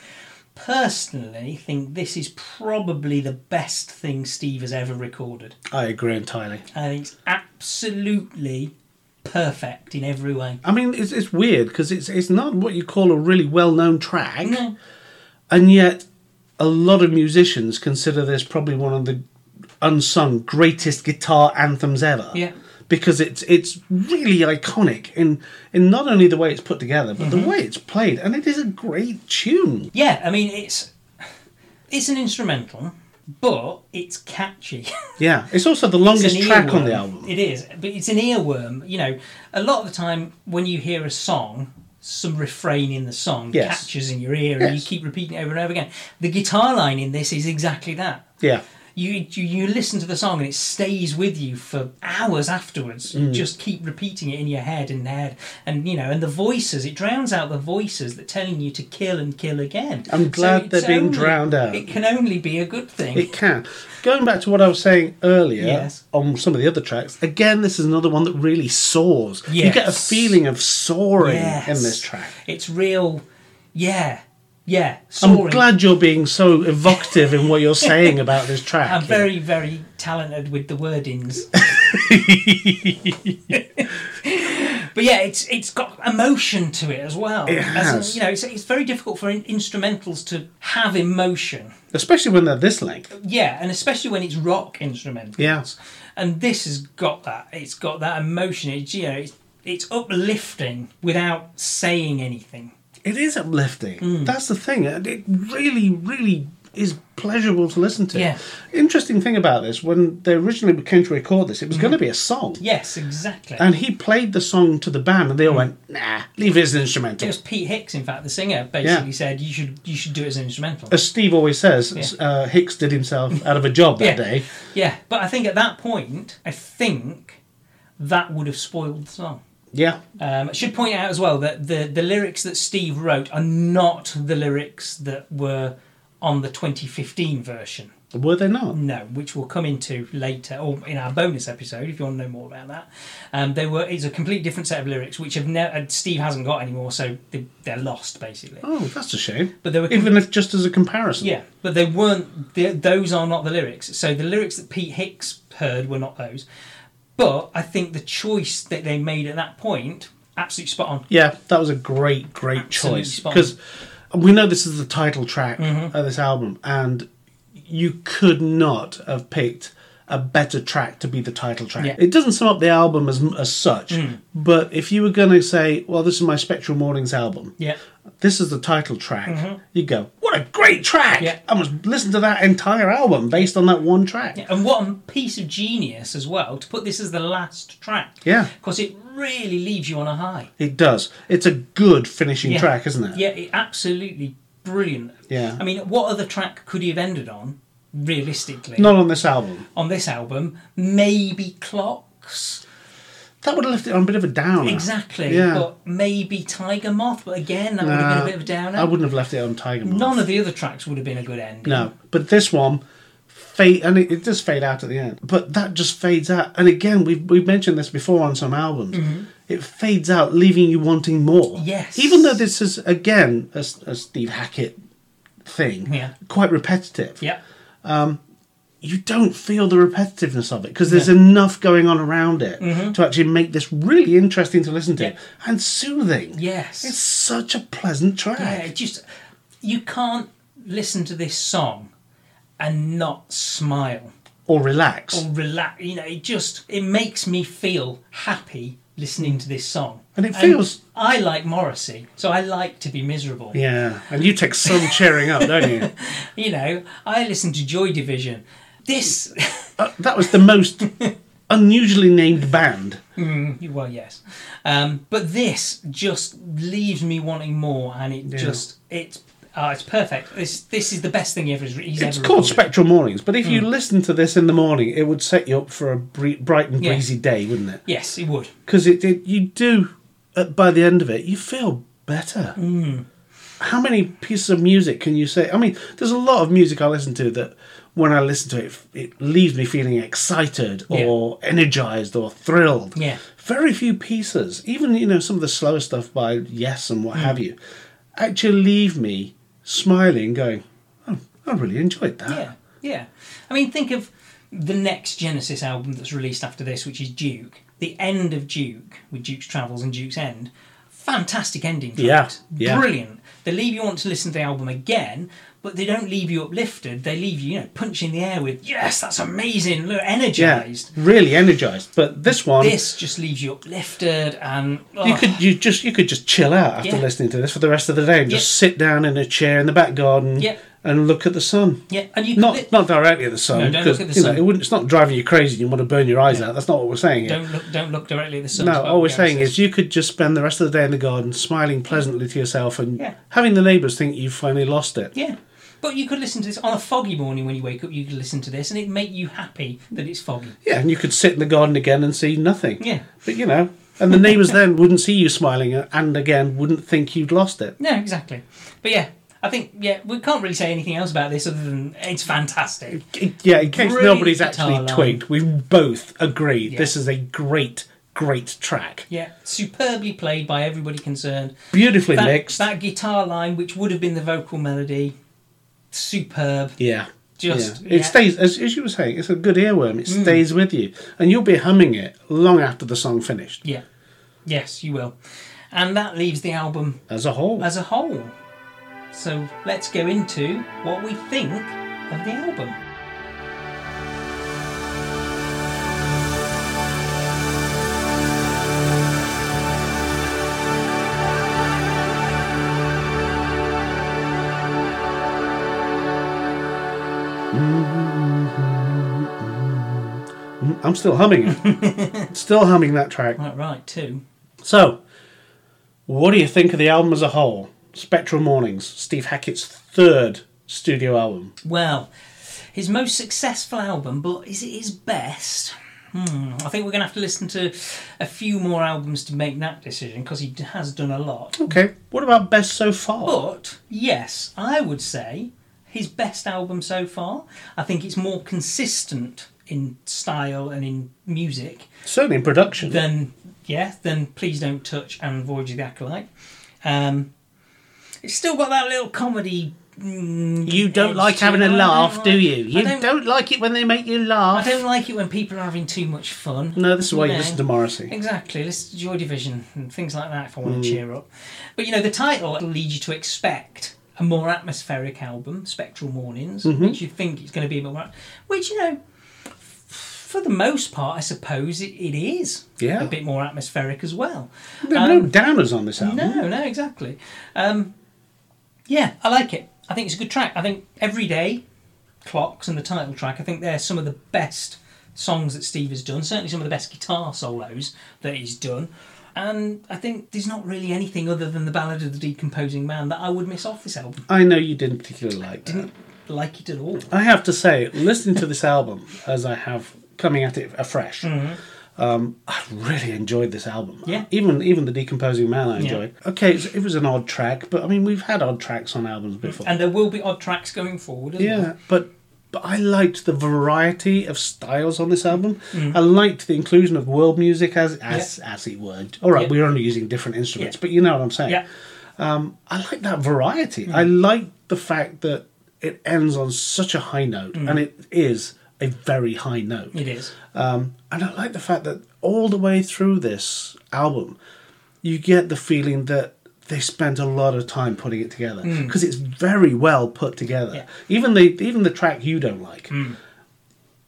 [SPEAKER 4] personally think this is probably the best thing Steve has ever recorded.
[SPEAKER 1] I agree entirely.
[SPEAKER 4] I think it's absolutely perfect in every way.
[SPEAKER 1] I mean, it's, it's weird because it's it's not what you call a really well known track,
[SPEAKER 4] No.
[SPEAKER 1] and yet a lot of musicians consider this probably one of the unsung greatest guitar anthems ever.
[SPEAKER 4] Yeah.
[SPEAKER 1] Because it's it's really iconic in in not only the way it's put together but the way it's played, and it is a great tune.
[SPEAKER 4] Yeah, I mean it's it's an instrumental. but it's catchy. <laughs>
[SPEAKER 1] Yeah, it's also the
[SPEAKER 4] It's
[SPEAKER 1] longest
[SPEAKER 4] an
[SPEAKER 1] track on
[SPEAKER 4] earworm.
[SPEAKER 1] the album.
[SPEAKER 4] It is, but it's an earworm. You know, a lot of the time when you hear a song, some refrain in the song
[SPEAKER 1] Yes.
[SPEAKER 4] catches in your ear, and you
[SPEAKER 1] Yes.
[SPEAKER 4] keep repeating it over and over again. The guitar line in this is exactly that.
[SPEAKER 1] Yeah,
[SPEAKER 4] You, you you listen to the song and it stays with you for hours afterwards.
[SPEAKER 1] Mm.
[SPEAKER 4] You just keep repeating it in your head and head, and you know, and the voices. It drowns out the voices that telling you to kill and kill again.
[SPEAKER 1] I'm glad
[SPEAKER 4] it's
[SPEAKER 1] they're being drowned out.
[SPEAKER 4] It can only be a good thing.
[SPEAKER 1] it can. Going back to what I was saying earlier
[SPEAKER 4] Yes.
[SPEAKER 1] on some of the other tracks, again, this is another one that really soars. You get a
[SPEAKER 4] Yes.
[SPEAKER 1] feeling of soaring
[SPEAKER 4] Yes.
[SPEAKER 1] in this track.
[SPEAKER 4] It's real, yeah, yeah.
[SPEAKER 1] I'm
[SPEAKER 4] Soaring.
[SPEAKER 1] glad you're being so evocative in what you're saying about
[SPEAKER 4] <laughs>
[SPEAKER 1] this track.
[SPEAKER 4] I'm very, very talented with the
[SPEAKER 1] <laughs>
[SPEAKER 4] wordings. but yeah, it's it's got emotion to it as well.
[SPEAKER 1] It
[SPEAKER 4] As in,
[SPEAKER 1] has.
[SPEAKER 4] you know, it's, it's very difficult for in- instrumentals to have emotion.
[SPEAKER 1] Especially when they're this length.
[SPEAKER 4] Yeah, and especially when it's rock instrumentals.
[SPEAKER 1] Yeah.
[SPEAKER 4] And this has got that. It's got that emotion. It's you know, it's it's uplifting without saying anything.
[SPEAKER 1] It is uplifting.
[SPEAKER 4] Mm.
[SPEAKER 1] That's the thing. and It really, really is pleasurable to listen to.
[SPEAKER 4] Yeah.
[SPEAKER 1] Interesting thing about this, when they originally came to record this, it was going
[SPEAKER 4] Mm-hmm.
[SPEAKER 1] to be a song.
[SPEAKER 4] Yes, exactly.
[SPEAKER 1] And he played the song to the band, and they all went, "Nah, leave it as an
[SPEAKER 4] It
[SPEAKER 1] instrumental."
[SPEAKER 4] was Pete Hicks, in fact, the singer, basically
[SPEAKER 1] Yeah.
[SPEAKER 4] said you should you should do it as an instrumental.
[SPEAKER 1] As Steve always says,
[SPEAKER 4] Yeah.
[SPEAKER 1] uh, Hicks did himself out of a job that
[SPEAKER 4] Yeah.
[SPEAKER 1] day.
[SPEAKER 4] Yeah, but I think at that point, I think that would have spoiled the song.
[SPEAKER 1] Yeah,
[SPEAKER 4] Um, I should point out as well that the, the lyrics that Steve wrote are not the lyrics that were on the 2015 version.
[SPEAKER 1] were they not?
[SPEAKER 4] No, which we'll come into later, or in our bonus episode if you want to know more about that. Um, they were it's a complete different set of lyrics which have never Steve hasn't got anymore, so they, they're lost basically.
[SPEAKER 1] Oh, that's a shame.
[SPEAKER 4] But they were
[SPEAKER 1] Even if just as a comparison.
[SPEAKER 4] Yeah, but they weren't. th those are not the lyrics. So the lyrics that Pete Hicks heard were not those. But I think the choice that they made at that point, absolutely spot on.
[SPEAKER 1] Yeah, that was a great, great
[SPEAKER 4] Absolutely
[SPEAKER 1] choice
[SPEAKER 4] spot on. Mm-hmm.
[SPEAKER 1] because we know this is the title track of this album, and you could not have picked a better track to be the title track.
[SPEAKER 4] Yeah. Mm.
[SPEAKER 1] It doesn't sum up the album as as such, but if you were going to say, "Well, this is my Spectral Mornings album,"
[SPEAKER 4] Yeah,
[SPEAKER 1] this is the title track. You go, "What a great track!"
[SPEAKER 4] Mm-hmm. Yeah.
[SPEAKER 1] I must listen to that entire album based on that one track.
[SPEAKER 4] and what a piece of genius as well to put this as the last track.
[SPEAKER 1] Yeah.
[SPEAKER 4] because it really leaves you on a high.
[SPEAKER 1] It does. It's a good finishing
[SPEAKER 4] Yeah.
[SPEAKER 1] track, isn't it?
[SPEAKER 4] Yeah, it, absolutely brilliant.
[SPEAKER 1] Yeah.
[SPEAKER 4] I mean, what other track could he have ended on? Realistically,
[SPEAKER 1] Not on this album.
[SPEAKER 4] on this album, maybe clocks.
[SPEAKER 1] That would have left it on a bit of a downer.
[SPEAKER 4] Exactly.
[SPEAKER 1] Yeah.
[SPEAKER 4] But maybe Tiger Moth, but again, that would have been a bit of a downer.
[SPEAKER 1] I wouldn't have left it on Tiger Moth.
[SPEAKER 4] None of the other tracks would have been a good end.
[SPEAKER 1] No, but this one fade, and it, it does fade out at the end. But that just fades out, and again, we've we've mentioned this before on some albums. It fades out, leaving you wanting more.
[SPEAKER 4] Mm-hmm. Yes.
[SPEAKER 1] Even though this is again a, s- a Steve Hackett thing,
[SPEAKER 4] Yeah.
[SPEAKER 1] quite repetitive.
[SPEAKER 4] Yeah.
[SPEAKER 1] You don't feel the repetitiveness of it because there's enough going on around it to actually make this really interesting to listen to
[SPEAKER 4] Mm-hmm. Yeah.
[SPEAKER 1] and soothing.
[SPEAKER 4] Yes.
[SPEAKER 1] It's such a pleasant track.
[SPEAKER 4] yeah, it just you can't listen to this song and not smile
[SPEAKER 1] Or relax.
[SPEAKER 4] or relax. You know, it just it makes me feel happy listening to this song.
[SPEAKER 1] And it feels-
[SPEAKER 4] I like Morrissey, so I like to be miserable.
[SPEAKER 1] Yeah, and you take some cheering up, don't you?
[SPEAKER 4] You know, I listen to Joy Division. This,
[SPEAKER 1] Uh, that was the most unusually named band.
[SPEAKER 4] well, yes, um, but this just leaves me wanting more, and it just it's ah, it's perfect. This this is the best thing ever. He's
[SPEAKER 1] It's called
[SPEAKER 4] ever recorded.
[SPEAKER 1] Spectral Mornings, but if you listen to this in the morning, it would set you up for a bre- bright and
[SPEAKER 4] Yeah.
[SPEAKER 1] breezy day, wouldn't it?
[SPEAKER 4] Yes, it would.
[SPEAKER 1] Because it, it, you do, uh, by the end of it, you feel better.
[SPEAKER 4] Hmm.
[SPEAKER 1] How many pieces of music can you say? I mean, there's a lot of music I listen to that when I listen to it, it leaves me feeling excited
[SPEAKER 4] Yeah.
[SPEAKER 1] or energized or thrilled.
[SPEAKER 4] Yeah.
[SPEAKER 1] Very few pieces, even, you know, some of the slower stuff by Yes and
[SPEAKER 4] Hmm.
[SPEAKER 1] what have you, actually leave me smiling, going, oh, I really enjoyed that.
[SPEAKER 4] Yeah, yeah. I mean, think of the next Genesis album that's released after this, which is Duke. The end of Duke with Duke's Travels and Duke's End. Fantastic ending tracks.
[SPEAKER 1] Yeah, yeah.
[SPEAKER 4] Brilliant. They leave you want to listen to the album again, but they don't leave you uplifted. They leave you, you know, punching the air with, yes, that's amazing, look,
[SPEAKER 1] Yeah,
[SPEAKER 4] energised.
[SPEAKER 1] really energized. But this one,
[SPEAKER 4] This just leaves you uplifted and.
[SPEAKER 1] Um, You
[SPEAKER 4] oh,
[SPEAKER 1] could you just you could just chill out after
[SPEAKER 4] Yeah.
[SPEAKER 1] listening to this for the rest of the day and just sit down in a chair in the back garden
[SPEAKER 4] Yeah.
[SPEAKER 1] and look at the sun.
[SPEAKER 4] Yeah, and you
[SPEAKER 1] Not
[SPEAKER 4] could-
[SPEAKER 1] not directly at the sun.
[SPEAKER 4] No, don't
[SPEAKER 1] 'cause,
[SPEAKER 4] look at the
[SPEAKER 1] you know,
[SPEAKER 4] sun.
[SPEAKER 1] it wouldn't, it's not driving you crazy. You want to burn your eyes out. That's not what we're saying. Here.
[SPEAKER 4] don't look don't look directly at the sun.
[SPEAKER 1] No,
[SPEAKER 4] is what
[SPEAKER 1] all we're
[SPEAKER 4] Gary
[SPEAKER 1] saying
[SPEAKER 4] says.
[SPEAKER 1] is you could just spend the rest of the day in the garden, smiling pleasantly to yourself, and
[SPEAKER 4] Yeah.
[SPEAKER 1] having the neighbours think you've finally lost it.
[SPEAKER 4] yeah. But you could listen to this on a foggy morning when you wake up. You could listen to this, and it make you happy that it's foggy.
[SPEAKER 1] Yeah, and you could sit in the garden again and see nothing.
[SPEAKER 4] Yeah.
[SPEAKER 1] But you know, and the neighbours <laughs> then wouldn't see you smiling and again wouldn't think you'd lost it.
[SPEAKER 4] No, exactly. But yeah, I think yeah we can't really say anything else about this other than it's fantastic.
[SPEAKER 1] It- yeah, in case
[SPEAKER 4] Brilliant
[SPEAKER 1] nobody's
[SPEAKER 4] guitar
[SPEAKER 1] actually
[SPEAKER 4] line.
[SPEAKER 1] twigged, we've both agreed
[SPEAKER 4] Yeah.
[SPEAKER 1] this is a great, great track.
[SPEAKER 4] Yeah, superbly played by everybody concerned.
[SPEAKER 1] Beautifully
[SPEAKER 4] That,
[SPEAKER 1] mixed.
[SPEAKER 4] that guitar line, which would have been the vocal melody, superb.
[SPEAKER 1] yeah.
[SPEAKER 4] Just
[SPEAKER 1] yeah. It
[SPEAKER 4] yeah. Mm.
[SPEAKER 1] stays, as, as you were saying, it's a good earworm. It stays with you. And you'll be humming it long after the song finished
[SPEAKER 4] Yeah. Yes, you will. And that leaves the album
[SPEAKER 1] as a whole.
[SPEAKER 4] as a whole. So let's go into what we think of the album.
[SPEAKER 1] I'm still humming it.
[SPEAKER 4] <laughs>
[SPEAKER 1] still humming that track.
[SPEAKER 4] Right, right, too.
[SPEAKER 1] So, what do you think of the album as a whole? Spectral Mornings, Steve Hackett's third studio album.
[SPEAKER 4] Well, his most successful album, but is it his best? Hmm, I think we're going to have to listen to a few more albums to make that decision because he d- has done a lot.
[SPEAKER 1] Okay, what about best so far?
[SPEAKER 4] But yes, I would say his best album so far. I think it's more consistent in style and in music
[SPEAKER 1] Certainly in production.
[SPEAKER 4] than yeah than Please Don't Touch and Voyage of the Acolyte. Um, it's still got that little comedy. mm,
[SPEAKER 1] you don't
[SPEAKER 4] edge
[SPEAKER 1] like
[SPEAKER 4] to
[SPEAKER 1] having
[SPEAKER 4] it.
[SPEAKER 1] a
[SPEAKER 4] I don't
[SPEAKER 1] laugh,
[SPEAKER 4] like-
[SPEAKER 1] do you?
[SPEAKER 4] I
[SPEAKER 1] You
[SPEAKER 4] don't-
[SPEAKER 1] don't, like it when they make you
[SPEAKER 4] I
[SPEAKER 1] laugh.
[SPEAKER 4] don't like it when people are having too much fun.
[SPEAKER 1] No, this is why you
[SPEAKER 4] No.
[SPEAKER 1] listen to Morrissey.
[SPEAKER 4] Exactly, listen to Joy Division and things like that if I want to cheer up. But you know, the title will lead you to expect a more atmospheric album, Spectral Mornings, which you think is going to be a bit more. Which, you know, for the most part, I suppose it, it is
[SPEAKER 1] Yeah.
[SPEAKER 4] a bit more atmospheric as well.
[SPEAKER 1] There are no downers on this album.
[SPEAKER 4] No, no, exactly. Um, yeah, I like it. I think it's a good track. I think Every Day, Clocks, and the title track, I think they're some of the best songs that Steve has done, certainly some of the best guitar solos that he's done. And I think there's not really anything other than the Ballad of the Decomposing Man that I would miss off this album.
[SPEAKER 1] I know you didn't particularly like that.
[SPEAKER 4] Didn't like it at all.
[SPEAKER 1] I have to say, listening to this album as I have coming at it afresh, um, I really enjoyed this album.
[SPEAKER 4] Mm-hmm. Yeah.
[SPEAKER 1] Even even the decomposing man, I enjoyed. Okay, it was, it was an odd track, but I mean, we've had odd tracks on albums before.
[SPEAKER 4] Mm. And there will be odd tracks going forward. as well.
[SPEAKER 1] yeah, but but I liked the variety of styles on this album.
[SPEAKER 4] Mm.
[SPEAKER 1] I liked the inclusion of world music as as as it were. All right,
[SPEAKER 4] Yeah.
[SPEAKER 1] we're only using different instruments,
[SPEAKER 4] Yeah.
[SPEAKER 1] but you know what I'm saying.
[SPEAKER 4] Yeah. Mm.
[SPEAKER 1] I like that variety. I like the fact that it ends on such a high note,
[SPEAKER 4] Mm.
[SPEAKER 1] and it is a very high note.
[SPEAKER 4] It is.
[SPEAKER 1] Um, and I like the fact that all the way through this album, you get the feeling that they spent a lot of time putting it together
[SPEAKER 4] Mm.
[SPEAKER 1] because it's very well put together. Even the even the track you don't like.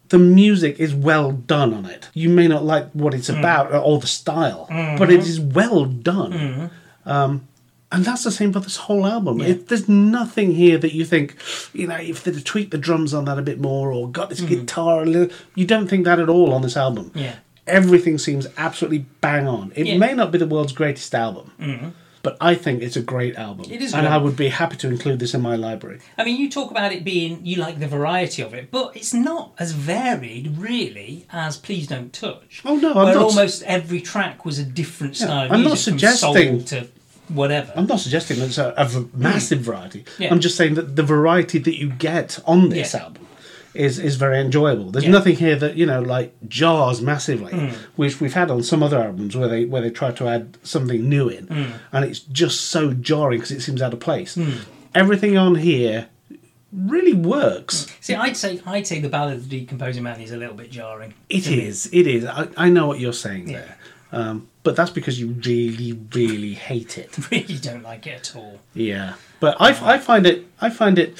[SPEAKER 1] The music is well done on it. You may not like what it's
[SPEAKER 4] Mm.
[SPEAKER 1] about or the style, but
[SPEAKER 4] Mm-hmm.
[SPEAKER 1] it is well done. Um, and that's the same for this whole album. It, there's nothing here that you think, you know, if they'd tweaked the drums on that a bit more or got this guitar a little. You don't think that at all on this album.
[SPEAKER 4] Mm. Yeah.
[SPEAKER 1] Everything seems absolutely bang on. It
[SPEAKER 4] Yeah. Mm-hmm.
[SPEAKER 1] may not be the world's greatest album, but I think it's a great album.
[SPEAKER 4] It is
[SPEAKER 1] and
[SPEAKER 4] good.
[SPEAKER 1] I would be happy to include this in my library.
[SPEAKER 4] I mean, you talk about it being you like the variety of it, but it's not as varied really as Please Don't Touch.
[SPEAKER 1] Oh, no, I'm
[SPEAKER 4] where
[SPEAKER 1] not-
[SPEAKER 4] almost every track was a different style. of
[SPEAKER 1] I'm not
[SPEAKER 4] music, from
[SPEAKER 1] suggesting-
[SPEAKER 4] soul to whatever.
[SPEAKER 1] I'm not suggesting that it's a, a v- massive variety.
[SPEAKER 4] Yeah.
[SPEAKER 1] I'm just saying that the variety that you get on this
[SPEAKER 4] Yeah.
[SPEAKER 1] album is is very enjoyable. There's
[SPEAKER 4] Yeah. Mm.
[SPEAKER 1] nothing here that you know like jars massively, which we've had on some other albums where they where they try to add something new in,
[SPEAKER 4] Mm.
[SPEAKER 1] and it's just so jarring because it seems out of place. Everything on here really works.
[SPEAKER 4] See, I'd say I'd say the Ballad of the Decomposing Man is a little bit jarring.
[SPEAKER 1] It is. It is. I, I know what you're saying there. Um, but that's because you really, really hate it.
[SPEAKER 4] <laughs> Really don't like it at all.
[SPEAKER 1] Yeah. But I, f-
[SPEAKER 4] Um,
[SPEAKER 1] I find it. I find it.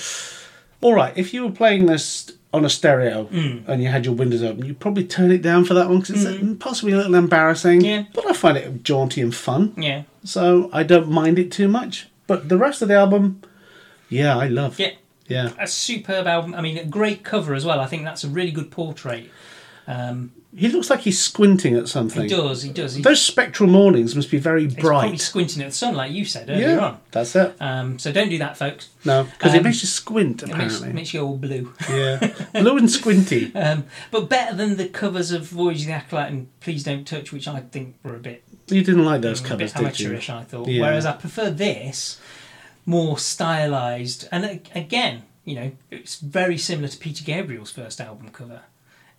[SPEAKER 1] All right. If you were playing this on a stereo
[SPEAKER 4] Mm.
[SPEAKER 1] and you had your windows open, you'd probably turn it down for that one because it's uh, possibly a little embarrassing.
[SPEAKER 4] Mm-hmm. Yeah.
[SPEAKER 1] But I find it jaunty and fun.
[SPEAKER 4] Yeah,
[SPEAKER 1] So I don't mind it too much. But the rest of the album, yeah, I love.
[SPEAKER 4] yeah.
[SPEAKER 1] Yeah.
[SPEAKER 4] a superb album. I mean, a great cover as well. I think that's a really good portrait.
[SPEAKER 1] He looks like he's squinting at something.
[SPEAKER 4] He does, he does. He,
[SPEAKER 1] Those spectral mornings must be very
[SPEAKER 4] he's probably
[SPEAKER 1] bright.
[SPEAKER 4] squinting at the sun, like you said earlier
[SPEAKER 1] Yeah,
[SPEAKER 4] on.
[SPEAKER 1] that's it.
[SPEAKER 4] Um, so don't do that, folks.
[SPEAKER 1] No, because it
[SPEAKER 4] Um,
[SPEAKER 1] makes you squint
[SPEAKER 4] It makes,
[SPEAKER 1] apparently.
[SPEAKER 4] makes you all blue. <laughs>
[SPEAKER 1] yeah, blue and squinty.
[SPEAKER 4] Um, but better than the covers of Voyage of the Acolyte and Please Don't Touch, which I think were a bit,
[SPEAKER 1] You didn't like those
[SPEAKER 4] a bit
[SPEAKER 1] covers, did you?
[SPEAKER 4] amateurish, I thought.
[SPEAKER 1] Yeah.
[SPEAKER 4] Whereas I prefer this, more stylised. And a- again, you know, it's very similar to Peter Gabriel's first album cover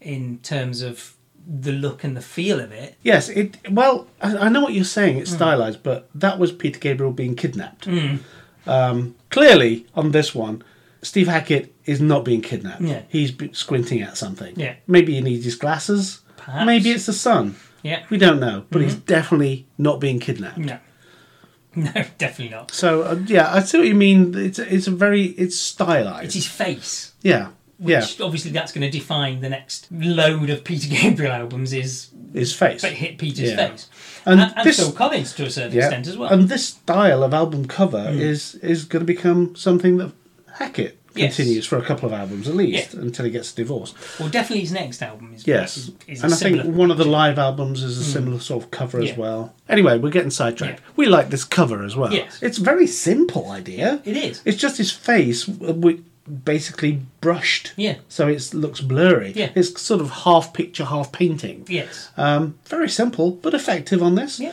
[SPEAKER 4] in terms of the look and the feel of it.
[SPEAKER 1] Yes, it. Well, I, I know what you're saying.
[SPEAKER 4] Hmm.
[SPEAKER 1] It's stylized, but that was Peter Gabriel being kidnapped. Um, clearly, on this one, Steve Hackett is not being kidnapped.
[SPEAKER 4] Yeah.
[SPEAKER 1] he's b- squinting at something.
[SPEAKER 4] Yeah.
[SPEAKER 1] maybe he needs his glasses.
[SPEAKER 4] Perhaps.
[SPEAKER 1] Maybe it's the sun.
[SPEAKER 4] Yeah. Hmm.
[SPEAKER 1] We don't know, but he's definitely not being kidnapped.
[SPEAKER 4] <laughs> No. No, definitely not.
[SPEAKER 1] So uh, yeah, I see what you mean. It's it's a very it's stylized.
[SPEAKER 4] It's his face.
[SPEAKER 1] yeah, yeah,
[SPEAKER 4] Which obviously that's going to define the next load of Peter <laughs> Gabriel albums is
[SPEAKER 1] his face.
[SPEAKER 4] but hit Peter's
[SPEAKER 1] Yeah.
[SPEAKER 4] face.
[SPEAKER 1] And
[SPEAKER 4] And, and,
[SPEAKER 1] this-
[SPEAKER 4] Phil Collins to a certain extent as well. Hmm.
[SPEAKER 1] And this style of album cover is is going to become something that Hackett
[SPEAKER 4] Yes.
[SPEAKER 1] continues for a couple of albums at least
[SPEAKER 4] Yeah.
[SPEAKER 1] until he gets divorced.
[SPEAKER 4] well, definitely his next album is
[SPEAKER 1] Yes,
[SPEAKER 4] Is, is
[SPEAKER 1] and I
[SPEAKER 4] similar. Hmm.
[SPEAKER 1] think one of the live albums is a similar sort of cover
[SPEAKER 4] Yeah.
[SPEAKER 1] as well. Anyway, we're getting sidetracked.
[SPEAKER 4] Yeah.
[SPEAKER 1] We like this cover as well.
[SPEAKER 4] Yes.
[SPEAKER 1] it's a very simple idea.
[SPEAKER 4] It is.
[SPEAKER 1] It's just his face, which basically brushed.
[SPEAKER 4] Yeah.
[SPEAKER 1] So it looks blurry.
[SPEAKER 4] Yeah.
[SPEAKER 1] It's sort of half picture, half painting.
[SPEAKER 4] yes.
[SPEAKER 1] Um, very simple but effective on this.
[SPEAKER 4] Yeah.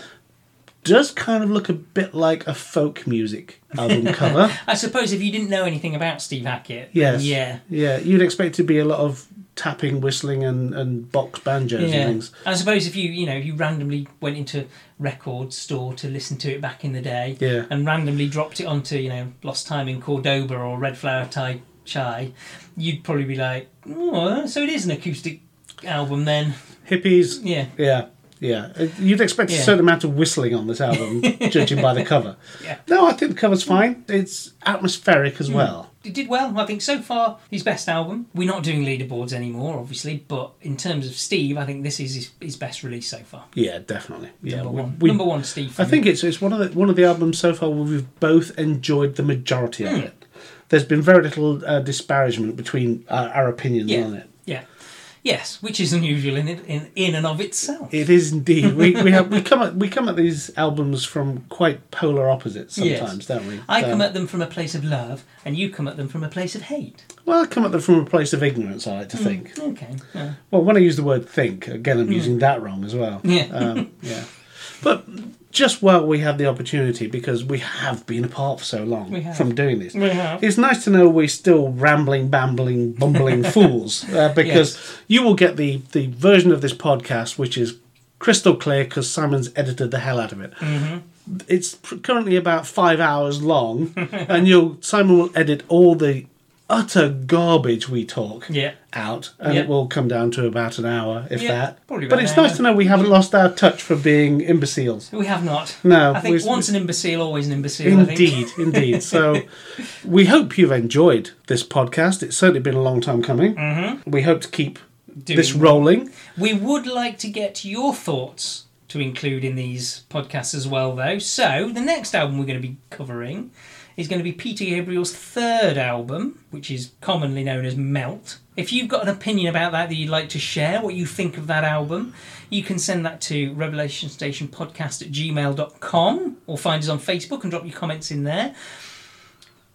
[SPEAKER 1] Does kind of look a bit like a folk music
[SPEAKER 4] <laughs>
[SPEAKER 1] album cover.
[SPEAKER 4] I suppose if you didn't know anything about Steve Hackett,
[SPEAKER 1] Yes.
[SPEAKER 4] yeah,
[SPEAKER 1] Yeah. You'd expect to be a lot of tapping, whistling, and, and box banjos
[SPEAKER 4] yeah.
[SPEAKER 1] and things.
[SPEAKER 4] I suppose if you you know you randomly went into record store to listen to it back in the day,
[SPEAKER 1] Yeah.
[SPEAKER 4] and randomly dropped it onto you know Lost Time in Cordoba or Red Flower Thai Chai, you'd probably be like, oh, so it is an acoustic album then,
[SPEAKER 1] Hippies.
[SPEAKER 4] yeah,
[SPEAKER 1] Yeah. Yeah. Uh, You'd expect a
[SPEAKER 4] Yeah.
[SPEAKER 1] certain amount of whistling on this
[SPEAKER 4] <laughs>
[SPEAKER 1] album, judging by the cover.
[SPEAKER 4] Yeah. Hmm.
[SPEAKER 1] No, I think the cover's fine. It's atmospheric as well.
[SPEAKER 4] It did well. I think so far his best album. We're not doing leaderboards anymore, obviously, but in terms of Steve, I think this is his, his best release so far.
[SPEAKER 1] Yeah, definitely. Yeah.
[SPEAKER 4] number
[SPEAKER 1] we-
[SPEAKER 4] one,
[SPEAKER 1] we-
[SPEAKER 4] number one, Steve. for
[SPEAKER 1] I
[SPEAKER 4] me.
[SPEAKER 1] think it's it's one of the one of the albums so far where we've both enjoyed the majority
[SPEAKER 4] Hmm.
[SPEAKER 1] of it. There's been very little uh, disparagement between our, our opinions
[SPEAKER 4] yeah,
[SPEAKER 1] on it.
[SPEAKER 4] yeah, yes, which is unusual in it, in, in and of itself.
[SPEAKER 1] It is indeed.
[SPEAKER 4] <laughs>
[SPEAKER 1] We we have we come at we come at these albums from quite polar opposites
[SPEAKER 4] Yes.
[SPEAKER 1] sometimes, don't we?
[SPEAKER 4] I come
[SPEAKER 1] Um,
[SPEAKER 4] at them from a place of love, and you come at them from a place of hate.
[SPEAKER 1] well, I come at them from a place of ignorance. I like
[SPEAKER 4] Hmm.
[SPEAKER 1] to think.
[SPEAKER 4] Okay. yeah.
[SPEAKER 1] Well, when I use the word think, again, I'm using that wrong as well.
[SPEAKER 4] Hmm. Yeah.
[SPEAKER 1] Um, yeah. But just while we have the opportunity, because we have been apart for so long
[SPEAKER 4] We have.
[SPEAKER 1] from doing this,
[SPEAKER 4] We have.
[SPEAKER 1] it's nice to know we're still rambling, bambling,
[SPEAKER 4] <laughs>
[SPEAKER 1] bumbling fools. Uh, because you will get the, the version of this podcast, which is crystal clear because Simon's edited the hell out of it.
[SPEAKER 4] Mm-hmm.
[SPEAKER 1] It's pr- currently about five hours long, <laughs> and you'll Simon will edit all the utter garbage we talk
[SPEAKER 4] Yeah.
[SPEAKER 1] out, and
[SPEAKER 4] Yeah.
[SPEAKER 1] it will come down to about an hour, if
[SPEAKER 4] Yeah,
[SPEAKER 1] that.
[SPEAKER 4] probably
[SPEAKER 1] But
[SPEAKER 4] about
[SPEAKER 1] it's
[SPEAKER 4] an
[SPEAKER 1] nice
[SPEAKER 4] hour.
[SPEAKER 1] to know we haven't lost our touch for being imbeciles.
[SPEAKER 4] <laughs> We have not.
[SPEAKER 1] No,
[SPEAKER 4] I think
[SPEAKER 1] we-
[SPEAKER 4] once an imbecile, always an imbecile. I think.
[SPEAKER 1] Indeed, indeed. So we hope you've enjoyed this podcast. It's certainly been a long time coming. Mm-hmm. We hope to keep
[SPEAKER 4] Doing
[SPEAKER 1] this
[SPEAKER 4] more.
[SPEAKER 1] rolling.
[SPEAKER 4] We would like to get your thoughts to include in these podcasts as well, though. So, the next album we're going to be covering is going to be Peter Gabriel's third album, which is commonly known as Melt. If you've got an opinion about that that you'd like to share, what you think of that album, you can send that to revelationstationpodcast at gmail.com or find us on Facebook and drop your comments in there.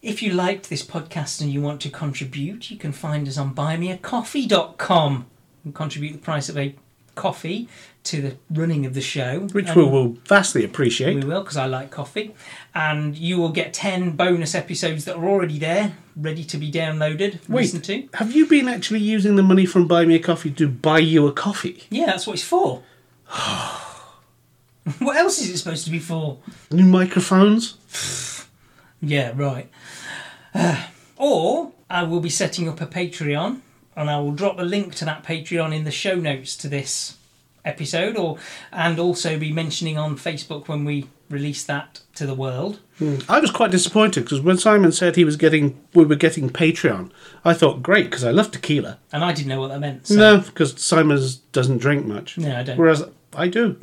[SPEAKER 4] If you liked this podcast and you want to contribute, you can find us on buymeacoffee.com and contribute the price of a coffee to the running of the show.
[SPEAKER 1] Which
[SPEAKER 4] And
[SPEAKER 1] we will vastly appreciate.
[SPEAKER 4] Um, We will, because I like coffee. And you will get 10 bonus episodes that are already there, ready to be downloaded, listened to.
[SPEAKER 1] have you been actually using the money from Buy Me a Coffee to buy you a coffee?
[SPEAKER 4] Yeah, that's what it's for. <sighs> what else is it supposed to be for?
[SPEAKER 1] New microphones?
[SPEAKER 4] Yeah, right. Uh, or I will be setting up a Patreon and I will drop a link to that Patreon in the show notes to this episode or and also be mentioning on Facebook when we release that to the world.
[SPEAKER 1] I was quite disappointed because when Simon said he was getting, we were getting Patreon, I thought great because I love tequila.
[SPEAKER 4] And I didn't know what that meant. So.
[SPEAKER 1] No, because Simon's doesn't drink much.
[SPEAKER 4] No, I don't.
[SPEAKER 1] Whereas I
[SPEAKER 4] <laughs>
[SPEAKER 1] do.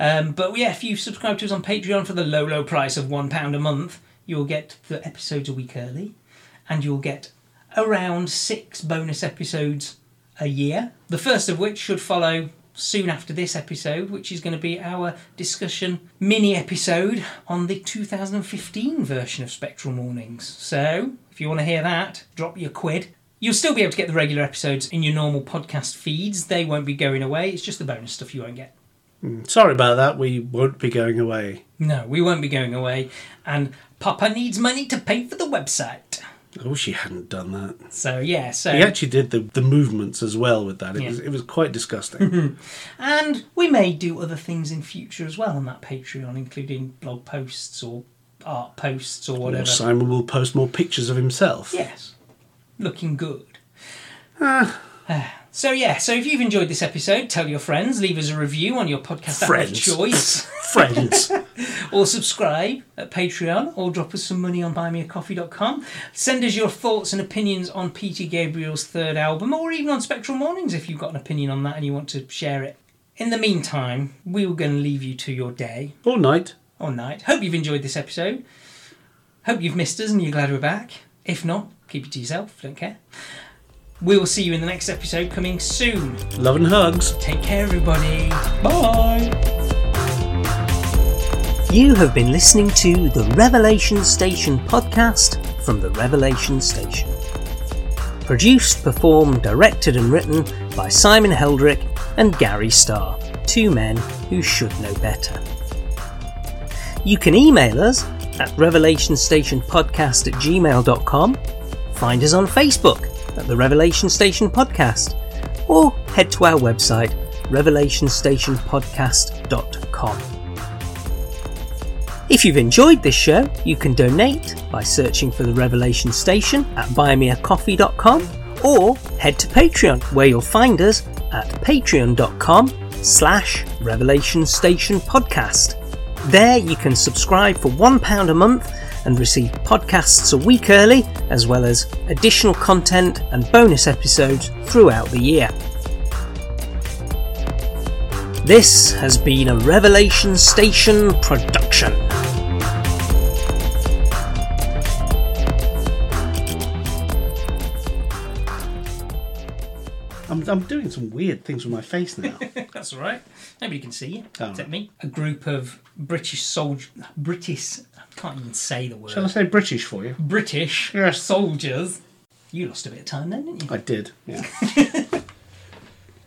[SPEAKER 4] Um, but yeah, if you subscribe to us on Patreon for the low, low price of £1 a month, you'll get the episodes a week early. and you'll get around six bonus episodes a year. The first of which should follow soon after this episode, which is going to be our discussion mini episode on the 2015 version of Spectral Mornings. So, if you want to hear that, drop your quid. You'll still be able to get the regular episodes in your normal podcast feeds. They won't be going away. It's just the bonus stuff you won't get.
[SPEAKER 1] Sorry about that. We won't be going away.
[SPEAKER 4] No, we won't be going away. And Papa needs money to pay for the website.
[SPEAKER 1] I wish he hadn't done that.
[SPEAKER 4] So yeah, so
[SPEAKER 1] He actually did the, the movements as well with that. It
[SPEAKER 4] Yeah.
[SPEAKER 1] was it was quite
[SPEAKER 4] <laughs>
[SPEAKER 1] disgusting.
[SPEAKER 4] and we may do other things in future as well on that Patreon, including blog posts or art posts or whatever.
[SPEAKER 1] Or Simon will post more pictures of himself.
[SPEAKER 4] Yes. Looking good. <sighs> so yeah, so if you've enjoyed this episode, tell your friends, leave us a review on your podcast app of
[SPEAKER 1] Friends.
[SPEAKER 4] choice,
[SPEAKER 1] Friends.
[SPEAKER 4] or subscribe at Patreon, or drop us some money on buymeacoffee.com. Send us your thoughts and opinions on Peter Gabriel's third album, or even on Spectral Mornings if you've got an opinion on that and you want to share it. In the meantime, we were going to leave you to your day
[SPEAKER 1] All night.
[SPEAKER 4] or night. Hope you've enjoyed this episode. Hope you've missed us and you're glad we're back. If not, keep it to yourself, don't care. We will see you in the next episode coming soon.
[SPEAKER 1] Love and hugs.
[SPEAKER 4] Take care, everybody. Bye. You have been listening to the Revelation Station podcast from the Revelation Station. Produced, performed, directed, and written by Simon Heldrick and Gary Starr, two men who should know better. You can email us at revelationstationpodcast at gmail.com, find us on Facebook at the Revelation Station Podcast, or head to our website revelationstationpodcast.com. If you've enjoyed this show, you can donate by searching for the Revelation Station at buymeacoffee.com or head to Patreon where you'll find us at patreon.com slash revelation station podcast. There you can subscribe for £1 a month and receive podcasts a week early, as well as additional content and bonus episodes throughout the year. This has been a Revelation Station production.
[SPEAKER 1] I'm, I'm doing some weird things with my face now.
[SPEAKER 4] <laughs> That's all right. Nobody can see you
[SPEAKER 1] Oh.
[SPEAKER 4] except me. A group of British soldiers, British. I can't even say the word.
[SPEAKER 1] Shall I say British for you?
[SPEAKER 4] British
[SPEAKER 1] Yes.
[SPEAKER 4] soldiers. You lost a bit of time then, didn't you?
[SPEAKER 1] I did. Yeah.